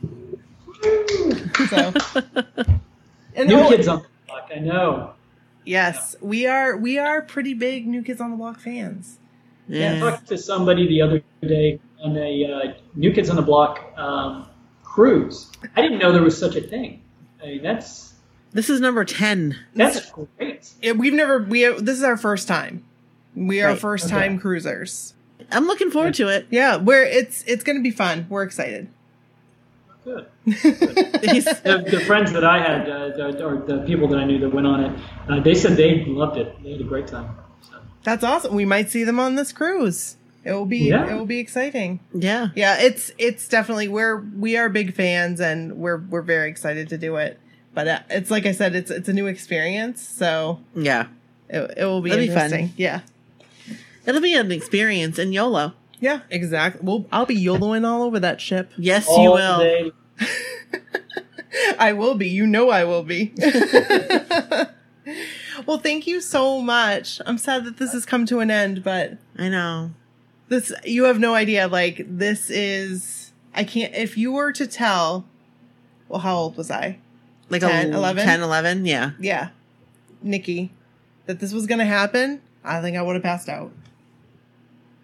[SPEAKER 2] so, and
[SPEAKER 4] new
[SPEAKER 2] oh,
[SPEAKER 4] kids on the block. I know.
[SPEAKER 2] Yes, we are we are pretty big new kids on the block fans.
[SPEAKER 3] Yeah.
[SPEAKER 4] I talked to somebody the other day on a uh, New Kids on the Block um, cruise. I didn't know there was such a thing. I mean, that's
[SPEAKER 3] This is number 10.
[SPEAKER 4] that's great.
[SPEAKER 2] Yeah, We've never we have, this is our first time. We are
[SPEAKER 3] Right,
[SPEAKER 2] first
[SPEAKER 4] okay.
[SPEAKER 2] time cruisers.
[SPEAKER 3] I'm looking forward to it.
[SPEAKER 2] Yeah, we're it's it's going to be fun. We're excited.
[SPEAKER 4] Good.
[SPEAKER 3] He's-
[SPEAKER 4] the, the friends that I had, uh, the, or the people that I knew that went on it, uh, they said they loved it. They had a great time. So,
[SPEAKER 2] That's awesome. We might see them on this cruise. It will be
[SPEAKER 4] Yeah.
[SPEAKER 2] it will be exciting.
[SPEAKER 3] yeah.
[SPEAKER 2] Yeah, it's it's definitely we're we are big fans and we're we're very excited to do it. But uh, it's like I said, it's it's a new experience, so
[SPEAKER 3] Yeah.
[SPEAKER 2] it, it will be
[SPEAKER 3] That'd be fun.
[SPEAKER 2] interesting. Yeah,
[SPEAKER 3] It'll be an experience in YOLO.
[SPEAKER 2] yeah, exactly. Well, I'll be yoloing all over that ship.
[SPEAKER 3] Yes, you
[SPEAKER 4] all
[SPEAKER 3] will.
[SPEAKER 4] day.
[SPEAKER 2] I will be. You know, I will be. well, thank you so much. I'm sad that this has come to an end, but
[SPEAKER 3] I know.
[SPEAKER 2] this you have no idea like this is i can't if you were to tell well how old was i
[SPEAKER 3] Like
[SPEAKER 2] 10,
[SPEAKER 3] a
[SPEAKER 2] 11?
[SPEAKER 3] 10, 11. Yeah.
[SPEAKER 2] yeah nikki that this was gonna happen i think i would have passed out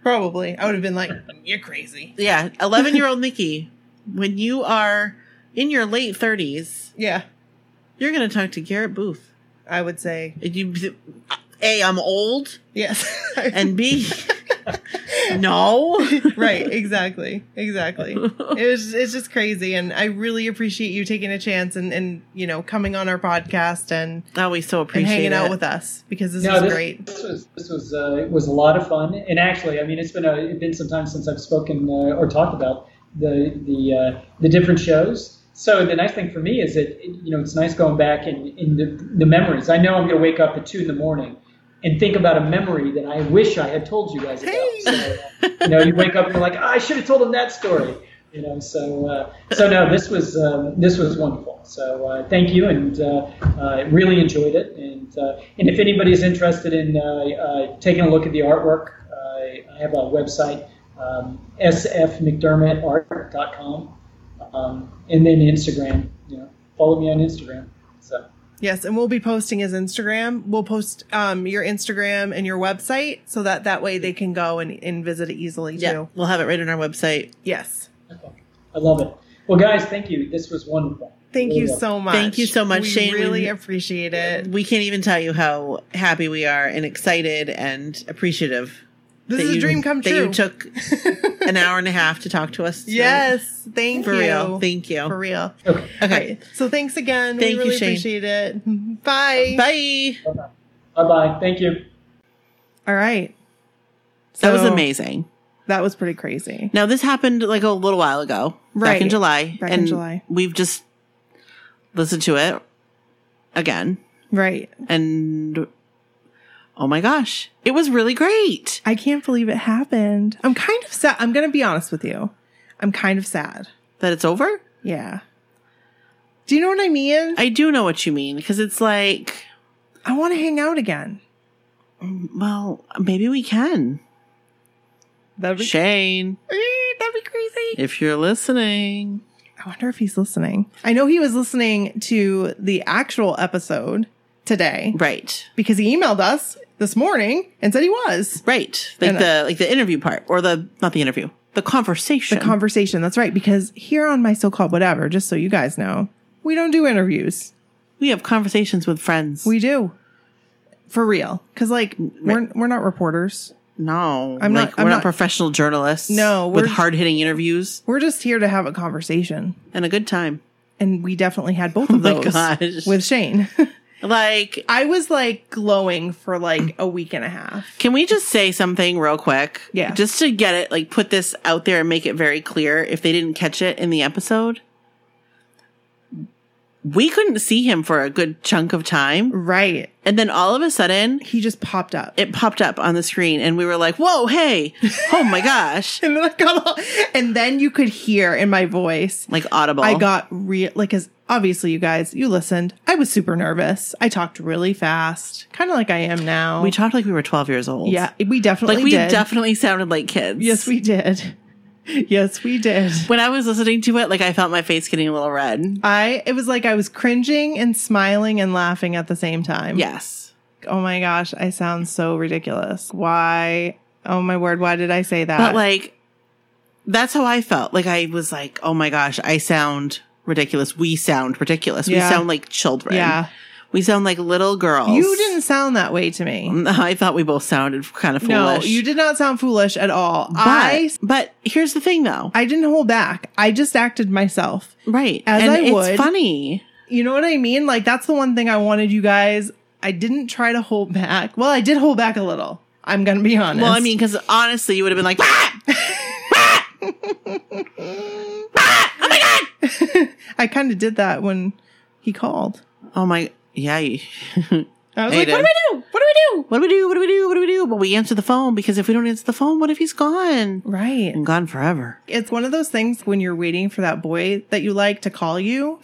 [SPEAKER 2] probably i would have been like you're crazy
[SPEAKER 3] Yeah. 11 year old Nikki, when you are in your late 30s,
[SPEAKER 2] yeah
[SPEAKER 3] you're going to talk to Garrett Booth.
[SPEAKER 2] i would say
[SPEAKER 3] And you, A, I'm old,
[SPEAKER 2] yes
[SPEAKER 3] and B, No.
[SPEAKER 2] right exactly exactly it was it's just crazy and i really appreciate you taking a chance and and you know coming on our podcast and
[SPEAKER 3] Oh, we so
[SPEAKER 2] and
[SPEAKER 3] appreciate
[SPEAKER 2] hanging
[SPEAKER 3] it.
[SPEAKER 2] out with us because this
[SPEAKER 4] No,
[SPEAKER 2] is
[SPEAKER 4] this,
[SPEAKER 2] great
[SPEAKER 4] This was this was uh, it was a lot of fun, and actually, I mean, it's been a it's been some time since I've spoken uh, or talked about the the uh, the different shows. So the nice thing for me is that you know it's nice going back and in the, the memories. I know I'm going to wake up at two in the morning and think about a memory that I wish I had told you guys about. So, uh, you know, you wake up and you're like, "Ah, I should have told them that story. You know, so uh, so no, this was um, this was wonderful. So uh, thank you, and uh, I really enjoyed it. And uh, and if anybody is interested in uh, uh, taking a look at the artwork, uh, I have a website, um, sfmcdermottart.com, um, and then Instagram. You know, follow me on Instagram. So.
[SPEAKER 2] yes and we'll be posting his instagram we'll post um your instagram and your website so that that way they can go and, and visit it easily
[SPEAKER 3] Yeah,
[SPEAKER 2] too
[SPEAKER 3] we'll have it right on our website.
[SPEAKER 2] yes
[SPEAKER 4] I love it. Well, guys, thank you. This was wonderful.
[SPEAKER 2] thank
[SPEAKER 4] Really
[SPEAKER 2] you
[SPEAKER 4] wonderful.
[SPEAKER 2] so much
[SPEAKER 3] Thank you so much,
[SPEAKER 2] we
[SPEAKER 3] Shane.
[SPEAKER 2] really
[SPEAKER 3] We-
[SPEAKER 2] appreciate it
[SPEAKER 3] We can't even tell you how happy we are and excited and appreciative.
[SPEAKER 2] this
[SPEAKER 3] that
[SPEAKER 2] is
[SPEAKER 3] you-
[SPEAKER 2] a dream come
[SPEAKER 3] that
[SPEAKER 2] true
[SPEAKER 3] you took an hour and a half to talk to us. tonight.
[SPEAKER 2] yes thank
[SPEAKER 3] for
[SPEAKER 2] you
[SPEAKER 3] real. Thank you.
[SPEAKER 2] for real
[SPEAKER 4] Okay.
[SPEAKER 2] All
[SPEAKER 3] okay.
[SPEAKER 2] right. So thanks again.
[SPEAKER 3] Thank you,
[SPEAKER 2] we really
[SPEAKER 3] Shane.
[SPEAKER 2] appreciate it. Bye.
[SPEAKER 3] Bye.
[SPEAKER 4] Bye bye. Thank you.
[SPEAKER 2] All right.
[SPEAKER 3] That was
[SPEAKER 2] So,
[SPEAKER 3] amazing.
[SPEAKER 2] That was pretty crazy.
[SPEAKER 3] Now this happened like a little while ago, back in
[SPEAKER 2] Right.
[SPEAKER 3] July,
[SPEAKER 2] Back in
[SPEAKER 3] and
[SPEAKER 2] July.
[SPEAKER 3] we've just listened to it again,
[SPEAKER 2] Right.
[SPEAKER 3] and oh my gosh, it was really great.
[SPEAKER 2] I can't believe it happened. I'm kind of sad. I'm going to be honest with you. I'm kind of sad.
[SPEAKER 3] That it's over.
[SPEAKER 2] Yeah. Do you know what I mean? I,
[SPEAKER 3] I do know what you mean because it's like,
[SPEAKER 2] want to hang out again.
[SPEAKER 3] well, maybe we can,
[SPEAKER 2] That'd
[SPEAKER 3] Shane,
[SPEAKER 2] that'd be crazy.
[SPEAKER 3] if you're listening.
[SPEAKER 2] I wonder if he's listening. I know he was listening to the actual episode today
[SPEAKER 3] Right,
[SPEAKER 2] because he emailed us this morning and said he was.
[SPEAKER 3] right, like
[SPEAKER 2] And- uh,
[SPEAKER 3] the like the interview part or the not the interview, the conversation.
[SPEAKER 2] the conversation. That's right. Because here on my so called whatever, just so you guys know, we don't do interviews.
[SPEAKER 3] we have conversations with friends.
[SPEAKER 2] We do for real. Because like we're we're not reporters.
[SPEAKER 3] No,
[SPEAKER 2] I'm
[SPEAKER 3] like,
[SPEAKER 2] not-
[SPEAKER 3] We're
[SPEAKER 2] I'm
[SPEAKER 3] not,
[SPEAKER 2] not-
[SPEAKER 3] professional journalists.
[SPEAKER 2] No,
[SPEAKER 3] with
[SPEAKER 2] we're-
[SPEAKER 3] hard hitting interviews
[SPEAKER 2] We're just here to have a conversation,
[SPEAKER 3] and a good time.
[SPEAKER 2] and we definitely had both of
[SPEAKER 3] Oh my
[SPEAKER 2] those
[SPEAKER 3] gosh.
[SPEAKER 2] with Shane.
[SPEAKER 3] Like,
[SPEAKER 2] I was like glowing for like a week and a half.
[SPEAKER 3] can we just say something real quick?
[SPEAKER 2] Yeah.
[SPEAKER 3] just to get it, like, put this out there and make it very clear. If they didn't catch it in the episode, we couldn't see him for a good chunk of time,
[SPEAKER 2] Right.
[SPEAKER 3] and then all of a sudden.
[SPEAKER 2] He just popped up.
[SPEAKER 3] It popped up on the screen, and we were like, "Whoa, hey, oh my gosh!"
[SPEAKER 2] and then I got all, and then you could hear in my voice
[SPEAKER 3] Like audible.
[SPEAKER 2] I got real like as obviously you guys you listened. I was super nervous. I talked really fast, kind of like I am now.
[SPEAKER 3] We talked like we were twelve years old.
[SPEAKER 2] yeah, we definitely
[SPEAKER 3] like we
[SPEAKER 2] did.
[SPEAKER 3] definitely sounded like kids.
[SPEAKER 2] yes, we did. Yes, we did.
[SPEAKER 3] When I was listening to it, like I felt my face getting a little red.
[SPEAKER 2] I it was like I was cringing and smiling and laughing at the same time.
[SPEAKER 3] Yes.
[SPEAKER 2] Oh my gosh, I sound so ridiculous. Why? Oh my word, why did I say that?
[SPEAKER 3] But like that's how I felt. Like I was like, "Oh my gosh, I sound ridiculous. We sound ridiculous.
[SPEAKER 2] Yeah.
[SPEAKER 3] We sound like children.
[SPEAKER 2] yeah,
[SPEAKER 3] We sound like little girls."
[SPEAKER 2] you didn't sound that way to me.
[SPEAKER 3] I thought we both sounded kind of
[SPEAKER 2] No,
[SPEAKER 3] foolish.
[SPEAKER 2] you did not sound foolish at all.
[SPEAKER 3] But,
[SPEAKER 2] I
[SPEAKER 3] but here's the thing though.
[SPEAKER 2] I didn't hold back. I just acted myself.
[SPEAKER 3] right.
[SPEAKER 2] as
[SPEAKER 3] and
[SPEAKER 2] I
[SPEAKER 3] it's
[SPEAKER 2] would.
[SPEAKER 3] funny.
[SPEAKER 2] You know what I mean? Like that's the one thing I wanted you guys. I didn't try to hold back. Well, I did hold back a little. I'm gonna be honest.
[SPEAKER 3] Well, I mean, because honestly, you would have been like, "Ah!"
[SPEAKER 2] I kind of did that when he called.
[SPEAKER 3] "Oh my, yeah." you-
[SPEAKER 2] I was
[SPEAKER 3] I
[SPEAKER 2] like,
[SPEAKER 3] did.
[SPEAKER 2] "What do I do? What do I
[SPEAKER 3] What do we do? What do we do? What do we do? But we answer the phone because if we don't answer the phone, what if he's gone?
[SPEAKER 2] do?" Right.
[SPEAKER 3] And gone forever.
[SPEAKER 2] It's one of those things when you're waiting for that boy that you like to call you.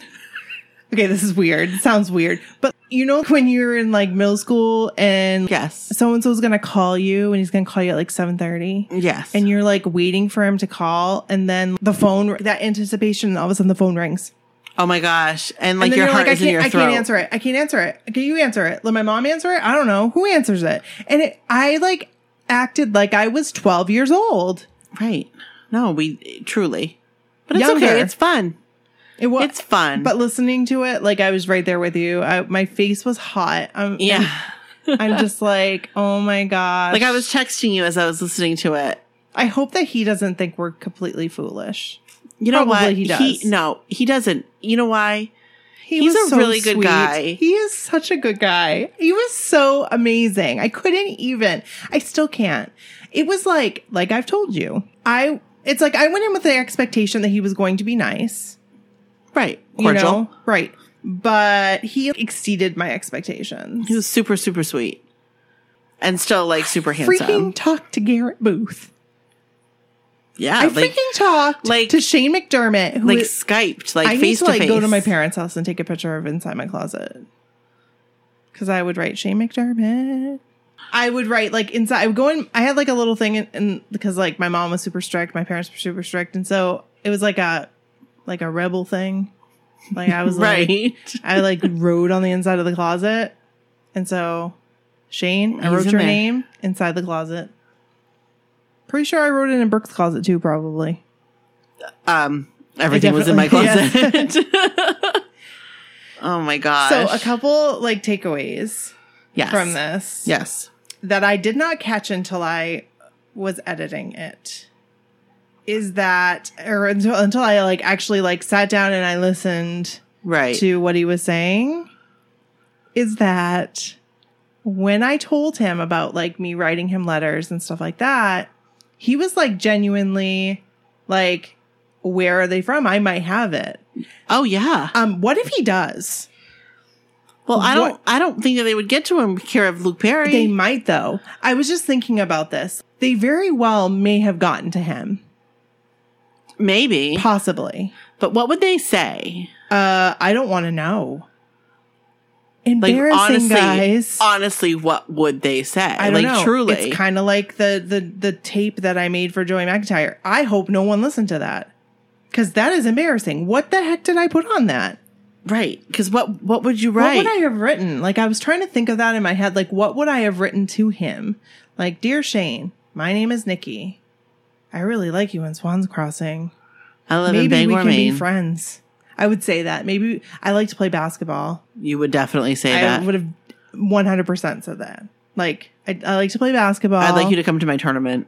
[SPEAKER 2] Okay, this is weird. It sounds weird, but you know when you're in like middle school and
[SPEAKER 3] Yes.
[SPEAKER 2] so and so's gonna call you and he's gonna call you at like seven thirty.
[SPEAKER 3] Yes.
[SPEAKER 2] and you're like waiting for him to call and then the phone that anticipation and all of a sudden the phone rings
[SPEAKER 3] oh my gosh. And
[SPEAKER 2] and
[SPEAKER 3] like
[SPEAKER 2] then
[SPEAKER 3] your
[SPEAKER 2] you're
[SPEAKER 3] heart
[SPEAKER 2] like i
[SPEAKER 3] is in
[SPEAKER 2] can't
[SPEAKER 3] your
[SPEAKER 2] i
[SPEAKER 3] throat.
[SPEAKER 2] can't answer it i can't answer it can you answer it let my mom answer it i don't know who answers it and it, i like acted like i was 12 years old
[SPEAKER 3] Right. No, we truly. But it's
[SPEAKER 2] Younger.
[SPEAKER 3] okay. It's fun.
[SPEAKER 2] it was
[SPEAKER 3] It's fun.
[SPEAKER 2] but listening to it like i was right there with you I, my face was hot i'm
[SPEAKER 3] yeah.
[SPEAKER 2] i'm just like oh my god
[SPEAKER 3] Like I was texting you as I was listening to it.
[SPEAKER 2] I hope that he doesn't think we're completely foolish.
[SPEAKER 3] You know
[SPEAKER 2] Probably
[SPEAKER 3] what?
[SPEAKER 2] he does.
[SPEAKER 3] no, he doesn't. You know why?
[SPEAKER 2] He
[SPEAKER 3] He's
[SPEAKER 2] was
[SPEAKER 3] a really good guy.
[SPEAKER 2] He is such a good guy. He was so amazing. I couldn't even. I still can't. It was like, like I've told you, I. It's like I went in with the expectation that he was going to be nice,
[SPEAKER 3] Right.
[SPEAKER 2] you
[SPEAKER 3] Cordial.
[SPEAKER 2] know, right? But he exceeded my expectations.
[SPEAKER 3] He was super, super sweet. And still like super handsome.
[SPEAKER 2] freaking talked to Garrett Booth.
[SPEAKER 3] yeah.
[SPEAKER 2] I
[SPEAKER 3] like
[SPEAKER 2] freaking talked
[SPEAKER 3] like-
[SPEAKER 2] to Shane McDermott, who
[SPEAKER 3] like
[SPEAKER 2] is-
[SPEAKER 3] Skyped, like
[SPEAKER 2] I need
[SPEAKER 3] face
[SPEAKER 2] to like
[SPEAKER 3] face.
[SPEAKER 2] go to my parents' house and take a picture of inside my closet. Cause I would write Shane McDermott. I would write like inside. I would go in. I had like a little thing, in- and because like my mom was super strict, my parents were super strict, and so it was like a like a rebel thing. Like I was like,
[SPEAKER 3] Right.
[SPEAKER 2] I like wrote on the inside of the closet, and so Shane, I
[SPEAKER 3] He's
[SPEAKER 2] wrote
[SPEAKER 3] in
[SPEAKER 2] your
[SPEAKER 3] there.
[SPEAKER 2] name inside the closet. Pretty sure I wrote it in Brooke's closet too, probably.
[SPEAKER 3] Um, everything was in my closet.
[SPEAKER 2] definitely-
[SPEAKER 3] oh my gosh.
[SPEAKER 2] So a couple like takeaways
[SPEAKER 3] yes.
[SPEAKER 2] from this
[SPEAKER 3] Yes.
[SPEAKER 2] that I did not catch until I was editing it is that or until, until I like actually like sat down and I listened
[SPEAKER 3] Right.
[SPEAKER 2] to what he was saying is that when I told him about like me writing him letters and stuff like that, he was like genuinely like where are they from? I might have it.
[SPEAKER 3] oh yeah.
[SPEAKER 2] Um what if he does?
[SPEAKER 3] Well, I
[SPEAKER 2] What-
[SPEAKER 3] don't. I don't think that they would get to him care of Luke Perry.
[SPEAKER 2] They might, though. I was just thinking about this. They very well may have gotten to him,
[SPEAKER 3] Maybe.
[SPEAKER 2] possibly.
[SPEAKER 3] But what would they say?
[SPEAKER 2] Uh, I don't want to know.
[SPEAKER 3] Like
[SPEAKER 2] Embarrassing,
[SPEAKER 3] honestly,
[SPEAKER 2] guys.
[SPEAKER 3] honestly, what would they say?
[SPEAKER 2] I don't
[SPEAKER 3] like
[SPEAKER 2] know.
[SPEAKER 3] truly,
[SPEAKER 2] it's kind of like the the the tape that I made for Joey McIntyre. I hope no one listened to that because that is embarrassing. What the heck did I put on that?
[SPEAKER 3] right? Because what what would you write?
[SPEAKER 2] What would I have written? Like I was trying to think of that in my head. Like what would I have written to him? Like, dear Shane, my name is Nikki. I really like you in Swans Crossing.
[SPEAKER 3] I live in
[SPEAKER 2] Maybe we
[SPEAKER 3] Bangor,
[SPEAKER 2] can be
[SPEAKER 3] Maine.
[SPEAKER 2] friends. I would say that. Maybe I like to play basketball.
[SPEAKER 3] you would definitely say
[SPEAKER 2] I
[SPEAKER 3] that.
[SPEAKER 2] would have 100% said that. Like, I, I like to play basketball.
[SPEAKER 3] I'd like you to come to my tournament.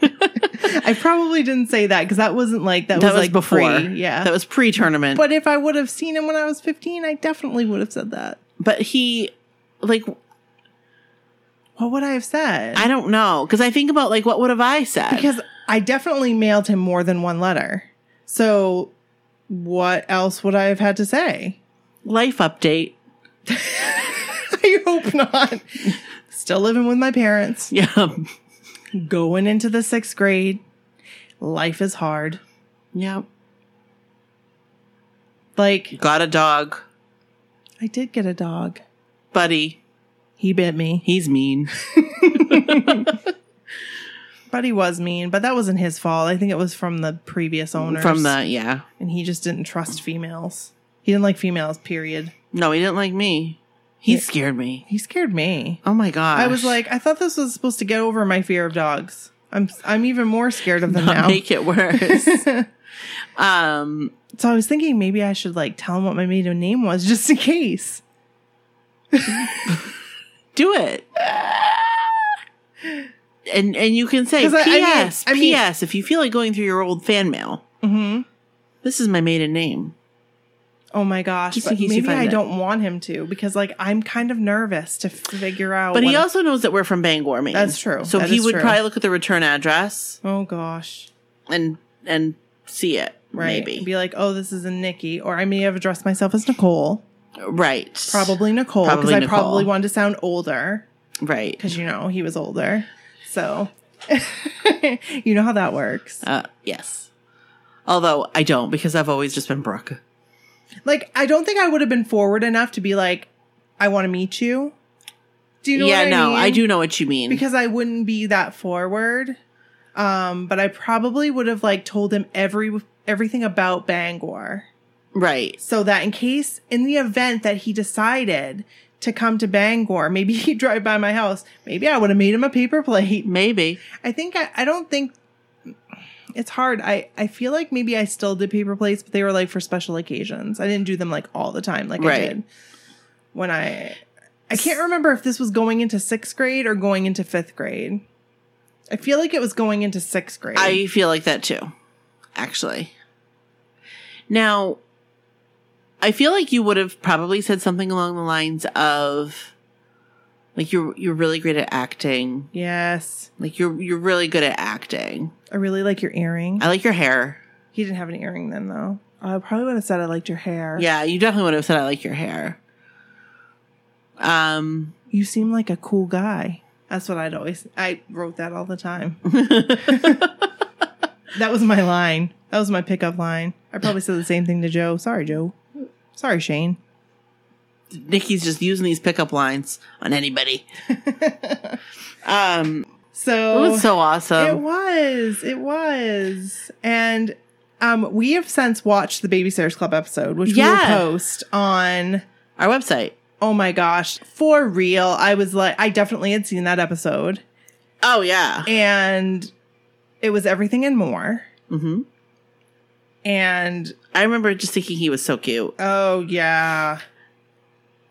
[SPEAKER 2] I probably didn't say that because that wasn't like that,
[SPEAKER 3] That,
[SPEAKER 2] was,
[SPEAKER 3] was,
[SPEAKER 2] like
[SPEAKER 3] before.
[SPEAKER 2] Pre, yeah.
[SPEAKER 3] that was pre-tournament.
[SPEAKER 2] but if I would have seen him when I was 15, I definitely would have said that.
[SPEAKER 3] but he, like,
[SPEAKER 2] What would I have said?
[SPEAKER 3] I don't know. Because I think about like what would have I said?
[SPEAKER 2] because I definitely mailed him more than one letter. So what else would I have had to say?
[SPEAKER 3] life update.
[SPEAKER 2] I hope not. Still living with my parents,
[SPEAKER 3] Yeah,
[SPEAKER 2] going into the sixth grade. Life is hard.
[SPEAKER 3] yeah.
[SPEAKER 2] Like,
[SPEAKER 3] Got a dog,
[SPEAKER 2] I did get a dog.
[SPEAKER 3] buddy.
[SPEAKER 2] He bit me.
[SPEAKER 3] He's mean.
[SPEAKER 2] But he was mean, but that wasn't his fault. I think it was from the previous owners.
[SPEAKER 3] From the yeah.
[SPEAKER 2] And he just didn't trust females. He didn't like females, period.
[SPEAKER 3] No, he didn't like me. He
[SPEAKER 2] Yeah.
[SPEAKER 3] scared me.
[SPEAKER 2] He scared me.
[SPEAKER 3] Oh my gosh.
[SPEAKER 2] I was like, I thought this was supposed to get over my fear of dogs. I'm I'm even more scared of them
[SPEAKER 3] Not
[SPEAKER 2] now.
[SPEAKER 3] make it worse. um,
[SPEAKER 2] so I was thinking maybe I should like tell him what my maiden name was just in case.
[SPEAKER 3] do it. And and you can say
[SPEAKER 2] 'Cause I- I mean-
[SPEAKER 3] P.S.
[SPEAKER 2] I mean-
[SPEAKER 3] P.S. If you feel like going through your old fan mail,
[SPEAKER 2] Mm-hmm.
[SPEAKER 3] this is my maiden name.
[SPEAKER 2] Oh my gosh!
[SPEAKER 3] Just
[SPEAKER 2] But
[SPEAKER 3] in case you
[SPEAKER 2] maybe
[SPEAKER 3] find
[SPEAKER 2] I
[SPEAKER 3] it.
[SPEAKER 2] don't want him to because like I'm kind of nervous to figure out.
[SPEAKER 3] But he
[SPEAKER 2] what-
[SPEAKER 3] also knows that we're from Bangor, Maine.
[SPEAKER 2] That's true.
[SPEAKER 3] So
[SPEAKER 2] That
[SPEAKER 3] he
[SPEAKER 2] is
[SPEAKER 3] would
[SPEAKER 2] true.
[SPEAKER 3] probably look at the return address
[SPEAKER 2] Oh gosh!
[SPEAKER 3] and and see it.
[SPEAKER 2] Right?
[SPEAKER 3] Maybe.
[SPEAKER 2] Be like, oh, this is a Nikki, or I may have addressed myself as Nicole.
[SPEAKER 3] right.
[SPEAKER 2] Probably Nicole because
[SPEAKER 3] Probably
[SPEAKER 2] I
[SPEAKER 3] Nicole.
[SPEAKER 2] probably wanted to sound older
[SPEAKER 3] Right.
[SPEAKER 2] because you know he was older. So you know how that works.
[SPEAKER 3] Uh, yes. Although I don't because I've always just been Brooke.
[SPEAKER 2] Like, I don't think I would have been forward enough to be like, I want to meet you. Do you know
[SPEAKER 3] yeah,
[SPEAKER 2] what I
[SPEAKER 3] no,
[SPEAKER 2] mean?
[SPEAKER 3] I do know what you mean.
[SPEAKER 2] Because I wouldn't be that forward. Um, but I probably would have like told him every everything about Bangor.
[SPEAKER 3] right.
[SPEAKER 2] So that in case in the event that he decided to come to Bangor, maybe he'd drive by my house. Maybe I would have made him a paper plate.
[SPEAKER 3] Maybe.
[SPEAKER 2] I think I, I don't think it's hard. I, I feel like maybe I still did paper plates, but they were like for special occasions. I didn't do them like all the time, like I
[SPEAKER 3] Right.
[SPEAKER 2] did when I. I can't remember if this was going into sixth grade or going into fifth grade. I feel like it was going into sixth grade.
[SPEAKER 3] I feel like that too, actually. Now, I feel like you would have probably said something along the lines of, like you're you're really great at acting.
[SPEAKER 2] yes.
[SPEAKER 3] Like you're you're really good at acting.
[SPEAKER 2] I really like your earring.
[SPEAKER 3] I like your hair.
[SPEAKER 2] He didn't have an earring then, though. I probably would have said I liked your hair.
[SPEAKER 3] Yeah, you definitely would have said I like your hair. Um,
[SPEAKER 2] You seem like a cool guy. That's what I'd always. I wrote that all the time. That was my line. That was my pickup line. I probably said the same thing to Joe. Sorry, Joe. Sorry, Shane.
[SPEAKER 3] Nikki's just using these pickup lines on anybody. um, it
[SPEAKER 2] So
[SPEAKER 3] was so
[SPEAKER 2] It
[SPEAKER 3] awesome.
[SPEAKER 2] was. It was. And um, we have since watched the Babysitters Club episode, which
[SPEAKER 3] Yeah.
[SPEAKER 2] we will post on.
[SPEAKER 3] Our website.
[SPEAKER 2] Oh my gosh, for real. I was like, I definitely had seen that episode,
[SPEAKER 3] Oh yeah.
[SPEAKER 2] and it was everything and more.
[SPEAKER 3] hmm
[SPEAKER 2] And
[SPEAKER 3] I remember just thinking he was so cute,
[SPEAKER 2] oh, yeah,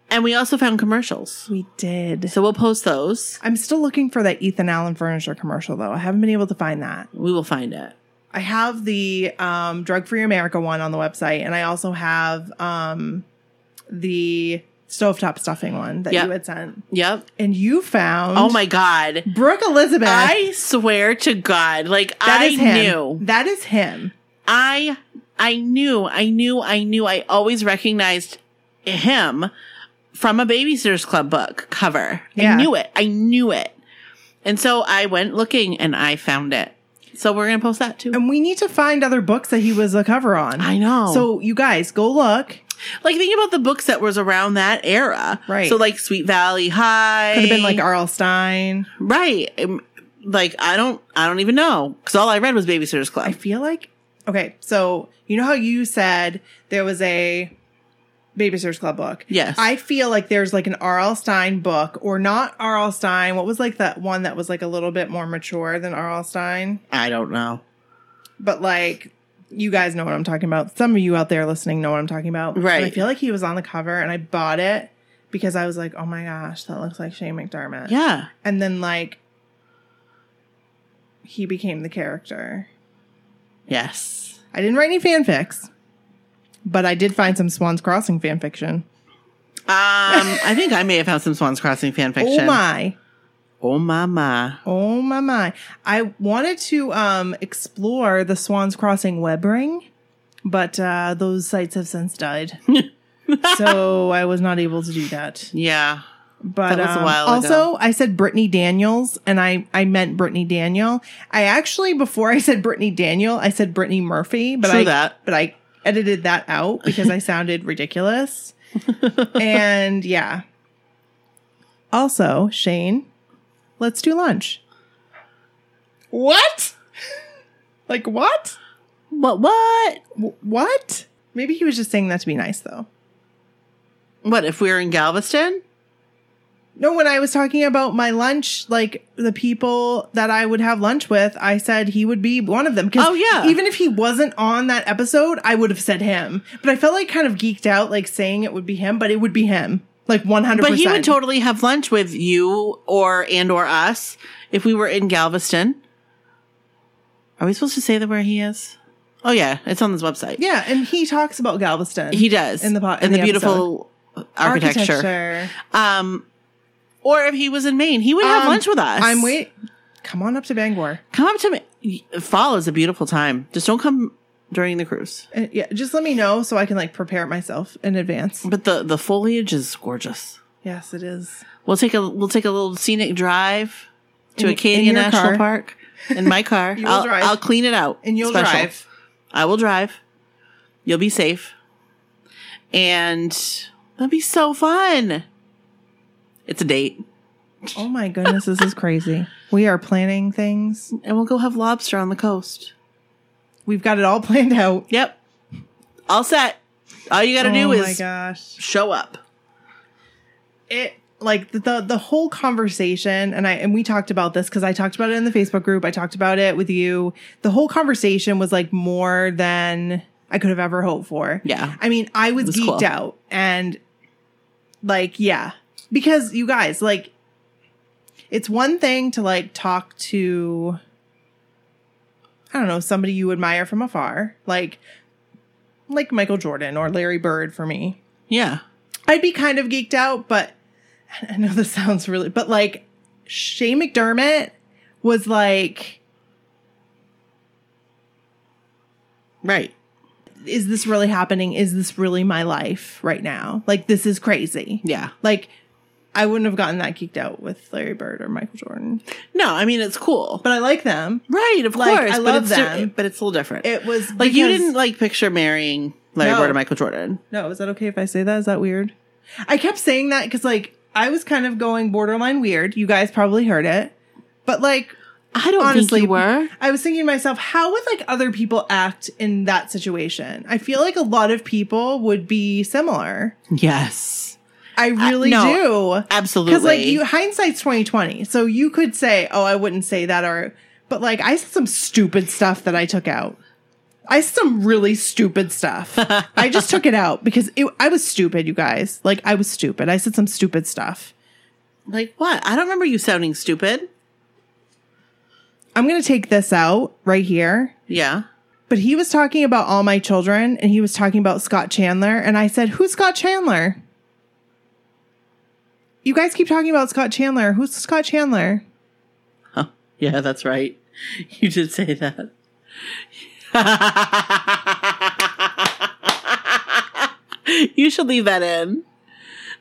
[SPEAKER 3] and we also found commercials.
[SPEAKER 2] we did.
[SPEAKER 3] So we'll post those.
[SPEAKER 2] I'm still looking for that Ethan Allen furniture commercial, though. I haven't been able to find that.
[SPEAKER 3] We will find it.
[SPEAKER 2] I have the um, Drug Free America one on the website, and I also have um, the stovetop stuffing one that
[SPEAKER 3] Yeah.
[SPEAKER 2] you had sent.
[SPEAKER 3] Yep.
[SPEAKER 2] And you found.
[SPEAKER 3] Oh my god.
[SPEAKER 2] Brooke Elizabeth.
[SPEAKER 3] I swear to God, like
[SPEAKER 2] That
[SPEAKER 3] I
[SPEAKER 2] is him.
[SPEAKER 3] knew,
[SPEAKER 2] That is him.
[SPEAKER 3] I, I knew, I knew, I knew. I always recognized him from a Babysitters Club book cover.
[SPEAKER 2] Yeah.
[SPEAKER 3] I knew it. I knew it. And so I went looking, and I found it. So we're gonna post that too.
[SPEAKER 2] And we need to find other books that he was a cover on.
[SPEAKER 3] I know.
[SPEAKER 2] So you guys go look.
[SPEAKER 3] like, think about the books that was around that era.
[SPEAKER 2] Right.
[SPEAKER 3] So like Sweet Valley High
[SPEAKER 2] Could have been like R.L. Stein.
[SPEAKER 3] right. Um, Like I don't, I don't even know because all I read was Babysitters
[SPEAKER 2] I
[SPEAKER 3] Club.
[SPEAKER 2] feel like okay. So you know how you said there was a Babysitters Club book.
[SPEAKER 3] Yes.
[SPEAKER 2] I feel like there's like an R.L. Stein book, or not R.L. Stein. What was like that one that was like a little bit more mature than R.L. Stein?
[SPEAKER 3] I don't know.
[SPEAKER 2] But like, you guys know what I'm talking about. Some of you out there listening know what I'm talking about.
[SPEAKER 3] Right.
[SPEAKER 2] And I feel like he was on the cover, and I bought it because I was like, oh my gosh, that looks like Shane McDermott.
[SPEAKER 3] Yeah.
[SPEAKER 2] And then like, he became the character.
[SPEAKER 3] Yes.
[SPEAKER 2] I didn't write any fanfics, but I did find some Swans Crossing fanfiction.
[SPEAKER 3] Um, I think I may have found some Swans Crossing fan fiction.
[SPEAKER 2] Oh my.
[SPEAKER 3] Oh my my.
[SPEAKER 2] Oh my my. I wanted to um explore the Swans Crossing web ring, but uh those sites have since died. so I was not able to do that.
[SPEAKER 3] Yeah.
[SPEAKER 2] But
[SPEAKER 3] That was a
[SPEAKER 2] um,
[SPEAKER 3] while
[SPEAKER 2] also,
[SPEAKER 3] ago.
[SPEAKER 2] I said Brittany Daniels, and I I meant Brittany Daniel. I actually before I said Brittany Daniel, I said Brittany Murphy, but
[SPEAKER 3] True
[SPEAKER 2] I
[SPEAKER 3] that.
[SPEAKER 2] but I edited that out because I sounded ridiculous. and yeah. Also, Shane, let's do lunch.
[SPEAKER 3] What?
[SPEAKER 2] Like what?
[SPEAKER 3] What? What?
[SPEAKER 2] W- what? Maybe he was just saying that to be nice, though.
[SPEAKER 3] What if we were in Galveston?
[SPEAKER 2] No, when I was talking about my lunch, like the people that I would have lunch with, I said he would be one of them. 'Cause
[SPEAKER 3] Oh, yeah.
[SPEAKER 2] Even if he wasn't on that episode, I would have said him. But I felt like kind of geeked out, like saying it would be him, but it would be him. Like 100%.
[SPEAKER 3] But he would totally have lunch with you or and or us if we were in Galveston. Are we supposed to say that where he is? Oh yeah, it's on his website.
[SPEAKER 2] Yeah, and he talks about Galveston.
[SPEAKER 3] He does.
[SPEAKER 2] In the po- in
[SPEAKER 3] and the,
[SPEAKER 2] the
[SPEAKER 3] beautiful architecture. Um or if he was in Maine, he would have
[SPEAKER 2] Um,
[SPEAKER 3] lunch with us.
[SPEAKER 2] I'm wait. Come on up to Bangor.
[SPEAKER 3] Come up to me. Fall is a beautiful time. Just don't come during the cruise.
[SPEAKER 2] Uh, yeah, just let me know so I can like prepare it myself in advance.
[SPEAKER 3] But the the foliage is gorgeous.
[SPEAKER 2] Yes, it is.
[SPEAKER 3] We'll take a we'll take a little scenic drive to
[SPEAKER 2] In-
[SPEAKER 3] Acadia
[SPEAKER 2] in your
[SPEAKER 3] National
[SPEAKER 2] car.
[SPEAKER 3] Park in my car.
[SPEAKER 2] You will
[SPEAKER 3] I'll,
[SPEAKER 2] drive.
[SPEAKER 3] I'll clean it out.
[SPEAKER 2] And you'll
[SPEAKER 3] Special.
[SPEAKER 2] drive.
[SPEAKER 3] I will drive. You'll be safe. And that'll be so fun. It's a date.
[SPEAKER 2] Oh my goodness, this is crazy. We are planning things.
[SPEAKER 3] And we'll go have lobster on the coast.
[SPEAKER 2] We've got it all planned out.
[SPEAKER 3] Yep. All set. All you got to do
[SPEAKER 2] oh my
[SPEAKER 3] is
[SPEAKER 2] gosh.
[SPEAKER 3] show up.
[SPEAKER 2] It like the, the the whole conversation and I and we talked about this cuz I talked about it in the Facebook group. I talked about it with you. The whole conversation was like more than I could have ever hoped for.
[SPEAKER 3] Yeah.
[SPEAKER 2] I mean, I was,
[SPEAKER 3] It was
[SPEAKER 2] geeked
[SPEAKER 3] cool.
[SPEAKER 2] out and like yeah. Because you guys like it's one thing to like talk to I don't know, somebody you admire from afar, like like Michael Jordan or Larry Bird for me.
[SPEAKER 3] Yeah.
[SPEAKER 2] I'd be kind of geeked out, but I know this sounds really, but like Shay McDermott was like,
[SPEAKER 3] Right.
[SPEAKER 2] is this really happening? Is this really my life right now? Like, this is crazy.
[SPEAKER 3] Yeah.
[SPEAKER 2] Like, I wouldn't have gotten that geeked out with Larry Bird or Michael Jordan,
[SPEAKER 3] No, I mean it's cool.
[SPEAKER 2] but I like them.
[SPEAKER 3] right, of
[SPEAKER 2] Like,
[SPEAKER 3] course.
[SPEAKER 2] I
[SPEAKER 3] but
[SPEAKER 2] love
[SPEAKER 3] it's di-
[SPEAKER 2] them.
[SPEAKER 3] but it's a little different.
[SPEAKER 2] It was
[SPEAKER 3] like you
[SPEAKER 2] because-
[SPEAKER 3] didn't like picture marrying Larry
[SPEAKER 2] No.
[SPEAKER 3] Bird and Michael Jordan.
[SPEAKER 2] No, is that okay if I say that? Is that weird? I kept saying that because, like, I was kind of going borderline weird. You guys probably heard it. But, like,
[SPEAKER 3] I don't
[SPEAKER 2] Honestly,
[SPEAKER 3] think you were.
[SPEAKER 2] I was thinking to myself, how would like other people act in that situation? I feel like a lot of people would be similar.
[SPEAKER 3] Yes.
[SPEAKER 2] I really
[SPEAKER 3] no,
[SPEAKER 2] do.
[SPEAKER 3] Absolutely.
[SPEAKER 2] Because like you hindsight's twenty twenty. So you could say, Oh, I wouldn't say that or but like I said some stupid stuff that I took out. I said some really stupid stuff. I just took it out because it, I was stupid, you guys. Like I was stupid. I said some stupid stuff.
[SPEAKER 3] like what? I don't remember you sounding stupid.
[SPEAKER 2] I'm gonna take this out right here.
[SPEAKER 3] Yeah.
[SPEAKER 2] But he was talking about all my children and he was talking about Scott Chandler. And I said, Who's Scott Chandler? You guys keep talking about Scott Chandler. Who's Scott Chandler?
[SPEAKER 3] Huh. Yeah, that's right. You did say that. you should leave that in.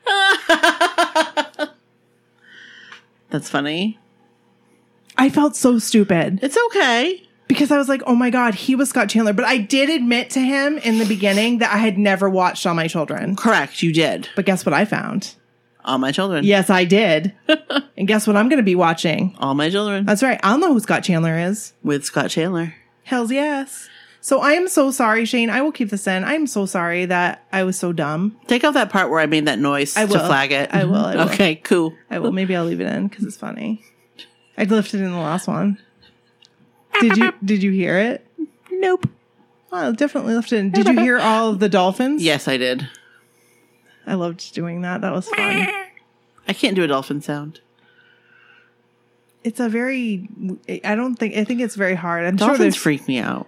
[SPEAKER 3] that's funny.
[SPEAKER 2] I felt so stupid
[SPEAKER 3] It's okay.
[SPEAKER 2] because I was like, Oh my God, he was Scott Chandler. But I did admit to him in the beginning that I had never watched All My Children.
[SPEAKER 3] Correct. You did.
[SPEAKER 2] But guess what I found?
[SPEAKER 3] All my children.
[SPEAKER 2] Yes, I did. and guess what I'm going to be watching?
[SPEAKER 3] All my children
[SPEAKER 2] That's right. I'll know who Scott Chandler is.
[SPEAKER 3] with Scott Chandler.
[SPEAKER 2] Hells yes. So I am so sorry, Shane. I will keep this in. I am so sorry that I was so dumb.
[SPEAKER 3] Take out that part where I made that noise
[SPEAKER 2] I
[SPEAKER 3] to
[SPEAKER 2] will.
[SPEAKER 3] flag it.
[SPEAKER 2] I will, I will.
[SPEAKER 3] Okay, cool.
[SPEAKER 2] I will. Maybe I'll leave it in because it's funny. I left it in the last one. Did you Did you hear it?
[SPEAKER 3] Nope.
[SPEAKER 2] Oh, I definitely left it in. Did you hear all of the dolphins?
[SPEAKER 3] Yes, I did.
[SPEAKER 2] I loved doing that. That was fun.
[SPEAKER 3] I can't do a dolphin sound.
[SPEAKER 2] It's a very. I don't think. I think it's very hard. I'm sure
[SPEAKER 3] Dolphins
[SPEAKER 2] there's.
[SPEAKER 3] freak me out.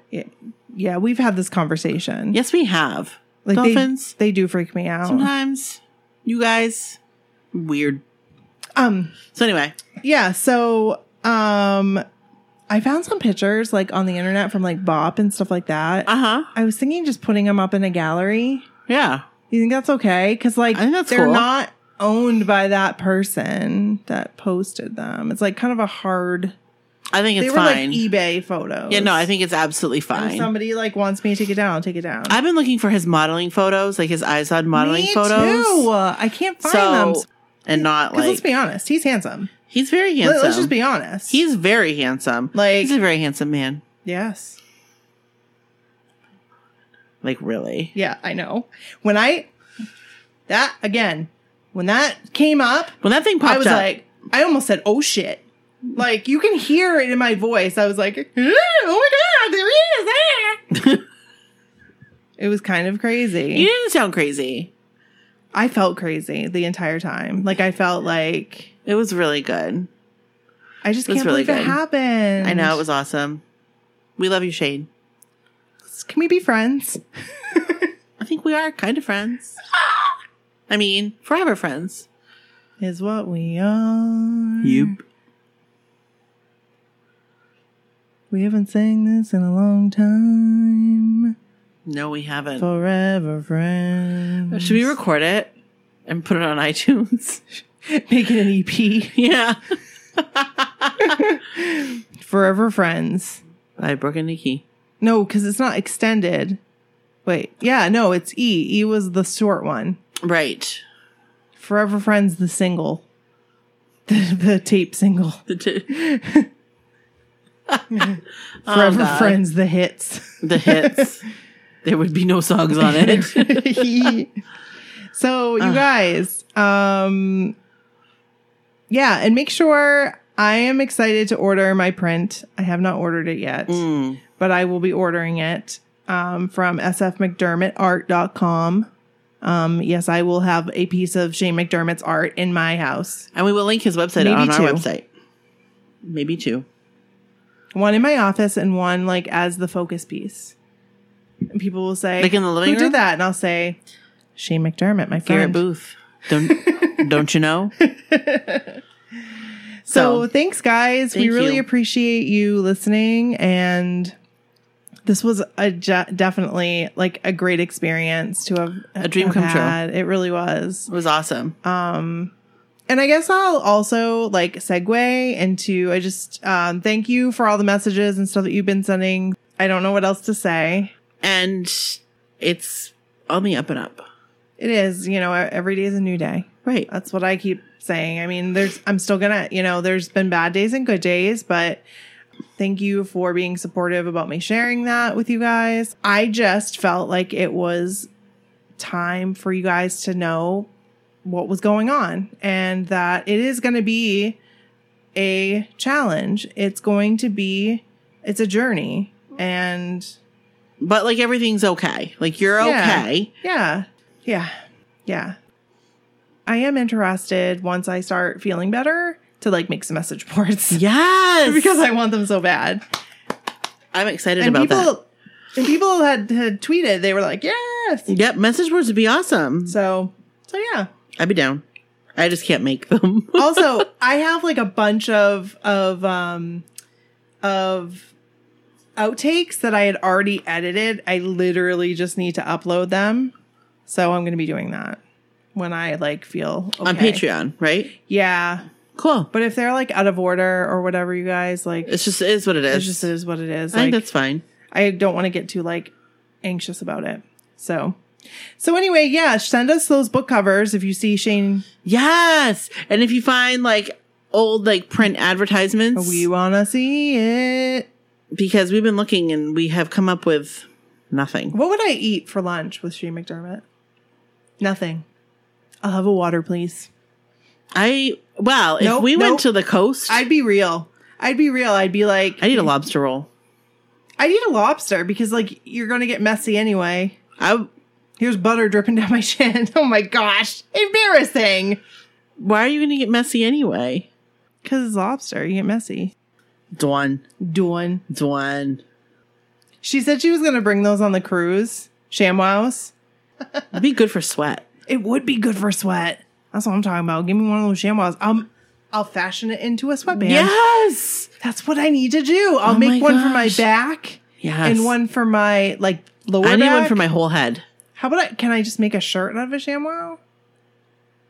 [SPEAKER 2] Yeah, we've had this conversation.
[SPEAKER 3] Yes, we have.
[SPEAKER 2] like they-
[SPEAKER 3] dolphins.
[SPEAKER 2] They, do freak me out.
[SPEAKER 3] Sometimes you guys weird.
[SPEAKER 2] Um.
[SPEAKER 3] So anyway,
[SPEAKER 2] Yeah. So. Um. I found some pictures like on the internet from like Bop and stuff like that.
[SPEAKER 3] uh huh.
[SPEAKER 2] I was thinking just putting them up in a gallery.
[SPEAKER 3] Yeah,
[SPEAKER 2] You think that's okay? Because like
[SPEAKER 3] I think that's
[SPEAKER 2] they're
[SPEAKER 3] cool.
[SPEAKER 2] not owned by that person that posted them. It's like kind of a hard.
[SPEAKER 3] I think
[SPEAKER 2] they
[SPEAKER 3] it's
[SPEAKER 2] were
[SPEAKER 3] fine.
[SPEAKER 2] like eBay photos.
[SPEAKER 3] yeah, no, I think it's absolutely
[SPEAKER 2] And if
[SPEAKER 3] fine.
[SPEAKER 2] somebody like wants me to take it down. I'll take it down.
[SPEAKER 3] I've been looking for his modeling photos, like his Izod modeling
[SPEAKER 2] me
[SPEAKER 3] photos.
[SPEAKER 2] Too. I can't find them.
[SPEAKER 3] So
[SPEAKER 2] Because
[SPEAKER 3] and not
[SPEAKER 2] let's
[SPEAKER 3] like
[SPEAKER 2] be honest, he's handsome.
[SPEAKER 3] he's very
[SPEAKER 2] Let-
[SPEAKER 3] handsome.
[SPEAKER 2] Let's just be honest.
[SPEAKER 3] he's very handsome.
[SPEAKER 2] Like-
[SPEAKER 3] he's a very handsome man.
[SPEAKER 2] yes,
[SPEAKER 3] Like really.
[SPEAKER 2] yeah, I know. When I that again, when that came up,
[SPEAKER 3] When that thing popped
[SPEAKER 2] I was
[SPEAKER 3] up,
[SPEAKER 2] like, I almost said, "Oh shit!" Like you can hear it in my voice. I was like, "Eh, "Oh my god, there he is!" ah." it was kind of crazy.
[SPEAKER 3] you didn't sound crazy.
[SPEAKER 2] I felt crazy the entire time. Like I felt like
[SPEAKER 3] It was really good.
[SPEAKER 2] I just
[SPEAKER 3] It was
[SPEAKER 2] can't
[SPEAKER 3] really
[SPEAKER 2] believe it
[SPEAKER 3] good.
[SPEAKER 2] happened.
[SPEAKER 3] I know it was awesome. We love you, Shane.
[SPEAKER 2] Can we be friends?
[SPEAKER 3] I think we are kind of friends. I mean, forever friends.
[SPEAKER 2] Is what we are. We haven't sang this in a long time.
[SPEAKER 3] No, we haven't.
[SPEAKER 2] Forever friends.
[SPEAKER 3] Should we record it and put it on iTunes?
[SPEAKER 2] make it an EP?
[SPEAKER 3] yeah.
[SPEAKER 2] Forever friends.
[SPEAKER 3] By Brooke and Nikki.
[SPEAKER 2] No, because it's not extended. Wait, yeah, no, it's E. E was the short one.
[SPEAKER 3] Right.
[SPEAKER 2] Forever Friends, the single, the, the tape single.
[SPEAKER 3] The t-
[SPEAKER 2] Forever
[SPEAKER 3] Oh, God.
[SPEAKER 2] Friends, Ah, the hits.
[SPEAKER 3] the hits. there would be no songs on it.
[SPEAKER 2] so you guys, um, yeah, and make sure I am excited to order my print. I have not ordered it yet,
[SPEAKER 3] Mm.
[SPEAKER 2] but I will be ordering it um, from E sfmcdermottart.com. Um, yes, I will have a piece of Shane McDermott's art in my house.
[SPEAKER 3] And we will link his website
[SPEAKER 2] Maybe
[SPEAKER 3] on
[SPEAKER 2] two.
[SPEAKER 3] our website. maybe two.
[SPEAKER 2] One in my office and one like as the focus piece. And people will say,
[SPEAKER 3] Like in the living
[SPEAKER 2] Who
[SPEAKER 3] room?
[SPEAKER 2] did that? And I'll say, Shane McDermott, my
[SPEAKER 3] Garrett
[SPEAKER 2] friend.
[SPEAKER 3] Booth. Don't don't you know?
[SPEAKER 2] So,
[SPEAKER 3] So-
[SPEAKER 2] thanks, guys.
[SPEAKER 3] Thank
[SPEAKER 2] we really
[SPEAKER 3] you.
[SPEAKER 2] appreciate you listening. And this was a ju- definitely like a great experience to have
[SPEAKER 3] A dream
[SPEAKER 2] have
[SPEAKER 3] come true.
[SPEAKER 2] had. It really was.
[SPEAKER 3] It was awesome.
[SPEAKER 2] Um, and I guess I'll also like segue into I just um, thank you for all the messages and stuff that you've been sending. I don't know what else to say.
[SPEAKER 3] And it's on the up and up.
[SPEAKER 2] It is, you know, every day is a new day.
[SPEAKER 3] Right.
[SPEAKER 2] That's what I keep saying. I mean, there's, I'm still gonna, you know, there's been bad days and good days, but thank you for being supportive about me sharing that with you guys. I just felt like it was time for you guys to know what was going on and that it is gonna be a challenge. It's going to be, it's a journey. And
[SPEAKER 3] But like everything's okay. Like you're
[SPEAKER 2] Yeah.
[SPEAKER 3] okay.
[SPEAKER 2] yeah. Yeah. Yeah. I am interested once I start feeling better to like make some message boards.
[SPEAKER 3] Yes.
[SPEAKER 2] because I want them so bad.
[SPEAKER 3] I'm excited
[SPEAKER 2] And
[SPEAKER 3] about
[SPEAKER 2] people
[SPEAKER 3] that.
[SPEAKER 2] and people had, had tweeted, they were like, Yes.
[SPEAKER 3] Yep, message boards would be awesome.
[SPEAKER 2] So so yeah.
[SPEAKER 3] I'd be down. I just can't make them.
[SPEAKER 2] Oh, Also, I have like a bunch of of um of outtakes that I had already edited. I literally just need to upload them. So I'm gonna be doing that when I like feel okay.
[SPEAKER 3] On Patreon, right?
[SPEAKER 2] Yeah.
[SPEAKER 3] Cool.
[SPEAKER 2] But if they're like out of order or whatever, you guys like,
[SPEAKER 3] It's just it is what it is.
[SPEAKER 2] it's just it is what it is.
[SPEAKER 3] I think
[SPEAKER 2] Like,
[SPEAKER 3] that's fine.
[SPEAKER 2] I don't want to get too like anxious about it. So, so anyway, yeah, send us those book covers if you see Shane.
[SPEAKER 3] Yes. And if you find like old like print advertisements
[SPEAKER 2] We wanna see it.
[SPEAKER 3] because we've been looking and we have come up with nothing.
[SPEAKER 2] What would I eat for lunch with Shane McDermott? Nothing. I'll have a water, please.
[SPEAKER 3] I well, if
[SPEAKER 2] Nope,
[SPEAKER 3] we went
[SPEAKER 2] nope.
[SPEAKER 3] to the coast, I,
[SPEAKER 2] I'd be real. I'd be real. I'd be like,
[SPEAKER 3] need a lobster roll.
[SPEAKER 2] I need a lobster because like you're gonna get messy anyway.
[SPEAKER 3] I
[SPEAKER 2] Here's butter dripping down my chin. Oh my gosh, embarrassing.
[SPEAKER 3] why are you going to get messy anyway?
[SPEAKER 2] Because it's lobster, you get messy.
[SPEAKER 3] Dwan,
[SPEAKER 2] Doing.
[SPEAKER 3] Dwan.
[SPEAKER 2] She said she was going to bring those on the cruise, ShamWows.
[SPEAKER 3] It'd be good for sweat.
[SPEAKER 2] It would be good for sweat. That's what I'm talking about. Give me one of those ShamWows. Um, I'll fashion it into a sweatband.
[SPEAKER 3] Yes.
[SPEAKER 2] That's what I need to do. I'll
[SPEAKER 3] Oh
[SPEAKER 2] make
[SPEAKER 3] my
[SPEAKER 2] one for my
[SPEAKER 3] gosh.
[SPEAKER 2] back
[SPEAKER 3] Yes.
[SPEAKER 2] and one for my like lower
[SPEAKER 3] I need one
[SPEAKER 2] back.
[SPEAKER 3] for my whole head.
[SPEAKER 2] How about I can I just make a shirt out of a ShamWow?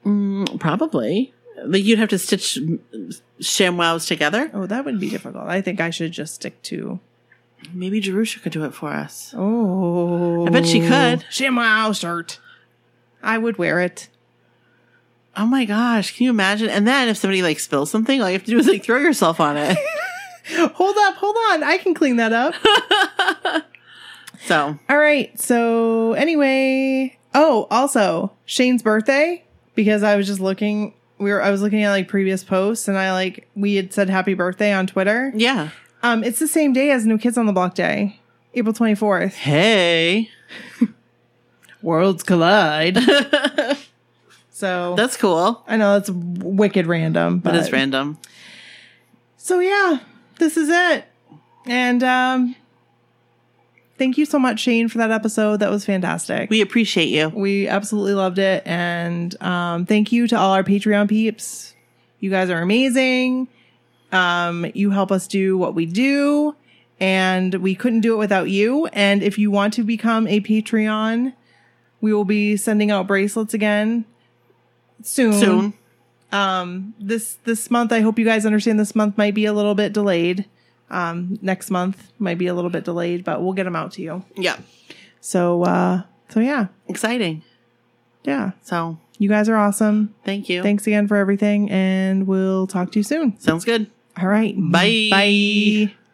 [SPEAKER 3] Mm, probably. Like you'd have to stitch mm, ShamWows together.
[SPEAKER 2] Oh, that would be difficult. I think I should just stick to
[SPEAKER 3] Maybe Jerusha could do it for us.
[SPEAKER 2] Oh.
[SPEAKER 3] I bet she could.
[SPEAKER 2] ShamWow shirt. I would wear it.
[SPEAKER 3] Oh my gosh, can you imagine? And then if somebody like spills something, all you have to do is like throw yourself on it.
[SPEAKER 2] Hold up, hold on. I can clean that up.
[SPEAKER 3] so
[SPEAKER 2] All right. So anyway, oh, also Shane's birthday because I was just looking. We were I was looking at like previous posts and I like we had said happy birthday on Twitter.
[SPEAKER 3] yeah.
[SPEAKER 2] Um, it's the same day as New Kids on the Block Day, April twenty fourth.
[SPEAKER 3] Hey.
[SPEAKER 2] Worlds collide. so
[SPEAKER 3] That's cool.
[SPEAKER 2] I know that's wicked random, but
[SPEAKER 3] That is random.
[SPEAKER 2] So yeah, this is it. And um, thank you so much, Shane, for that episode. That was fantastic.
[SPEAKER 3] We appreciate you.
[SPEAKER 2] We absolutely loved it. And um, thank you to all our Patreon peeps. You guys are amazing. Um, you help us do what we do, and we couldn't do it without you. And if you want to become a Patreon, we will be sending out bracelets again soon.
[SPEAKER 3] Soon.
[SPEAKER 2] Um, this this month, I hope you guys understand. This month might be a little bit delayed. Um, next month might be a little bit delayed, but we'll get them out to you.
[SPEAKER 3] Yeah.
[SPEAKER 2] So, uh, so yeah,
[SPEAKER 3] Exciting.
[SPEAKER 2] yeah.
[SPEAKER 3] So
[SPEAKER 2] You guys are awesome.
[SPEAKER 3] thank you.
[SPEAKER 2] Thanks again for everything, and we'll talk to you soon.
[SPEAKER 3] Sounds good.
[SPEAKER 2] All right.
[SPEAKER 3] Bye.
[SPEAKER 2] Bye.